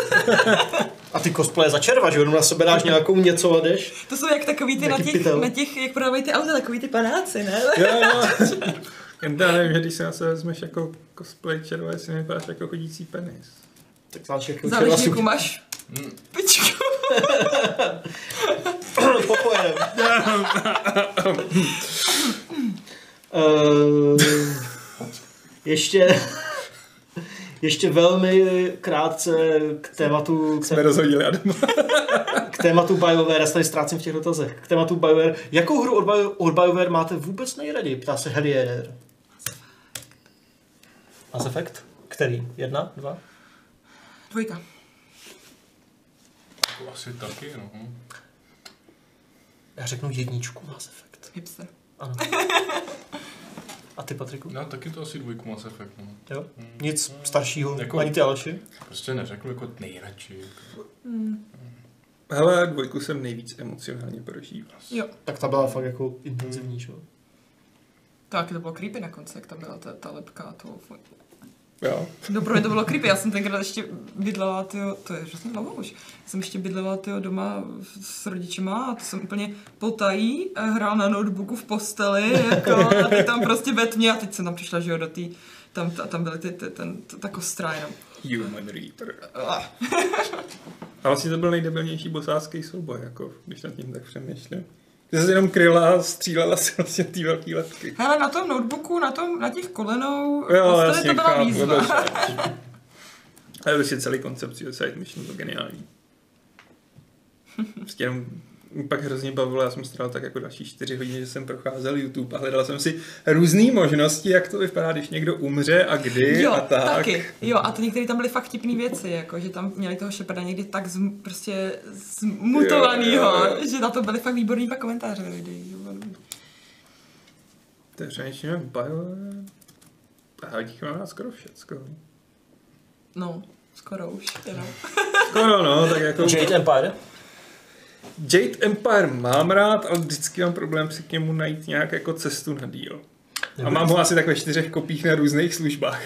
[SPEAKER 1] A ty cosplaye za červa, že jo, jenom na sebe dáš nějakou něco a jdeš.
[SPEAKER 3] To jsou jak takový ty na
[SPEAKER 1] Jaký
[SPEAKER 3] těch,
[SPEAKER 1] pytel.
[SPEAKER 3] na těch, jak prodávají ty auta, takový ty panáci, ne?
[SPEAKER 2] Jo, jo. Jen to já nevím, že když se na sebe vezmeš jako cosplay červa, jestli nevypadáš jako chodící penis.
[SPEAKER 1] Tak máš jako
[SPEAKER 3] Záleží, jakou máš
[SPEAKER 1] Mm.
[SPEAKER 3] pičku.
[SPEAKER 1] *coughs* Popojedem. Ehm, ještě, ještě velmi krátce k tématu, k,
[SPEAKER 2] Jsme
[SPEAKER 1] té,
[SPEAKER 2] rozhodili Adama.
[SPEAKER 1] k tématu BioWare, já se tady ztrácím v těch dotazech. K tématu BioWare, jakou hru od, Bio, od BioWare máte vůbec nejraději? Ptá se Helier. Mass Effect? Který? Jedna? Dva?
[SPEAKER 3] Dvojka.
[SPEAKER 4] jako asi taky, no.
[SPEAKER 1] Já řeknu jedničku Mass Effect.
[SPEAKER 3] Hipster.
[SPEAKER 1] Ano. A ty, Patriku?
[SPEAKER 4] Já No, taky to asi dvojku Mass Effect, no.
[SPEAKER 1] Jo? Nic staršího,
[SPEAKER 4] Jako-
[SPEAKER 1] ani ty Aleši?
[SPEAKER 4] Prostě neřeknu jako nejradši. Jako.
[SPEAKER 2] Hele, dvojku jsem nejvíc emocionálně prožíval.
[SPEAKER 3] Jo.
[SPEAKER 1] Tak ta byla fakt jako intenzivní, že? jo?
[SPEAKER 3] Tak, to bylo creepy na konci, jak tam byla ta, ta lepka a to. fuj.
[SPEAKER 2] Jo.
[SPEAKER 3] No pro mě to bylo creepy, já jsem tenkrát ještě bydlela, tyjo, to je hrozně dlouho už, já jsem ještě bydlela tyjo, doma s rodičema a to jsem úplně potají eh, hrál na notebooku v posteli, jako, a teď tam prostě ve tmě a teď jsem tam přišla, že jo, do té, tam, ta, tam byly ty, ty, ten, ta, ta kostra jenom.
[SPEAKER 2] Human Reaper.
[SPEAKER 3] Ah.
[SPEAKER 2] A vlastně to byl nejdebilnější bosácký souboj, jako, když nad tím tak přemýšlím. Že se jenom kryla a střílela si vlastně ty velký letky.
[SPEAKER 3] Hele, na tom notebooku, na, tom, na těch kolenou,
[SPEAKER 2] Jo,
[SPEAKER 3] posteli
[SPEAKER 2] jasně,
[SPEAKER 3] to byla
[SPEAKER 2] chápu,
[SPEAKER 3] výzva.
[SPEAKER 2] dobře. Ale prostě celý koncept Suicide Mission byl geniální. Prostě jenom mě pak hrozně bavilo, já jsem strávil tak jako další čtyři hodiny, že jsem procházel YouTube a hledal jsem si různé možnosti, jak to vypadá, když někdo umře a kdy
[SPEAKER 3] Jo,
[SPEAKER 2] a tak.
[SPEAKER 3] taky. Jo, a to některé tam byly fakt tipné věci, jako, že tam měli toho šepeda někdy tak zm, prostě zmutovanýho,
[SPEAKER 2] Jo, jo, jo.
[SPEAKER 3] že na to byly fakt výborný pak komentáře lidí.
[SPEAKER 2] To je přemýšlím, jak bio... A těch mám rád skoro všecko.
[SPEAKER 3] No, skoro už, jenom.
[SPEAKER 2] Skoro no, tak jako...
[SPEAKER 1] Jade Empire?
[SPEAKER 2] Jade Empire mám rád, ale vždycky mám problém si k němu najít nějak jako cestu na díl. A mám ho asi tak ve čtyřech kopích na různých službách.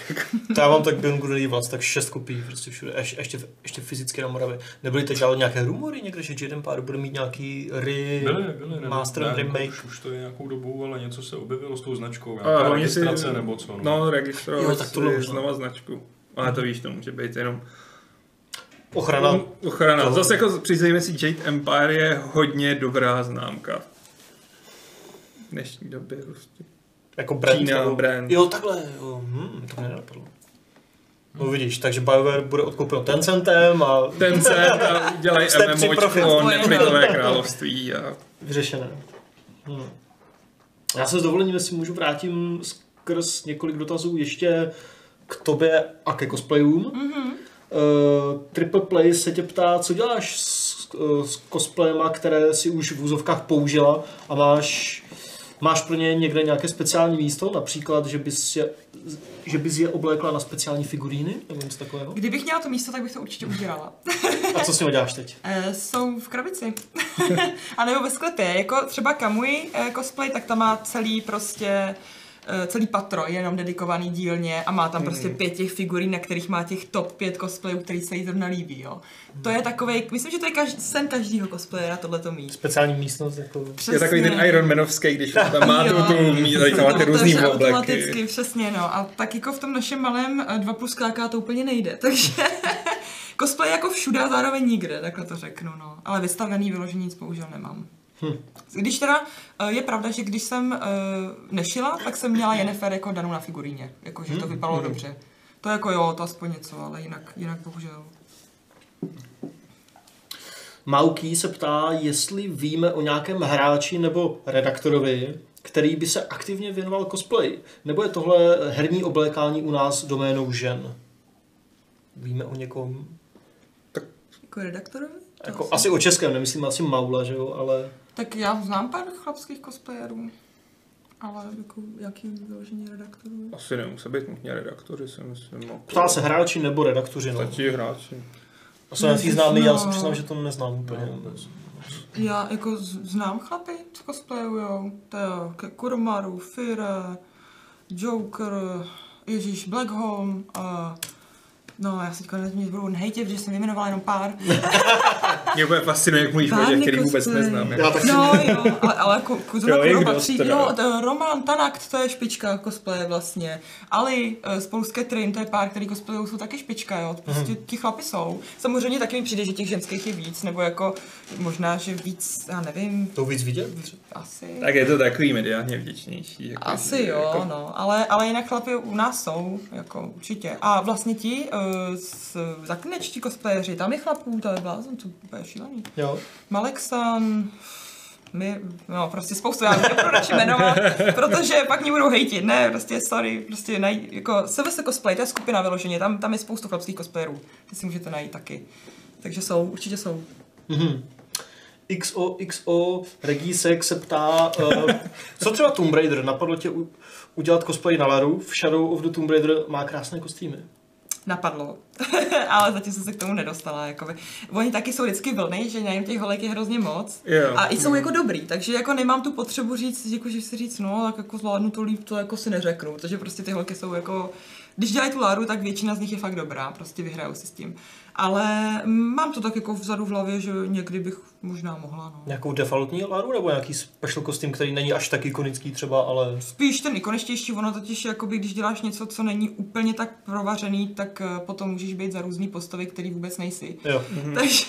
[SPEAKER 1] To já mám tak Beyond Good and Evil, asi tak šest kopií prostě všude, Ješ, ještě, ještě fyzicky na Moravě. Nebyly teď ale nějaké rumory někde, že Jade Empire bude mít nějaký ry,
[SPEAKER 4] Byly, byly. nevím,
[SPEAKER 1] master
[SPEAKER 4] ne, jako
[SPEAKER 1] and remake.
[SPEAKER 4] Už, už to je nějakou dobu, ale něco se objevilo s tou značkou.
[SPEAKER 2] A
[SPEAKER 4] Nějaká
[SPEAKER 2] hlavně
[SPEAKER 4] registrace
[SPEAKER 2] si-
[SPEAKER 4] nebo co. No.
[SPEAKER 2] No, registroval
[SPEAKER 1] Jo, tak tohle
[SPEAKER 2] si
[SPEAKER 1] už, no.
[SPEAKER 2] znova značku. Ale to víš, to může být jenom
[SPEAKER 1] Ochrana.
[SPEAKER 4] Hm.
[SPEAKER 2] Um, ochrana.
[SPEAKER 1] To-
[SPEAKER 2] Zase jako přiznejme si, Jade Empire je hodně dobrá známka. V dnešní době prostě.
[SPEAKER 1] Jako brand.
[SPEAKER 2] Čína,
[SPEAKER 1] nebo-
[SPEAKER 2] brand.
[SPEAKER 1] Jo, takhle, jo, hm, to mě nenapadlo. No vidíš, takže BioWare bude odkoupeno Tencentem a
[SPEAKER 2] Ten se a dělají
[SPEAKER 1] Jste při
[SPEAKER 2] MMOčko,
[SPEAKER 1] profitu.
[SPEAKER 2] neklidové království a
[SPEAKER 1] vyřešené. Hm. Já se s dovolením, jestli můžu, vrátím skrz několik dotazů ještě k tobě a ke cosplayům. Mm-hmm. Uh, Triple Play se tě ptá, co děláš s, uh, s cosplayema, které si už v úzovkách použila a máš, máš pro ně někde nějaké speciální místo, například, že bys je, že bys je oblékla na speciální figuríny nebo něco takového?
[SPEAKER 3] Kdybych měla to místo, tak bych to určitě udělala.
[SPEAKER 1] A co s nimi děláš teď?
[SPEAKER 3] Eh, jsou v krabici. *laughs* a nebo ve sklepě. Jako třeba Kamui eh, cosplay, tak tam má celý prostě eh, celý patro, jenom dedikovaný dílně a má tam prostě
[SPEAKER 2] Mm.
[SPEAKER 3] pět těch figurín, na kterých má těch top pět cosplayů, který se jí zrovna líbí, jo. To je takovej, myslím, že to je každý, sen každýho cosplayera tohleto mít.
[SPEAKER 1] Speciální místnost jako...
[SPEAKER 2] je takový ten Iron Manovský, když tam má tu,
[SPEAKER 3] Jo.
[SPEAKER 2] tu mí- tady tam má ty
[SPEAKER 3] *laughs* No,
[SPEAKER 2] různý
[SPEAKER 3] takže
[SPEAKER 2] obleky.
[SPEAKER 3] Automaticky, přesně, no. A tak jako v tom našem malém eh, dva plus kláka to úplně nejde, *laughs* takže cosplay jako všude a zároveň nikde, takhle to řeknu, no. Ale vystavený vyložený nic bohužel nemám. Když teda, eh, je pravda, že když jsem eh, nešila, tak jsem měla Jennifer jako danou na figuríně, jako že to vypadalo dobře. To jako jo, to aspoň něco, ale jinak, jinak bohužel.
[SPEAKER 1] Mauký se ptá, jestli víme o nějakém hráči nebo redaktorovi, který by se aktivně věnoval cosplay. Nebo je tohle herní oblékání u nás doménou žen? Víme o někom?
[SPEAKER 3] Jako redaktorovi? To
[SPEAKER 1] Jako, asi o českém, nemyslím asi Maula, že jo, ale...
[SPEAKER 3] Tak já znám pár chlapských cosplayerů, ale jako jaký vyložení redaktorů?
[SPEAKER 2] Asi nemusí být nutně redaktory, si myslím. no.
[SPEAKER 1] Ptá se hráči nebo redaktoři, no.
[SPEAKER 2] Stačí hráči.
[SPEAKER 1] A jsou nějaký známý, já se
[SPEAKER 3] No.
[SPEAKER 1] přiznám, že to neznám úplně.
[SPEAKER 3] Já jako z- znám chlapy, co cosplayujou, to je K- Kurmaru, Fire, Joker, Ježíš, Black Home, a... No, já si teďka nezmíním, budu hejtě, protože jsem vyjmenovala
[SPEAKER 2] *laughs*
[SPEAKER 3] jenom pár.
[SPEAKER 2] Mě úplně fascinuje, jak můj
[SPEAKER 3] Párny
[SPEAKER 2] život, který vůbec
[SPEAKER 3] cosplay.
[SPEAKER 2] neznám. jako.
[SPEAKER 1] Já tak si...
[SPEAKER 3] No jo, ale, ale ku, ku
[SPEAKER 2] Jo,
[SPEAKER 3] zrovna
[SPEAKER 2] jich
[SPEAKER 3] jo,
[SPEAKER 2] dost
[SPEAKER 3] patří,
[SPEAKER 2] teda.
[SPEAKER 3] jo, t- Roman Tanakt, to je špička cosplaye vlastně, Ali eh, z Polské Train, to je pár, který cosplayují, jsou taky špička,
[SPEAKER 2] Mhm.
[SPEAKER 3] jo, prostě ti chlapi jsou. Samozřejmě taky mi přijde, že těch ženských je víc, nebo jako možná, že víc, já nevím,
[SPEAKER 1] To víc vidět?
[SPEAKER 3] asi.
[SPEAKER 2] Tak je to takový mediálně vděčnější. Jako,
[SPEAKER 3] Asi
[SPEAKER 2] že
[SPEAKER 3] jo,
[SPEAKER 2] jako-
[SPEAKER 3] no, ale, ale jinak chlapy u nás jsou, jako určitě. A vlastně ti uh, z zaknečtí cosplayeři, tam je chlapů, to je blázen, to je šílený.
[SPEAKER 1] Jo.
[SPEAKER 3] Malexan, my, no prostě spoustu, já nebudu radši jmenovat, protože pak mě budou hejtit, ne, prostě sorry, prostě najít, jako SVS cosplay, to je skupina vyloženě, tam, tam je spoustu chlapských cosplayerů, ty si můžete najít taky. Takže jsou, určitě jsou.
[SPEAKER 1] Mhm. XOXO Regisek se ptá, uh, *laughs* co třeba Tomb Raider, napadlo tě u, udělat cosplay na Laru, v Shadow of the Tomb Raider má krásné kostýmy.
[SPEAKER 3] napadlo, *laughs* ale zatím jsem se k tomu nedostala. Jakoby. Oni taky jsou vždycky vlny, že nevím, těch holek je hrozně moc.
[SPEAKER 2] Jo.
[SPEAKER 3] A i jsou jako dobrý, takže jako nemám tu potřebu říct, jako, že si říct, no, tak jako zvládnu to líp, to jako si neřeknu. Takže prostě ty holky jsou jako, když dělají tu láru, tak většina z nich je fakt dobrá, prostě vyhrajou si s tím. Ale mám to tak jako vzadu v hlavě, že někdy bych možná mohla, no.
[SPEAKER 1] Nějakou defaultní laru nebo nějaký special kostým, který není až tak ikonický třeba, ale...
[SPEAKER 3] Spíš ten ikoneštější, ono totiž, jakoby, když děláš něco, co není úplně tak provařený, tak eh, potom můžeš být za různý postavy, který vůbec nejsi.
[SPEAKER 1] Jo.
[SPEAKER 3] *laughs* Takže,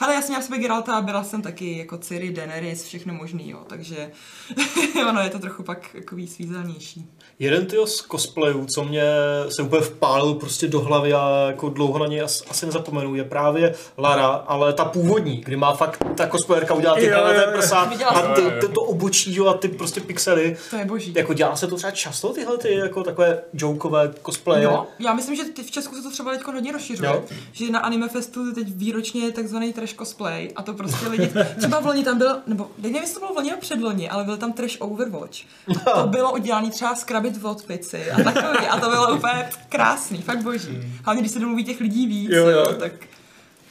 [SPEAKER 3] ale já jsem měla v sobě Geralta a byla jsem taky jako Ciri, Daenerys, všechno možný, jo, takže *laughs* ono je to trochu pak takový svízelnější.
[SPEAKER 1] Jeden tyjo z cosplayů, co mě se úplně vpálil prostě do hlavy a jako dlouho na něj as- asi nezapomenu, je právě Lara, ale ta původní, kdy má fakt ta cosplayerka udělat ty
[SPEAKER 2] Jo, jo,
[SPEAKER 1] ten
[SPEAKER 2] jo.
[SPEAKER 1] prsa
[SPEAKER 3] Viděla
[SPEAKER 1] a ty,
[SPEAKER 4] jsem.
[SPEAKER 1] ty, to obočí jo, a ty prostě pixely.
[SPEAKER 3] To je boží.
[SPEAKER 1] Jako dělá se to třeba často tyhle ty jako takové jokeové cosplaye?
[SPEAKER 3] No, já myslím, že ty- v Česku se to třeba teď hodně rozšiřuje.
[SPEAKER 1] Jo.
[SPEAKER 3] Že na Anime Festu teď výročně je takzvaný trash cosplay a to prostě lidi, třeba v loni tam byl, nebo teď nevím, jestli to bylo v loni nebo předloni, ale byl tam trash Overwatch. A to bylo udělané třeba z krabit v odpici a takový, a to bylo úplně krásný, fakt
[SPEAKER 1] Mm.
[SPEAKER 3] boží. Hlavně, když se domluví těch lidí víc,
[SPEAKER 2] Jo,
[SPEAKER 3] jo,
[SPEAKER 2] jo.
[SPEAKER 3] tak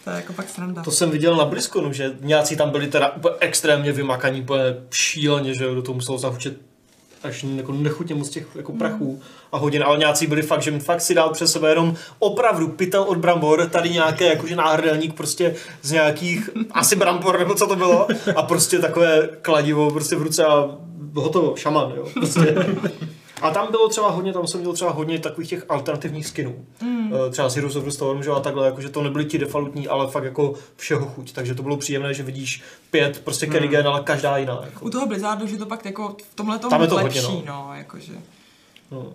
[SPEAKER 3] to je jako pak sranda.
[SPEAKER 1] To jsem viděl na Blizzconu, že nějací tam byli teda úplně extrémně vymakaní, úplně šíleně, že jo, do toho muselo zahučet až jako nechutně moc těch jako prachů a hodin, ale nějací byli fakt, že mi fakt si dal přes sebe jenom opravdu pytel od brambor, tady nějaké jakože náhrdelník prostě z nějakých, asi brambor nebo co to bylo a prostě takové kladivo prostě v ruce a hotovo, šaman, jo, prostě. A tam bylo třeba hodně, tam jsem měl třeba hodně takových těch alternativních skinů. Mm. Třeba z Heroes of the Storm, že jo, a takhle, jakože to nebyly ti defaultní, ale fakt jako všeho chuť. Takže to bylo příjemné, že vidíš pět prostě Kerrigan, ale každá jiná. Jako.
[SPEAKER 3] U toho Blizzardu, že to pak jako v tomhle
[SPEAKER 1] Tam je to
[SPEAKER 3] tomu lepší,
[SPEAKER 1] hodně,
[SPEAKER 3] no. jakože.
[SPEAKER 1] No. Uh,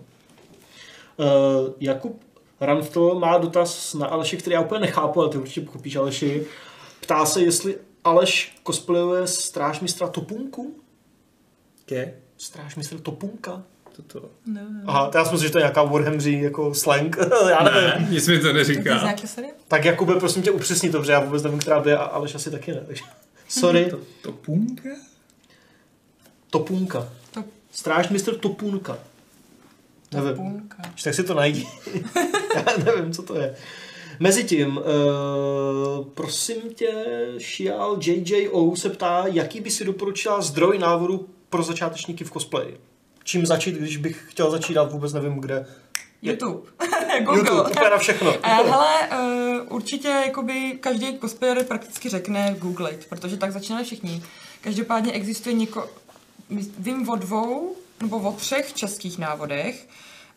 [SPEAKER 1] Jakub Ramftl má dotaz na Aleše, který já úplně nechápu, ale ty určitě pochopíš Aleši. Ptá se, jestli Aleš cosplayuje stráž mistra Topunku?
[SPEAKER 2] Ke?
[SPEAKER 1] Stráž mistra Topunka?
[SPEAKER 2] Toto.
[SPEAKER 3] No.
[SPEAKER 1] Aha, to já si myslím, že to je nějaká Warhammerí jako slang, *laughs* já nevím.
[SPEAKER 2] Ne, nic mi to
[SPEAKER 3] Tak
[SPEAKER 2] neříká.
[SPEAKER 3] znáte se?
[SPEAKER 1] Tak Jakube, prosím tě, upřesni to, protože já vůbec nevím, která by, a Aleš asi taky ne. Takže.
[SPEAKER 3] *laughs*
[SPEAKER 1] Sorry,
[SPEAKER 2] To, to punka?
[SPEAKER 1] Topunka.
[SPEAKER 3] To
[SPEAKER 1] Stráž mistr Topunka. Nevím.
[SPEAKER 3] půlka.
[SPEAKER 1] Když tak si to najdi. *laughs* já nevím, co to je. Mezitím, uh, prosím tě, Shial JJO se ptá, jaký by si doporučila zdroj návodu pro začátečníky v cosplayi? Čím začít, když bych chtěl začít, ale vůbec nevím kde.
[SPEAKER 3] YouTube. *laughs* Jako Google.
[SPEAKER 1] YouTube, úplně na všechno.
[SPEAKER 3] Eh, Hele, eh, určitě jakoby každý cosplayer prakticky řekne googlit, protože tak začínali všichni. Každopádně existuje něko... mys- Vím o dvou nebo o třech českých návodech.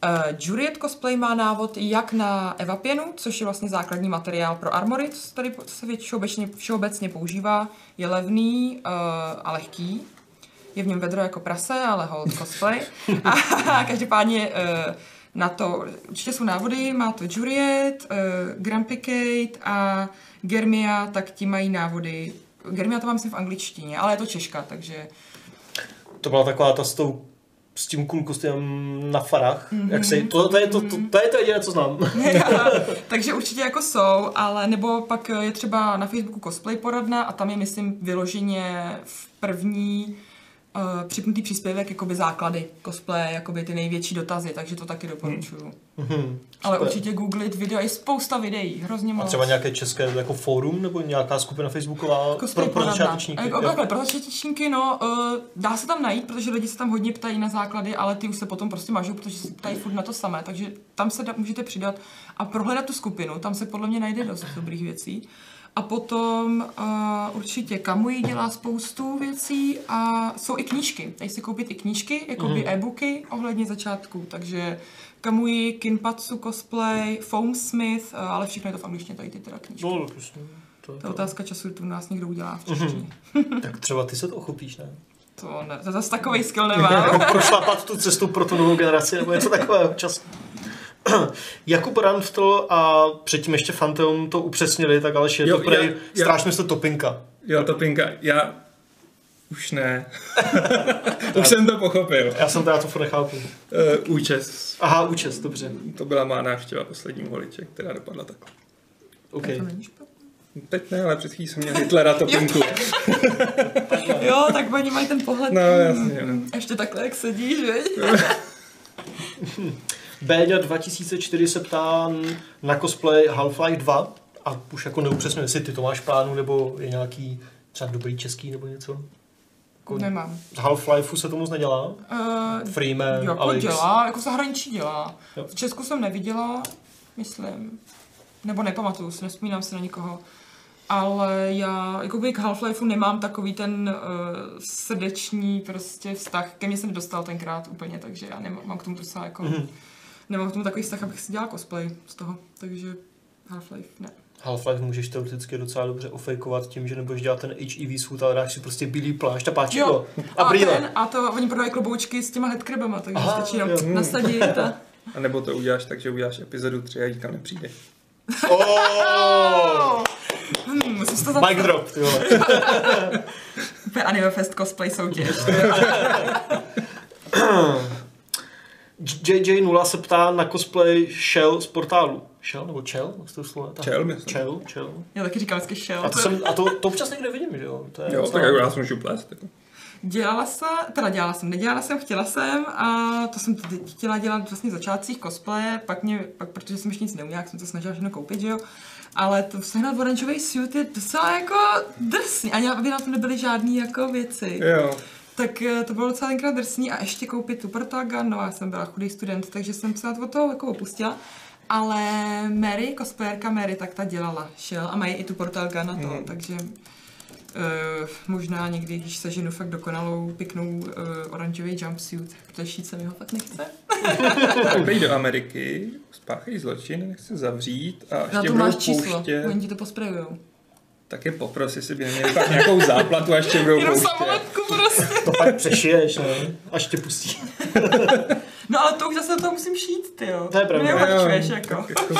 [SPEAKER 3] Uh, Juliet Cosplay má návod jak na evapěnu, což je vlastně základní materiál pro armory, co se tady po- co se většinou- všeobecně, všeobecně používá, je levný uh, a lehký. Je v něm vedro jako prase, ale hold cosplay. A *laughs* každopádně eh, na to určitě jsou návody, má to Juriet, eh, Grand Picate a Germia, tak ti mají návody. Germia to mám si v angličtině, ale je to Češka, takže
[SPEAKER 1] To byla taková ta s tou s tím cool kostýmem na farách.
[SPEAKER 3] Mhm.
[SPEAKER 1] Mm-hmm. Jak se, to, to, je to, to, to je to jediné, co znám.
[SPEAKER 3] *laughs* Takže určitě jako jsou, ale nebo pak je třeba na Facebooku cosplay poradna a tam je, myslím, vyloženě v první uh, připnutý příspěvek jakoby základy cosplay, jakoby ty největší dotazy, takže to taky doporučuju. Ale
[SPEAKER 1] Hmm. super.
[SPEAKER 3] určitě googlit videa, je spousta videí, hrozně
[SPEAKER 1] A
[SPEAKER 3] moc.
[SPEAKER 1] třeba nějaké české jako fórum nebo nějaká skupina facebooková pro,
[SPEAKER 3] Cosplay
[SPEAKER 1] pro
[SPEAKER 3] poradna.
[SPEAKER 1] začátečníky.
[SPEAKER 3] Jako,
[SPEAKER 1] jo.
[SPEAKER 3] takhle, pro začátečníky, no, uh, dá se tam najít, protože lidi se tam hodně ptají na základy, ale ty už se potom prostě mažou, protože se ptají furt na to samé, takže tam se da, můžete přidat a prohledat tu skupinu, tam se podle mě najde dost dobrých věcí. A potom uh, určitě Kamui dělá spoustu věcí a jsou i knížky. Tady si koupit i knížky, jako
[SPEAKER 1] Mm.
[SPEAKER 3] by e-booky ohledně začátku, takže Kamui, Kinpatsu, cosplay, Foam Smith, uh, ale všechno je to v angličtině, tady ty teda knížky.
[SPEAKER 1] No, tak prostě, to je
[SPEAKER 3] To
[SPEAKER 1] to.
[SPEAKER 3] je otázka času, tu nás někdo udělá v češtině.
[SPEAKER 1] tak třeba ty se to ochopíš, ne?
[SPEAKER 3] To, ne, to zase takový skill nemám.
[SPEAKER 1] Prošlapat tu cestu pro tu novou generaci nebo něco takového čas. *clears throat* Jakub Rantl a předtím ještě Fanteum to upřesnili, tak ale je
[SPEAKER 2] Jo,
[SPEAKER 1] to prej
[SPEAKER 2] já- já-
[SPEAKER 1] strašně se topinka.
[SPEAKER 2] Jo, to pinka. Já už
[SPEAKER 3] *laughs*
[SPEAKER 2] ne. už jsem to pochopil.
[SPEAKER 1] Já jsem teda to furt nechápu.
[SPEAKER 2] Uh, účes.
[SPEAKER 1] Aha, účest, dobře.
[SPEAKER 2] To byla má návštěva posledního holiče, která dopadla tak.
[SPEAKER 1] OK.
[SPEAKER 3] To není špatný.
[SPEAKER 2] Teď ne, ale před chvílí jsem měl Hitlera to pinku.
[SPEAKER 3] Jo, tak oni mají ten pohled.
[SPEAKER 2] No, jasně. no.
[SPEAKER 3] Ještě takhle, jak sedí, že?
[SPEAKER 1] Béďa 2004 se ptá na cosplay Half-Life 2 a už jako neupřesňuje, jestli ty to máš v plánu, nebo je nějaký třeba dobrý český nebo něco. Jako
[SPEAKER 3] Nemám.
[SPEAKER 1] Z Half-Lifeu se to moc nedělá.
[SPEAKER 3] Uh,
[SPEAKER 1] Freeman,
[SPEAKER 3] jako
[SPEAKER 1] Eh, Alex.
[SPEAKER 3] dělá, jako v zahraničí dělá.
[SPEAKER 1] Jo.
[SPEAKER 3] V Česku jsem neviděla, myslím. Nebo nepamatuju si, nespomínám si na nikoho. Ale já jako by k Half-Lifeu nemám takový ten uh, srdeční prostě vztah. Ke mně se nedostal tenkrát úplně, takže já nemám mám k tomu docela jako...
[SPEAKER 1] Mhm.
[SPEAKER 3] Nemám k tomu takový vztah, abych si dělal cosplay z toho, takže Half-Life ne.
[SPEAKER 1] Half-Life můžeš teoreticky docela dobře ofejkovat tím, že nebudeš dělat ten HEV suit, ale dáš si prostě bílý plášť a páčidlo.
[SPEAKER 3] Jo.
[SPEAKER 1] A brýle.
[SPEAKER 3] ten, a to oni prodají kloboučky s těma headcrabama, takže
[SPEAKER 1] Aha,
[SPEAKER 3] stačí jenom
[SPEAKER 1] jo. mm. *laughs*
[SPEAKER 3] nasadit a...
[SPEAKER 2] A nebo to uděláš tak, že uděláš epizodu 3 a nikam nepřijde.
[SPEAKER 1] Oh!
[SPEAKER 3] Hmm, musím si to zapsat.
[SPEAKER 1] Mic drop, ty vole.
[SPEAKER 3] Super Anime Fest cosplay soutěž.
[SPEAKER 1] JJ0 se ptá na cosplay Shell z portálu. Shell nebo Chell? Jak se to slovo?
[SPEAKER 2] Chell, myslím.
[SPEAKER 1] Chell, Chell.
[SPEAKER 3] Já taky říkám vždycky šel.
[SPEAKER 1] A to, jsem, a to, to občas někde vidím, že jo? To je
[SPEAKER 2] Jo,
[SPEAKER 1] docela-
[SPEAKER 2] tak jako já jsem šuplát. Jako.
[SPEAKER 3] Dělala jsem, teda dělala jsem, nedělala jsem, chtěla jsem a to jsem tedy chtěla dělat vlastně v začátcích cosplaye, pak, mě, pak protože jsem ještě nic neuměla, jak jsem to snažila všechno koupit, že jo. Ale to sehnat oranžový suit je docela jako drsný, ani aby na to nebyly žádný jako věci.
[SPEAKER 2] Jo.
[SPEAKER 3] Tak eh, to bylo docela tenkrát drsný a ještě koupit tu Protagan, no já jsem byla chudý student, takže jsem se na to od toho jako opustila. Ale Mary, cosplayerka Mary, tak ta dělala, šel a mají i tu Protagan na to,
[SPEAKER 2] Hmm.
[SPEAKER 3] hmm. takže Uh, možná někdy, když se ženu fakt dokonalou, pěknou uh, oranžový jumpsuit, protože šít se mi ho fakt nechce.
[SPEAKER 2] Tak dej do Ameriky, spáchají zločin, nech se zavřít a
[SPEAKER 3] Na
[SPEAKER 2] ještě
[SPEAKER 3] to
[SPEAKER 2] budou
[SPEAKER 3] máš číslo,
[SPEAKER 2] pouštět.
[SPEAKER 3] oni ti to posprejujou.
[SPEAKER 2] Tak je popros, jestli by neměli pak nějakou záplatu a ještě budou
[SPEAKER 3] Jenom
[SPEAKER 2] pouštět.
[SPEAKER 3] samoletku prostě.
[SPEAKER 1] To pak přešiješ, ne? Až tě pustí.
[SPEAKER 3] No ale to už zase to musím šít, ty jo.
[SPEAKER 1] To je pravda.
[SPEAKER 3] Neuhračuješ,
[SPEAKER 2] Jo,
[SPEAKER 3] jako.
[SPEAKER 2] tak eh, jako.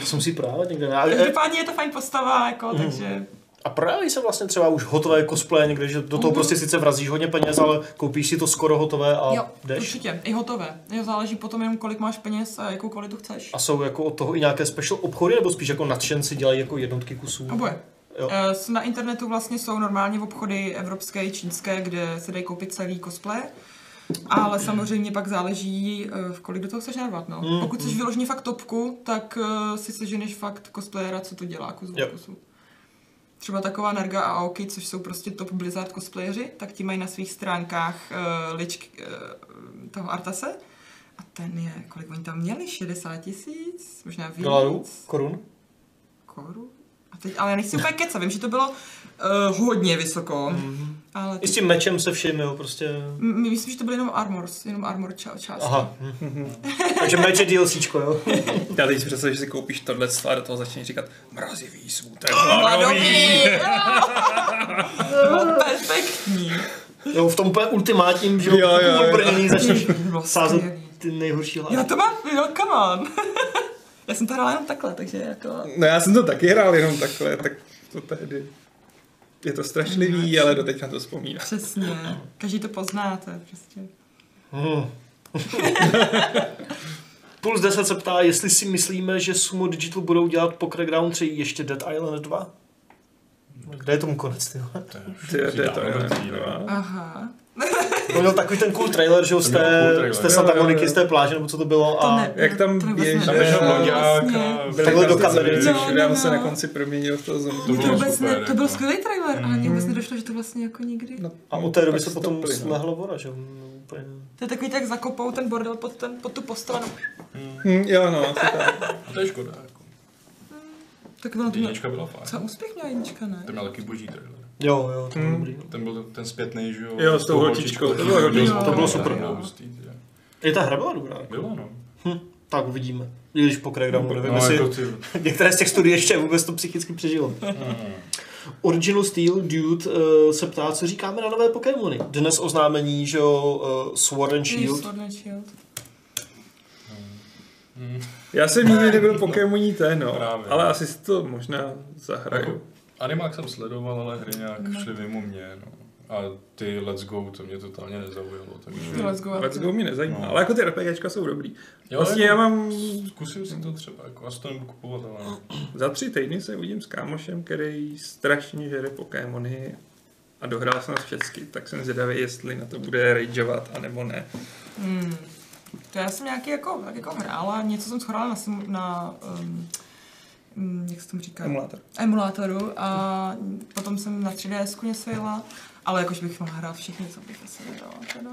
[SPEAKER 1] To jsem si právě někde. ne- A,
[SPEAKER 3] Každopádně je to fajn postava, jako,
[SPEAKER 2] Mhm.
[SPEAKER 3] takže
[SPEAKER 1] a právě se vlastně třeba už hotové cosplay někde, že do toho prostě sice vrazíš hodně peněz, ale koupíš si to skoro hotové a
[SPEAKER 3] jo,
[SPEAKER 1] jdeš.
[SPEAKER 3] určitě, i hotové. Jo, záleží potom jenom, kolik máš peněz a jakou kvalitu chceš.
[SPEAKER 1] A jsou jako od toho i nějaké special obchody, nebo spíš jako nadšenci dělají jako jednotky kusů?
[SPEAKER 3] Oboje.
[SPEAKER 1] Jo.
[SPEAKER 3] Eh, s- Na internetu vlastně jsou normálně obchody evropské i čínské, kde se dají koupit celý cosplay. Ale
[SPEAKER 1] Mhm.
[SPEAKER 3] samozřejmě pak záleží, eh, v kolik do toho chceš narvat. No.
[SPEAKER 1] Mm,
[SPEAKER 3] Pokud chceš vyloženě fakt topku, tak eh, si seženeš fakt cosplayera, co to dělá kus
[SPEAKER 1] Jo.
[SPEAKER 3] od kusu. Třeba taková Narga a Aoki, což jsou prostě top Blizzard cosplayeři, tak ti mají na svých stránkách uh, lič uh, toho Artase. A ten je, kolik oni tam měli? 60 tisíc? Možná víc?
[SPEAKER 1] Dolarů? Korun?
[SPEAKER 3] Koru? A teď, ale já nechci úplně kecat, vím, že to bylo uh, hodně vysoko, mm-hmm. ale
[SPEAKER 1] I s
[SPEAKER 3] teď,
[SPEAKER 1] tím mečem se vším, jo, prostě...
[SPEAKER 3] m- my myslím, že to byly jenom armors, jenom armor ča- část.
[SPEAKER 1] Aha. Mhm. *laughs* Takže meč je DLCčko, jo?
[SPEAKER 2] Já teď si představuji, že si koupíš tohle a do toho začneš říkat mrazivý smutek.
[SPEAKER 3] Oh, Mladový! *laughs* Bylo perfektní.
[SPEAKER 1] Jo, v tom úplně ultimátním, že
[SPEAKER 2] Jo, jo, jo.
[SPEAKER 1] brnění začneš
[SPEAKER 3] Bylo
[SPEAKER 1] sázet
[SPEAKER 3] skvělý.
[SPEAKER 1] ty nejhorší
[SPEAKER 3] Já
[SPEAKER 1] hlášky.
[SPEAKER 3] to mám, Vlastně. jo, come on. *laughs* Já jsem to hrála jenom takhle, takže jako...
[SPEAKER 2] No já jsem to taky hrál jenom takhle, tak to tehdy. Je to strašlivý, ale doteď na to vzpomínám.
[SPEAKER 3] Přesně, každý to poznáte, prostě.
[SPEAKER 1] Hmm. *laughs* Puls 10 se ptá, jestli si myslíme, že Sumo Digital budou dělat po Crackdown 3 ještě Dead Island 2? Kde je tomu konec, ty vole?
[SPEAKER 4] To je
[SPEAKER 2] Ty, to je to,
[SPEAKER 4] dávno
[SPEAKER 2] jo.
[SPEAKER 4] mrtvý, no.
[SPEAKER 3] Aha,
[SPEAKER 1] On měl takový ten cool trailer, že jo, z
[SPEAKER 4] To měl cool
[SPEAKER 1] té,
[SPEAKER 4] trailer.
[SPEAKER 1] z
[SPEAKER 4] Jo,
[SPEAKER 1] té
[SPEAKER 2] jo,
[SPEAKER 1] sataniky,
[SPEAKER 2] jo.
[SPEAKER 1] z té pláže, nebo co to bylo.
[SPEAKER 3] to
[SPEAKER 1] A...
[SPEAKER 3] ne,
[SPEAKER 2] jak tam
[SPEAKER 3] to vůbec
[SPEAKER 2] běží-
[SPEAKER 4] Tam
[SPEAKER 3] nevím.
[SPEAKER 4] běžel
[SPEAKER 2] Jo,
[SPEAKER 4] blondák
[SPEAKER 3] Vlastně.
[SPEAKER 4] a
[SPEAKER 2] Byli
[SPEAKER 1] Takhle do
[SPEAKER 2] tam ty
[SPEAKER 1] kamery.
[SPEAKER 2] zbrojníci,
[SPEAKER 3] No, no,
[SPEAKER 2] Adam se
[SPEAKER 3] no.
[SPEAKER 2] na konci proměnil v toho zombie.
[SPEAKER 4] To
[SPEAKER 3] Mně to
[SPEAKER 4] bylo
[SPEAKER 3] vůbec
[SPEAKER 4] super,
[SPEAKER 3] ne, to byl
[SPEAKER 4] jako.
[SPEAKER 3] skvělý trailer, ale mě vůbec nedošlo, že to vlastně jako nikdy.
[SPEAKER 2] No,
[SPEAKER 1] A od té doby se
[SPEAKER 2] tak
[SPEAKER 1] potom
[SPEAKER 2] stopli, no.
[SPEAKER 1] slehla vora, že jo? No, úplně.
[SPEAKER 3] To je takový, tak zakopou ten bordel pod, ten, pod tu postranu.
[SPEAKER 2] Hm, jo, no, asi tak.
[SPEAKER 4] A to je škoda. Jako.
[SPEAKER 3] Tak ono No, to mělo
[SPEAKER 4] Jednička byla
[SPEAKER 3] Co
[SPEAKER 4] fajn.
[SPEAKER 3] úspěch měla jednička, ne?
[SPEAKER 4] Ten měl taky boží trailer.
[SPEAKER 1] Jo, jo, to bylo
[SPEAKER 2] Hmm.
[SPEAKER 1] dobrý. no.
[SPEAKER 4] Ten byl ten zpětný, že jo?
[SPEAKER 2] Jo, s tou holčičkou, to bylo hodně
[SPEAKER 3] super.
[SPEAKER 1] To bylo
[SPEAKER 3] super.
[SPEAKER 4] Bylo hustý, ty.
[SPEAKER 1] I ta hra byla dobrá.
[SPEAKER 4] Bylo, no.
[SPEAKER 1] Tak uvidíme. I když po Crackdownu, nevím,
[SPEAKER 4] No,
[SPEAKER 1] jestli
[SPEAKER 4] jako ty-
[SPEAKER 1] některé z těch studií ještě vůbec to psychicky přežilo.
[SPEAKER 2] Hmm.
[SPEAKER 1] Original Steel Dude uh, se ptá, co říkáme na nové Pokémony. Dnes oznámení, že jo, uh, Sword and
[SPEAKER 3] Shield.
[SPEAKER 1] Shield.
[SPEAKER 3] Sword and Shield.
[SPEAKER 2] Já jsem nikdy nebyl Pokémoní té, no,
[SPEAKER 4] Právě.
[SPEAKER 2] ale asi si to možná zahraju.
[SPEAKER 4] Jako, animák jsem sledoval, ale hry nějak šly mimo mě, no. A ty Let's Go, to mě totálně nezaujalo, takže...
[SPEAKER 3] To Let's go.
[SPEAKER 2] Hmm. Let's Go mě nezajímá,
[SPEAKER 4] No.
[SPEAKER 2] ale jako ty RPGčka jsou dobrý.
[SPEAKER 4] Jo,
[SPEAKER 2] Vlastně já
[SPEAKER 4] jako,
[SPEAKER 2] mám
[SPEAKER 4] Zkusím si to třeba, jako, asi to nebudu kupovat, ale...
[SPEAKER 2] Za tři týdny se uvidím s kámošem, který strašně žere Pokémony a dohrál jsem nás všechny, tak jsem zvědavý, jestli na to bude rageovat, anebo ne.
[SPEAKER 3] Hmm. To já jsem nějaký jako, tak jako hrála, něco jsem shrála na, sim, na um, mm, jak se tomu říká?
[SPEAKER 2] Emulátor.
[SPEAKER 3] Emulátoru a potom jsem na 3DS něco jela, ale jakož bych mohla hrát všechny, co bych asi nedala teda.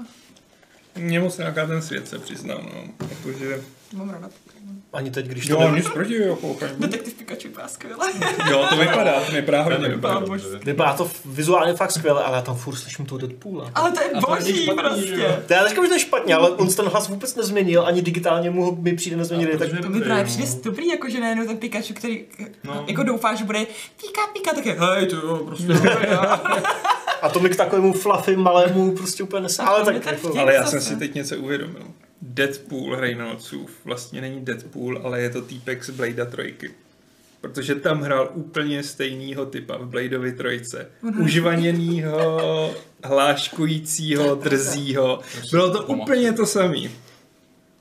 [SPEAKER 2] Mě moc nějaká ten svět se přiznám, no. Jakože...
[SPEAKER 3] Mám ráda.
[SPEAKER 2] Hmm.
[SPEAKER 1] Ani teď, když to
[SPEAKER 2] Jo,
[SPEAKER 1] ne...
[SPEAKER 2] nic proti, jako fajn.
[SPEAKER 3] Detektiv Pikachu vypadá skvěle.
[SPEAKER 2] Jo, to vypadá, to vypadá hodně
[SPEAKER 4] Ten
[SPEAKER 2] dobře.
[SPEAKER 4] vypadá
[SPEAKER 3] Pán
[SPEAKER 4] dobře.
[SPEAKER 1] Vypadá to vizuálně fakt skvěle, ale já tam furt slyším tu Deadpoola.
[SPEAKER 3] Ale to je
[SPEAKER 2] A to není
[SPEAKER 3] boží
[SPEAKER 2] špatný, že jo?
[SPEAKER 3] prostě.
[SPEAKER 1] To já neříkám, že to je špatně, ale on si ten hlas vůbec nezměnil, ani digitálně mu ho mi přijde nezměnili. Tak...
[SPEAKER 4] Protože
[SPEAKER 3] To mi
[SPEAKER 4] dobrý,
[SPEAKER 3] právě
[SPEAKER 4] no.
[SPEAKER 3] přijde dobrý, jako že najednou ten Pikachu, který
[SPEAKER 4] No.
[SPEAKER 3] no. jako doufá, že bude píka, píka, tak je hej, to jo, prostě.
[SPEAKER 1] No. *laughs* A to mi k takovému fluffy malému prostě úplně nese. Ale tak jako...
[SPEAKER 2] Ale já jsem
[SPEAKER 3] Zase.
[SPEAKER 2] si teď něco uvědomil. Deadpool Reynoldsův vlastně není Deadpool, ale je to týpek z Blade'a trojky. Protože tam hrál úplně stejného typa v Bladeovi trojce. Užvaněnýho, hláškujícího, drzího. Bylo to úplně to samý.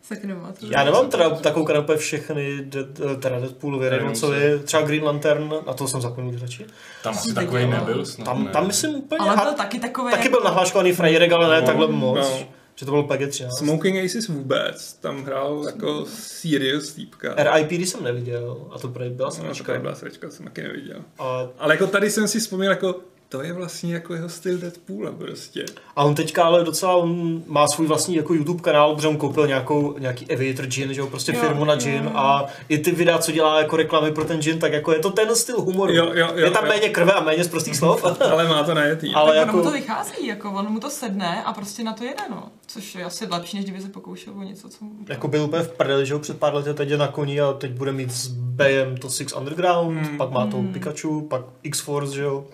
[SPEAKER 3] Sakra, nemá
[SPEAKER 1] Já nemám teda takovou kanapé všechny, de- teda Deadpoolovi, Reynoldsovi, třeba Green Lantern, na to jsem zapomněl radši.
[SPEAKER 4] Tam asi
[SPEAKER 3] jsem
[SPEAKER 4] takový
[SPEAKER 3] nedělala.
[SPEAKER 4] nebyl
[SPEAKER 2] No,
[SPEAKER 4] snad.
[SPEAKER 1] Tam,
[SPEAKER 4] ne.
[SPEAKER 1] tam myslím úplně,
[SPEAKER 3] Ale byl
[SPEAKER 1] a,
[SPEAKER 3] taky takový. jako-
[SPEAKER 1] taky byl nahláškovaný frajerek, ale ne
[SPEAKER 4] No,
[SPEAKER 1] takhle moc,
[SPEAKER 2] no.
[SPEAKER 1] že to byl PG-13.
[SPEAKER 2] Smoking Aces vůbec, tam hrál jako serious týpka.
[SPEAKER 1] RIPD jsem neviděl a to prej byla
[SPEAKER 2] No,
[SPEAKER 1] sračka.
[SPEAKER 2] taková byla sračka, jsem taky neviděl.
[SPEAKER 1] A,
[SPEAKER 2] Ale jako tady jsem si vzpomněl jako, to je vlastně jako jeho styl Deadpoola prostě.
[SPEAKER 1] a on teďka ale docela, on má svůj vlastní jako YouTube kanál, protože on koupil nějakou, nějaký Aviator Gin, že jo, prostě
[SPEAKER 3] Jo,
[SPEAKER 1] firmu na
[SPEAKER 3] jo,
[SPEAKER 1] gin
[SPEAKER 3] jo.
[SPEAKER 1] a i ty videa, co dělá jako reklamy pro ten gin, tak jako je to ten styl humoru.
[SPEAKER 2] Jo, jo, jo,
[SPEAKER 1] je tam
[SPEAKER 2] jo.
[SPEAKER 1] méně krve a méně z prostých
[SPEAKER 2] *laughs*
[SPEAKER 1] slov.
[SPEAKER 2] Ale má to najetý.
[SPEAKER 1] Ale
[SPEAKER 3] Ale jako...
[SPEAKER 1] jako-
[SPEAKER 3] Ono mu to vychází, jako on mu to sedne a prostě na to jede, no. Což je asi lepší, než kdyby se pokoušel o něco, co mu...
[SPEAKER 1] Jako byl úplně v prdeli, že jo, před pár lety a teď je na koni a teď bude mít s Bayem to Six Underground,
[SPEAKER 2] Hmm.
[SPEAKER 1] pak má to
[SPEAKER 3] Hmm.
[SPEAKER 1] Pikachu, pak X-Force, že jo.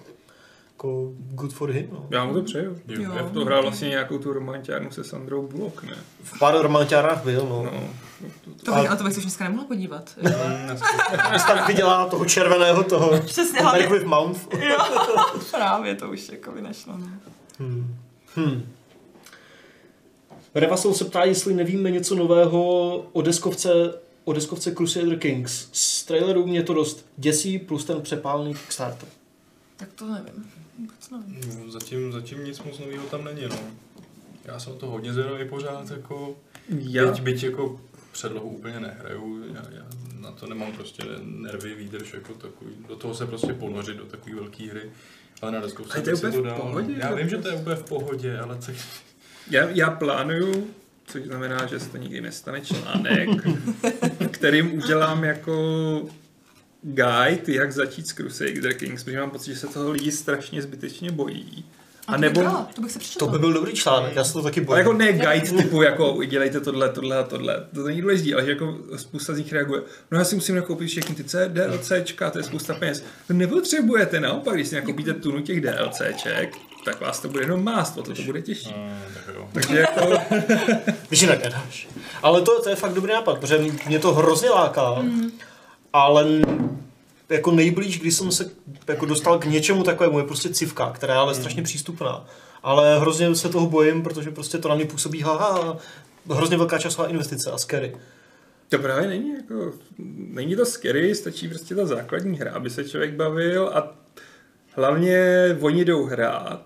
[SPEAKER 1] Jako good for him, no.
[SPEAKER 2] Já mu to přeju.
[SPEAKER 4] Jo.
[SPEAKER 3] Jo.
[SPEAKER 2] To hrál vlastně nějakou tu romantiárnu se Sandrou Bullock, ne?
[SPEAKER 1] V pár romantiárách byl, no.
[SPEAKER 2] No.
[SPEAKER 3] To bych, ale to bych se už dneska nemohla
[SPEAKER 1] *laughs*
[SPEAKER 3] podívat. jako.
[SPEAKER 1] Když tam vydělá toho červeného, toho
[SPEAKER 3] Přesně,
[SPEAKER 2] No,
[SPEAKER 3] hlavně...
[SPEAKER 1] Mercury Mount.
[SPEAKER 3] Jo, *laughs* právě to už jako vynašlo, no.
[SPEAKER 1] Hmm. Hmm. Reva Soul se ptá, jestli nevíme něco nového o deskovce, o deskovce Crusader Kings. Z traileru mě to dost děsí, plus ten přepálný Kickstarter.
[SPEAKER 3] Tak to nevím. Vůbec nevím.
[SPEAKER 4] No, Zatím, zatím nic moc nového tam není, no. Já jsem na to hodně zvědavý pořád, jako...
[SPEAKER 2] Já,
[SPEAKER 4] Já. Byť, byť jako předlohu úplně nehraju, já, já na to nemám prostě nervy, výdrž jako takový. Do toho se prostě ponořit, do takové velké hry. Ale na deskovce
[SPEAKER 2] Ale to je
[SPEAKER 4] bych si
[SPEAKER 2] úplně
[SPEAKER 4] to
[SPEAKER 2] v
[SPEAKER 4] dal.
[SPEAKER 2] pohodě,
[SPEAKER 4] já
[SPEAKER 2] to
[SPEAKER 4] vím, že to je úplně v pohodě, ale tak...
[SPEAKER 2] já, já plánuju, což znamená, že se to nikdy nestane, článek, kterým udělám jako guide, jak začít s Crusader Kings, protože mám pocit, že se toho lidi strašně zbytečně bojí. A
[SPEAKER 3] to
[SPEAKER 2] nebo-
[SPEAKER 3] Bych dala, to bych se přečetla.
[SPEAKER 1] To by byl dobrý článek, já se to taky
[SPEAKER 2] Ale
[SPEAKER 1] bojím.
[SPEAKER 2] jako ne guide typu, jako udělejte tohle, tohle a tohle. To není důležité, ale že jako spousta z nich reaguje. No já si musím nakoupit všechny ty C, DLCčka, to je spousta peněz. To nepotřebujete, naopak, když si nakoupíte tunu těch DLCček, tak vás to bude jenom mást, o to to bude těžší.
[SPEAKER 4] Mm, tak jo.
[SPEAKER 2] Takže jako,
[SPEAKER 1] Když jinak nedáš. Ale to, to je fakt dobrý nápad, protože mě to hrozně láká, mm. ale n- jako nejblíž, když jsem se jako dostal k něčemu takovému, je prostě civka, která je ale strašně přístupná. Ale hrozně se toho bojím, protože prostě to na mě působí haha, hrozně velká časová investice a scary.
[SPEAKER 2] to právě není jako, není to scary, stačí prostě ta základní hra, aby se člověk bavil a hlavně oni jdou hrát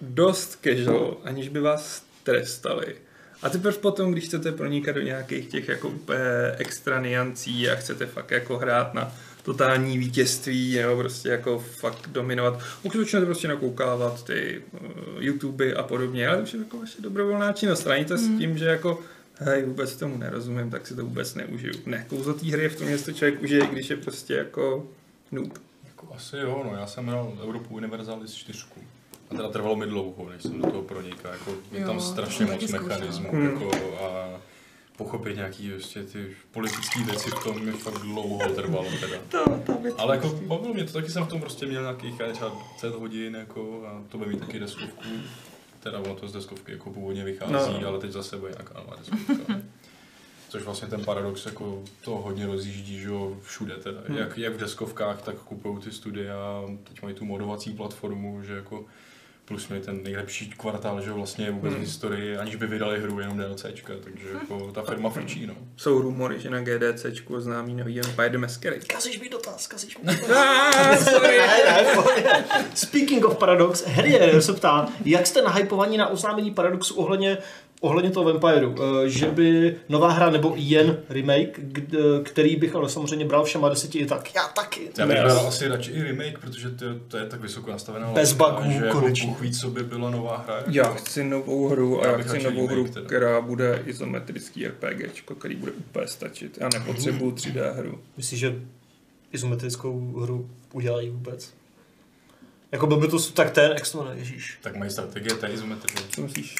[SPEAKER 2] dost casual, aniž by vás trestali. A teprve potom, když chcete pronikat do nějakých těch jako úplně extra niancí a chcete fakt jako hrát na totální vítězství, nebo prostě jako fakt dominovat, už začnete prostě nakoukávat ty uh, YouTube a podobně, ale to už je jako vaše dobrovolná činnost. Straníte s tím, že jako hej, vůbec tomu nerozumím, tak si to vůbec neužiju. Ne, kouzlo té hry je v tom, že si to člověk užije, když je prostě jako noob.
[SPEAKER 4] Jako asi jo, no, já jsem hrál Europu Universalis 4. A teda trvalo mi dlouho, než jsem do toho pronikl. Jako, je
[SPEAKER 3] Jo,
[SPEAKER 4] tam
[SPEAKER 3] to jsem
[SPEAKER 4] strašně
[SPEAKER 3] taky
[SPEAKER 4] moc
[SPEAKER 3] zkoušela.
[SPEAKER 4] mechanismů.
[SPEAKER 2] Hmm.
[SPEAKER 4] Jako, a pochopit nějaký prostě ty politické věci v tom mi fakt dlouho trvalo. Teda.
[SPEAKER 3] To, to by...
[SPEAKER 4] Ale jako bavilo mě to, taky jsem v tom prostě měl nějakých já nevím, třeba 10 hodin jako, a to bude mít taky deskovku. Teda ono to z deskovky jako původně vychází,
[SPEAKER 2] No.
[SPEAKER 4] no. ale teď zase bude nějaká nová
[SPEAKER 2] *laughs*
[SPEAKER 4] deskovka. Což vlastně ten paradox jako to hodně rozjíždí, že jo, všude teda.
[SPEAKER 2] Hmm.
[SPEAKER 4] Hmm. Jak, jak v deskovkách, tak kupují ty studia, teď mají tu modovací platformu, že jako plus měli ten nejlepší kvartál, že jo, vlastně vůbec
[SPEAKER 2] Hmm.
[SPEAKER 4] v historii, aniž by vydali hru jenom DLCčka, takže jako ta firma frčí, no.
[SPEAKER 2] Jsou rumory, že na GDCčku oznámí nový Vampire the Masquerade.
[SPEAKER 1] Kazíš mi dotaz, kazíš mi dotaz.
[SPEAKER 2] Ah, sorry.
[SPEAKER 1] Ne, ne, v pohodě. Speaking of Paradox, Harry Herrier se ptá, jak jste nahypovaní na oznámení Paradoxu ohledně ohledně toho Vampireu, eh, že by nová hra nebo jen remake, kde- který bych ale samozřejmě bral všema deseti i tak. Já taky.
[SPEAKER 4] Já bych bral asi radši i remake, protože to, je- to je tak vysoko nastavená
[SPEAKER 1] Bez
[SPEAKER 4] laťka,
[SPEAKER 1] bugů,
[SPEAKER 4] že jako
[SPEAKER 1] konečně.
[SPEAKER 4] Bůh ví, co by byla nová hra.
[SPEAKER 2] Já chci novou hru a
[SPEAKER 4] Já
[SPEAKER 2] já
[SPEAKER 4] bych
[SPEAKER 2] chci
[SPEAKER 4] radši
[SPEAKER 2] novou
[SPEAKER 4] remake
[SPEAKER 2] hru,
[SPEAKER 4] teda.
[SPEAKER 2] která bude izometrický RPGčko, který bude úplně stačit. Já nepotřebuju 3D hru.
[SPEAKER 1] Myslíš, že izometrickou hru udělají vůbec? Jako byl by to s- tak ten, jak se to jmenuje, ježíš.
[SPEAKER 4] Tak mají strategie, to je izometrie.
[SPEAKER 2] Co myslíš?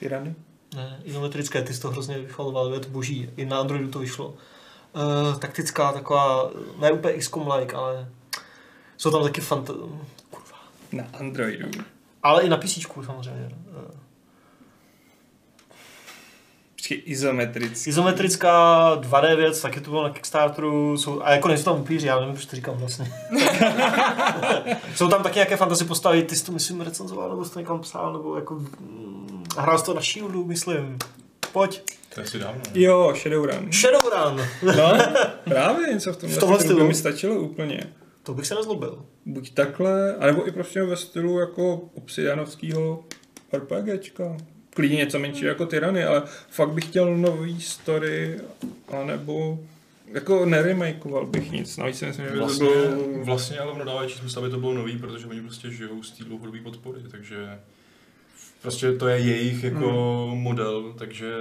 [SPEAKER 2] Ty rany?
[SPEAKER 1] Ne, izometrické, ty jsi to hrozně vychvaloval, je to boží, i na Androidu to vyšlo. Uh, taktická taková, ne úplně XCOM-like, ale jsou tam taky fant... Kurva.
[SPEAKER 2] Na Androidu.
[SPEAKER 1] Ale i na PC samozřejmě. Eh,
[SPEAKER 2] Počkej, Prostě izometrický.
[SPEAKER 1] Izometrická 2D věc, taky to bylo na Kickstarteru, jsou, a jako nejsou tam upíři, já nevím, proč to říkám vlastně. *laughs* jsou tam taky nějaké fantasy postavy, ty jsi to myslím recenzoval, nebo jsi to někam psal, nebo jako mm, hrál jsi to na Shieldu, myslím. Pojď.
[SPEAKER 4] To je si dávno. no. ne?
[SPEAKER 2] Jo, Shadowrun.
[SPEAKER 1] Shadowrun.
[SPEAKER 2] No, právě něco v tomhle,
[SPEAKER 1] V
[SPEAKER 2] stylu
[SPEAKER 1] tomhle
[SPEAKER 2] by
[SPEAKER 1] stylu?
[SPEAKER 2] mi stačilo úplně.
[SPEAKER 1] To bych se nezlobil.
[SPEAKER 2] Buď takhle, anebo i prostě ve stylu jako obsidianovského RPGčka. Klidně něco menší jako Tyrany, ale fakt bych chtěl nový story, anebo jako neremakeoval bych nic. Navíc si myslím, že by to
[SPEAKER 4] Vlastně,
[SPEAKER 2] bylo...
[SPEAKER 4] vlastně ale v nadávající smysl, aby to bylo nový, protože oni prostě žijou z té dlouhodobé podpory, takže prostě to je jejich jako hmm. model, takže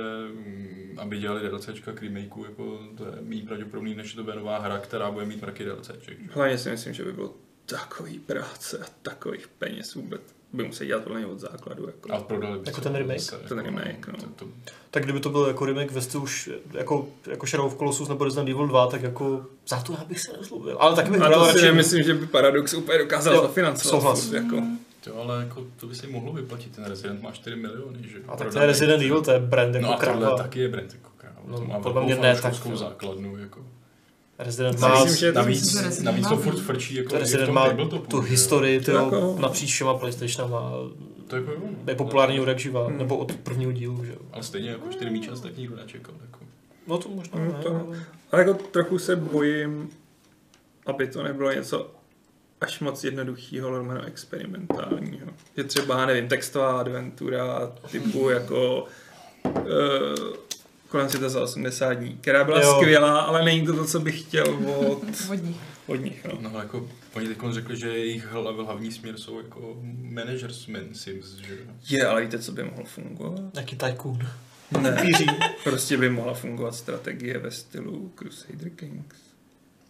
[SPEAKER 4] mm, aby dělali DLCčka k remakeu, jako to je méně pravděpodobný, než že to bude nová hra, která bude mít mraky DLCček. že?
[SPEAKER 2] Hlavně si myslím, že by bylo takový práce a takových peněz vůbec. By musel dělat podle mě od základu. Jako.
[SPEAKER 4] A prodali by
[SPEAKER 1] Jako
[SPEAKER 4] se
[SPEAKER 1] ten
[SPEAKER 4] to
[SPEAKER 1] remake?
[SPEAKER 4] zase,
[SPEAKER 2] Ten remake, no.
[SPEAKER 4] To, to,
[SPEAKER 1] Tak kdyby to byl jako remake ve stylu už jako, jako Shadow of Colossus nebo Resident Evil 2, tak jako za to já bych se nezlobil. Ale taky bych
[SPEAKER 2] A
[SPEAKER 1] bral
[SPEAKER 2] to si
[SPEAKER 1] radši-
[SPEAKER 2] nemyslím, že by Paradox úplně dokázal
[SPEAKER 1] Jo,
[SPEAKER 2] zafinancovat.
[SPEAKER 1] souhlas.
[SPEAKER 2] furt, Jako.
[SPEAKER 4] to, ale jako, to by si mohlo vyplatit, ten Resident má 4 miliony, že?
[SPEAKER 1] A tak to je
[SPEAKER 4] Prodaný.
[SPEAKER 1] Resident Evil, to je brand jako
[SPEAKER 4] No a tohle
[SPEAKER 1] kráva.
[SPEAKER 4] taky je brand jako kráva.
[SPEAKER 1] No,
[SPEAKER 4] to má
[SPEAKER 1] podle mě
[SPEAKER 4] velkou
[SPEAKER 1] ne,
[SPEAKER 4] fanouškovskou
[SPEAKER 1] tak-
[SPEAKER 4] základnu, jako.
[SPEAKER 1] Resident
[SPEAKER 2] Myslím,
[SPEAKER 1] má
[SPEAKER 2] že je to
[SPEAKER 4] Navíc,
[SPEAKER 3] víc- Resident
[SPEAKER 4] navíc to
[SPEAKER 3] má-
[SPEAKER 4] furt frčí jako
[SPEAKER 1] To
[SPEAKER 4] i v
[SPEAKER 1] Resident
[SPEAKER 4] tom
[SPEAKER 1] má
[SPEAKER 4] tabletopu,
[SPEAKER 1] tu
[SPEAKER 4] že jo.
[SPEAKER 1] historii
[SPEAKER 2] To
[SPEAKER 1] tyjo,
[SPEAKER 2] jako-
[SPEAKER 1] napříč všema PlayStationama.
[SPEAKER 4] To je jako jo, no.
[SPEAKER 1] Je populární od jak živa,
[SPEAKER 2] Hmm.
[SPEAKER 1] nebo od prvního dílu, že jo.
[SPEAKER 4] Ale stejně jako 4 míče tak nikdo nečekal. Jako.
[SPEAKER 1] No to možná
[SPEAKER 2] No
[SPEAKER 1] ne,
[SPEAKER 2] to-
[SPEAKER 1] ale-
[SPEAKER 2] Ale jako trochu se bojím, aby to nebylo něco až moc jednoduchého, lomeno experimentálního. Že třeba, nevím, textová adventura typu jako uh, kolem světa za 80 dní, která byla
[SPEAKER 1] Jo.
[SPEAKER 2] jo. skvělá, ale není to to, co bych chtěl od,
[SPEAKER 3] Vodní.
[SPEAKER 2] od nich. No.
[SPEAKER 4] No ale jako oni teď řekli, že jejich hla- hlavní směr jsou jako managers men Sims, že jo.
[SPEAKER 2] Je, ale víte, co by mohlo fungovat?
[SPEAKER 1] Nějaký tycoon.
[SPEAKER 2] Ne.
[SPEAKER 1] Upíří.
[SPEAKER 2] Prostě by mohla fungovat strategie ve stylu Crusader Kings.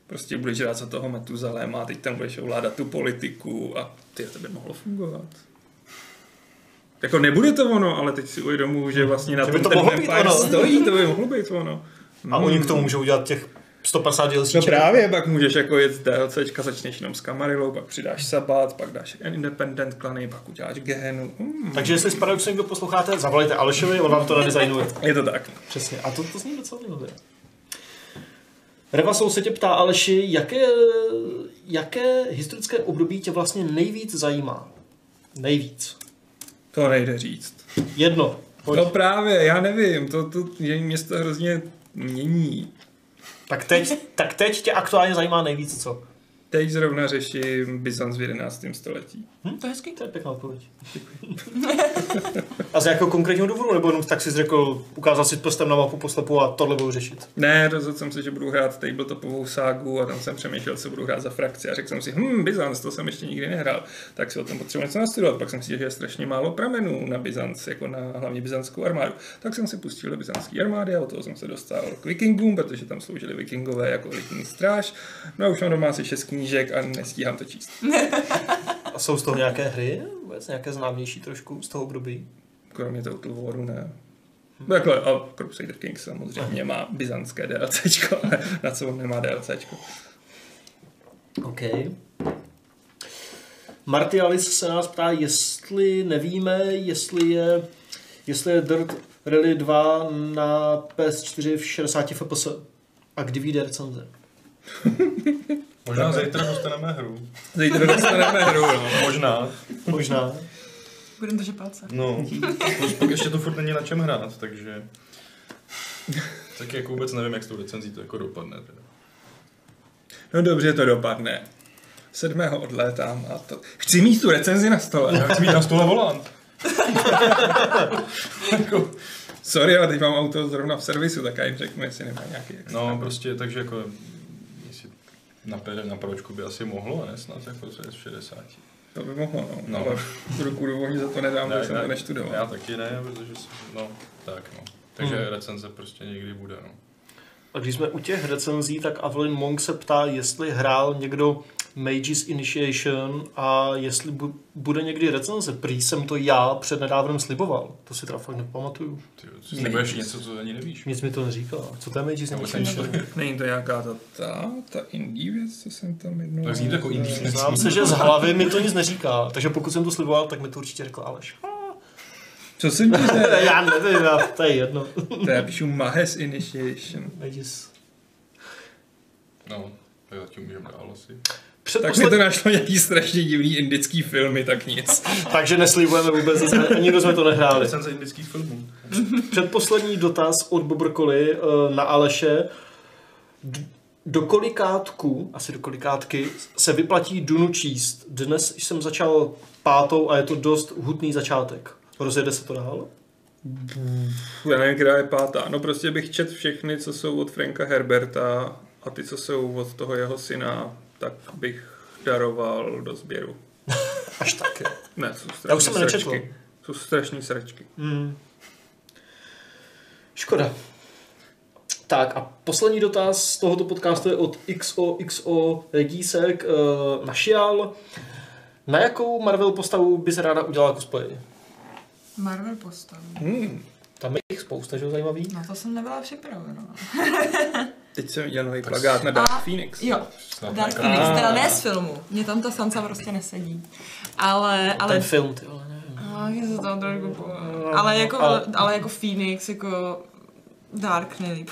[SPEAKER 2] Prostě budeš rád za toho Metuzaléma a teď tam budeš ovládat tu politiku a ty to by mohlo fungovat. Jako nebude to ono, ale teď si uvědomuji, že vlastně na
[SPEAKER 1] Že by
[SPEAKER 2] tom
[SPEAKER 1] to
[SPEAKER 2] ten
[SPEAKER 1] mohlo být
[SPEAKER 2] Empire
[SPEAKER 1] ono.
[SPEAKER 2] stojí, to by mohlo být ono.
[SPEAKER 1] A
[SPEAKER 2] Mm.
[SPEAKER 1] oni k tomu můžou udělat těch 150
[SPEAKER 2] No
[SPEAKER 1] dělsíček.
[SPEAKER 2] právě, pak můžeš jako jet z DLCčka, začneš jenom s Kamarilou, pak přidáš Sabat, pak dáš Independent klany, pak uděláš Gehenu. Mm.
[SPEAKER 1] Takže jestli z Paradoxu někdo posloucháte, zavolejte Alešovi, on vám to nadizajnuje.
[SPEAKER 2] Je to tak.
[SPEAKER 1] Přesně, a to, to zní docela dobře. Reva Soul se tě ptá, Aleši, jaké, jaké historické období tě vlastně nejvíc zajímá? Nejvíc.
[SPEAKER 2] To nejde říct.
[SPEAKER 1] Jedno. Pojď.
[SPEAKER 2] No právě, já nevím, to, to že město hrozně mění.
[SPEAKER 1] Tak teď, tak teď tě aktuálně zajímá nejvíc co?
[SPEAKER 2] Teď zrovna řeším Byzant v 11. století.
[SPEAKER 3] To je hezký.
[SPEAKER 1] To je pěkná odpověď. *laughs* a z jakého konkrétního důvodu? Nebo jenom tak si řekl, ukázal si prstem na mapu poslepu a tohle budu řešit.
[SPEAKER 2] Ne, rozhodl jsem se, že budu hrát tabletopovou ságu a tam jsem přemýšlel, co budu hrát za frakci a řekl jsem si, hm, Byzant, to jsem ještě nikdy nehrál, tak si o tom potřebuji něco nastudovat. Pak jsem si že je strašně málo pramenů na Byzanc, jako na hlavně byzantskou armádu. Tak jsem si pustil do byzantské armády a od toho jsem se dostal k vikingům, protože tam sloužili vikingové jako elitní stráž. No a už mám doma asi šest knížek a nestíhám to číst.
[SPEAKER 1] A jsou z toho nějaké hry? Vůbec nějaké známější trošku z toho období?
[SPEAKER 2] Kromě Total Waru ne. No Takhle, a Crusader Kings samozřejmě má byzantské DLCčko, ale na co on nemá DLCčko.
[SPEAKER 1] OK. Martialis se nás ptá, jestli nevíme, jestli je, jestli je Dirt Rally 2 na PS4 v 60 FPS. A kdy vyjde recenze?
[SPEAKER 4] Možná zítra dostaneme hru.
[SPEAKER 2] Zítra dostaneme hru, no.
[SPEAKER 4] Možná.
[SPEAKER 1] Možná.
[SPEAKER 3] Budem držet palce.
[SPEAKER 4] No. Plus pak ještě to furt není na čem hrát, takže... Tak jako vůbec nevím, jak s tou recenzí to jako dopadne. Teda.
[SPEAKER 2] no dobře to dopadne. Sedmého odlétám a to... Chci mít tu recenzi na stole.
[SPEAKER 4] Já chci mít na stole volant.
[SPEAKER 2] Jako, Sorry, ale teď mám auto zrovna v servisu, tak já jim řeknu, jestli nemá nějaký.
[SPEAKER 4] No prostě, takže jako, jestli na, pere, na pročku by asi mohlo, ne snad jako se z 60.
[SPEAKER 2] To by mohlo, no.
[SPEAKER 4] No.
[SPEAKER 2] no. Ale ruku do vohni za to nedám, protože jsem to neštudoval.
[SPEAKER 4] já taky ne, protože jsem, no, tak no. Takže hmm. recenze prostě někdy bude, no.
[SPEAKER 1] *laughs* A když jsme u těch recenzí, tak Avelin Monk se ptá, jestli hrál někdo Mage's Initiation a jestli bu- bude někdy recenze. Prý jsem to já přednedávnem sliboval. To si teda fakt nepamatuju.
[SPEAKER 4] Ty, ty slibuješ něco, co ani nevíš.
[SPEAKER 1] Nic mi to neříká. Co to je Mage's
[SPEAKER 4] Nebo jsem
[SPEAKER 1] Initiation?
[SPEAKER 2] Není to nějaká ta, ta, ta indie věc, co jsem tam jednou...
[SPEAKER 4] Tak zní to jako indie.
[SPEAKER 1] Znám se, že z hlavy mi to nic neříká. Takže pokud jsem to sliboval, tak mi to určitě řekl Aleš.
[SPEAKER 2] Co jsem ti zde...
[SPEAKER 1] já nevím, já, to je jedno.
[SPEAKER 2] To já píšu Mahes Initiation.
[SPEAKER 1] Mage's.
[SPEAKER 4] No, tak zatím můžeme dál asi.
[SPEAKER 2] Tak mi to
[SPEAKER 1] Předposled...
[SPEAKER 2] našlo nějaký strašně divný indický filmy, tak nic.
[SPEAKER 1] Takže neslibujeme vůbec, nic, ani nikdo jsme to nehráli.
[SPEAKER 4] Recenze indických filmů.
[SPEAKER 1] Předposlední dotaz od Bobrkoly eh, na Aleše. D- Do kolikátku, asi do kolikátky, se vyplatí Dunu číst? Dnes jsem začal pátou a je to dost hutný začátek. Rozjede se to dál?
[SPEAKER 2] Já nevím, která je pátá. No prostě bych čet všechny, co jsou od Franka Herberta a ty, co jsou od toho jeho syna, tak bych daroval do sběru.
[SPEAKER 1] Až tak.
[SPEAKER 2] Ne, jsou strašný
[SPEAKER 1] Já už jsem je nečetl.
[SPEAKER 2] sračky. Jsou strašný sračky.
[SPEAKER 1] Hmm. Škoda. Tak a poslední dotaz z tohoto podcastu je od XOXO Regísek uh, Našial. Na jakou Marvel postavu bys ráda udělala cosplay?
[SPEAKER 3] Marvel postavu.
[SPEAKER 1] Hm?
[SPEAKER 2] Hmm.
[SPEAKER 1] Tam je jich spousta, že jo, zajímavý?
[SPEAKER 3] Na to jsem nebyla připravena.
[SPEAKER 2] Teď jsem viděl nový plagát na Dark Phoenix.
[SPEAKER 3] Jo,
[SPEAKER 4] Snad
[SPEAKER 3] Dark
[SPEAKER 4] nějaká-
[SPEAKER 3] Phoenix, teda ne z filmu. Mně tam ta Sansa prostě nesedí. Ale, ale...
[SPEAKER 1] Ten film, ty vole, nevím.
[SPEAKER 3] A, já se tam trošku po- ale, jako,
[SPEAKER 1] Ale-
[SPEAKER 3] ale jako Phoenix, jako
[SPEAKER 1] *laughs*
[SPEAKER 3] Dark nejlíp.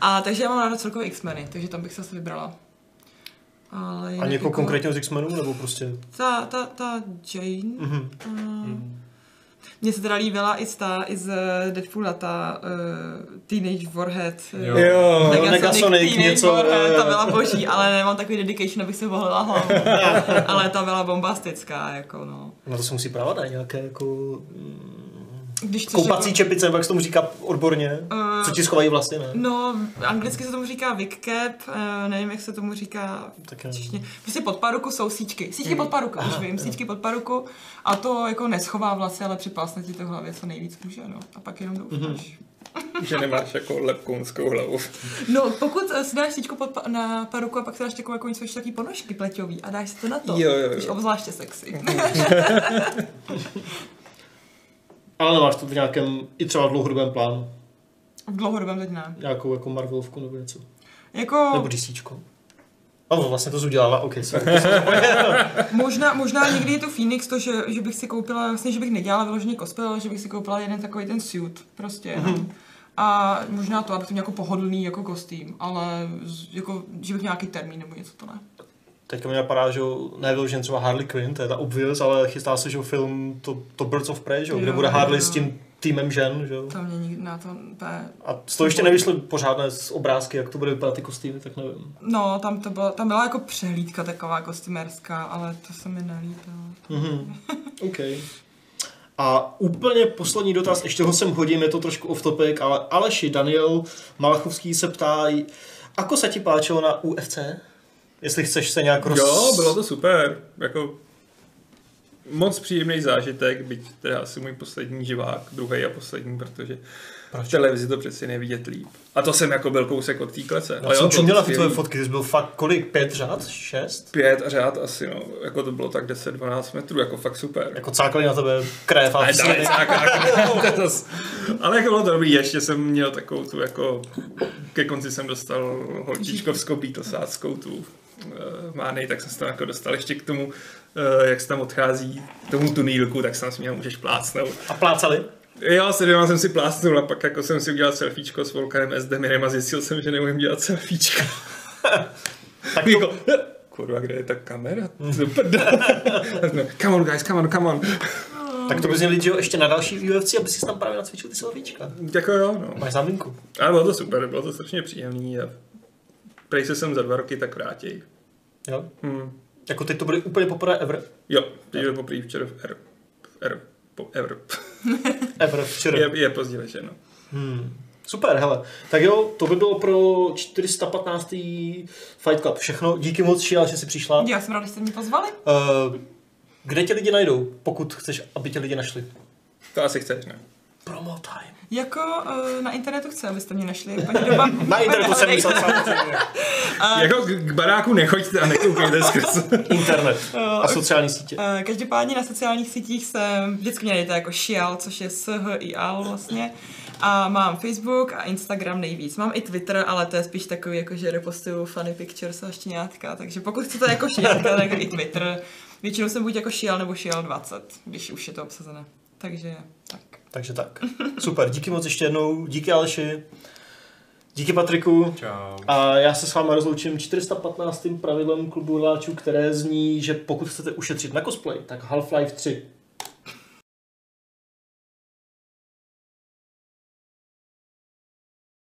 [SPEAKER 3] a takže já mám ráda celkově X-meny, takže tam bych se asi vybrala. Ale
[SPEAKER 1] A
[SPEAKER 3] jinak
[SPEAKER 1] někoho
[SPEAKER 3] jako-
[SPEAKER 1] konkrétního z X-Menů, nebo prostě...
[SPEAKER 3] Ta, ta, ta Jane.
[SPEAKER 1] Mhm.
[SPEAKER 3] a- Mně se teda líbila i z ta, i z eh, Deadpoola, ta uh, Teenage Warhead. eh,
[SPEAKER 4] Jo.
[SPEAKER 1] Jo,
[SPEAKER 3] Megasonic
[SPEAKER 1] Negasonic,
[SPEAKER 3] Teenage
[SPEAKER 1] něco...
[SPEAKER 3] Warhead,
[SPEAKER 1] eh,
[SPEAKER 3] jako, ta byla boží, ale nemám takový dedication, abych se vohlila
[SPEAKER 1] *laughs*
[SPEAKER 3] hlavu. ale ta byla bombastická, jako no.
[SPEAKER 1] Na to se musí právě dát nějaké jako... mm,
[SPEAKER 3] Když chceš
[SPEAKER 1] Koupací čepice, nebo jak se tomu říká odborně.
[SPEAKER 3] Eh,
[SPEAKER 1] Co ti schovají vlastně, ne?
[SPEAKER 3] No, anglicky se tomu říká wig cap, eh, nevím, jak se tomu říká
[SPEAKER 1] Tak
[SPEAKER 3] v
[SPEAKER 1] já-
[SPEAKER 3] češtině. Prostě pod paruku jsou síčky. Síčky pod paruku, už vím, síčky pod paruku. A to jako neschová vlasy, ale připásne ti to hlavě co nejvíc může, no. A pak jenom to užíváš.
[SPEAKER 1] Mhm.
[SPEAKER 2] Že nemáš jako lepkounskou hlavu.
[SPEAKER 3] No, pokud eh, si dáš síčku pod pa- na paruku a pak si dáš takovou jako něco ještě taký ponožky pleťový a dáš si to na to,
[SPEAKER 2] Jo, jo, jo.
[SPEAKER 3] což je obzvláště
[SPEAKER 1] Mhm.
[SPEAKER 3] sexy.
[SPEAKER 1] Ale nemáš to v nějakém, i třeba dlouhodobém plánu.
[SPEAKER 3] V dlouhodobém teď ne.
[SPEAKER 1] Nějakou jako Marvelovku nebo něco.
[SPEAKER 2] No.
[SPEAKER 3] Jako...
[SPEAKER 1] *laughs* Nebo DCčko. A no, vlastně to jsi udělala, ok, *laughs* sorry.
[SPEAKER 3] Možná, možná někdy je to Phoenix, to, že, že bych si koupila, vlastně, že bych nedělala vyloženě cosplay, ale že bych si koupila jeden takový ten suit, prostě
[SPEAKER 1] Mhm.
[SPEAKER 3] jenom. A možná to, abych to měl jako pohodlný jako kostým, ale z- jako, že bych měl nějaký termín nebo něco to ne.
[SPEAKER 1] Teďka mi napadá, že jo, ne vyloženě třeba Harley Quinn, to je ta obvious, ale chystá se, že jo, film to, to Birds of Prey, že jo, kde
[SPEAKER 3] Jo,
[SPEAKER 1] bude Harley
[SPEAKER 3] jo.
[SPEAKER 1] s tím týmem žen, že jo.
[SPEAKER 3] To mě nikdy na to, to je,
[SPEAKER 1] A z toho ještě nevyšly pořádné z- obrázky, jak to bude vypadat ty kostýmy, tak nevím.
[SPEAKER 3] No, tam, to byla, tam byla jako přehlídka taková kostymérská, ale to se mi nelíbilo.
[SPEAKER 1] Mhm. OK. A úplně poslední dotaz, ještě ho sem hodím, je to trošku off topic, ale Aleši Daniel Malachovský se ptá, ako se ti páčilo na UFC? Jestli chceš se nějak roz...
[SPEAKER 2] Jo, bylo to super. Jako moc příjemný zážitek, byť teda asi můj poslední živák, druhý a poslední, protože v televizi to přeci nevidět líp. A to jsem jako byl kousek od té klece.
[SPEAKER 1] Já jsem
[SPEAKER 2] bylo
[SPEAKER 1] čuměla ty
[SPEAKER 2] skvělý.
[SPEAKER 1] tvoje fotky, ty jsi byl fakt kolik, pět řád, šest?
[SPEAKER 2] Pět a řád asi, no. Jako to bylo tak 10-12 metrů, jako fakt super.
[SPEAKER 1] Jako cákali na tebe krev a
[SPEAKER 2] Ale
[SPEAKER 1] psi.
[SPEAKER 2] dále cáká. *laughs* To s- Ale jako bylo to dobrý, ještě jsem měl takovou tu jako, ke konci jsem dostal holčičkovskou bítosáckou tu eh, mánej, tak jsem se tam jako dostal ještě k tomu, eh, jak se tam odchází k tomu tunílku, tak se tam směl, můžeš plácnout.
[SPEAKER 1] A plácali?
[SPEAKER 2] Jo, se dvěma jsem si plácnul a pak jako jsem si udělal selfiečko s Volkarem S. Demirem a zjistil jsem, že neumím dělat selfiečka.
[SPEAKER 1] Tak
[SPEAKER 2] Jako,
[SPEAKER 1] to,
[SPEAKER 2] "Eh, kurva, kde je ta kamera? Do prdele. come on guys, come on, come on.
[SPEAKER 1] tak to bys měl jít, že jo, ještě na další UFC, aby si tam právě nacvičil ty silvíčka.
[SPEAKER 2] Jako jo, no.
[SPEAKER 1] Máš záminku.
[SPEAKER 2] Ale bylo to super, bylo to strašně příjemný a prej se sem za dva roky, tak vrátí.
[SPEAKER 1] Jo?
[SPEAKER 2] Hmm.
[SPEAKER 1] Jako teď to bude úplně poprvé ever.
[SPEAKER 2] Jo, teď byl poprvé včera v R. V R. po, ever,
[SPEAKER 1] Ever včera.
[SPEAKER 2] je, je pozdě večer, no.
[SPEAKER 1] Hmm. Super, hele. Tak jo, to by bylo pro 415. Fight Club všechno. Díky moc, Šia, že jsi přišla.
[SPEAKER 3] Já jsem ráda, že jste mě pozvali.
[SPEAKER 1] Uh, kde tě lidi najdou, pokud chceš, aby tě lidi našli?
[SPEAKER 2] To asi chceš, ne?
[SPEAKER 1] Promo time.
[SPEAKER 3] Jako uh, na internetu chci, abyste mě našli. Paní doba,
[SPEAKER 1] *laughs* Na internetu
[SPEAKER 3] *laughs*
[SPEAKER 1] jsem myslel samozřejmě.
[SPEAKER 2] A... Jako k k baráku nechoďte a nekoukejte skrz.
[SPEAKER 1] Internet
[SPEAKER 3] Jo,
[SPEAKER 1] a sociální sítě.
[SPEAKER 3] Eh, Každopádně na sociálních sítích jsem vždycky mě najdete jako Shial, což je s h i al vlastně. A mám Facebook a Instagram nejvíc. Mám i Twitter, ale to je spíš takový, jako že repostuju funny pictures a štěňátka. Takže pokud chcete jako štěňátka, tak i Twitter. Většinou jsem buď jako Shial nebo Shial 20, když už je to obsazené. Takže tak.
[SPEAKER 1] Takže tak. *laughs* Super, díky moc ještě jednou. Díky Aleši. Díky Patriku.
[SPEAKER 4] Čau.
[SPEAKER 1] A já se s vámi rozloučím 415. pravidlem klubu láčů, které zní, že pokud chcete ušetřit na cosplay, tak Half-Life 3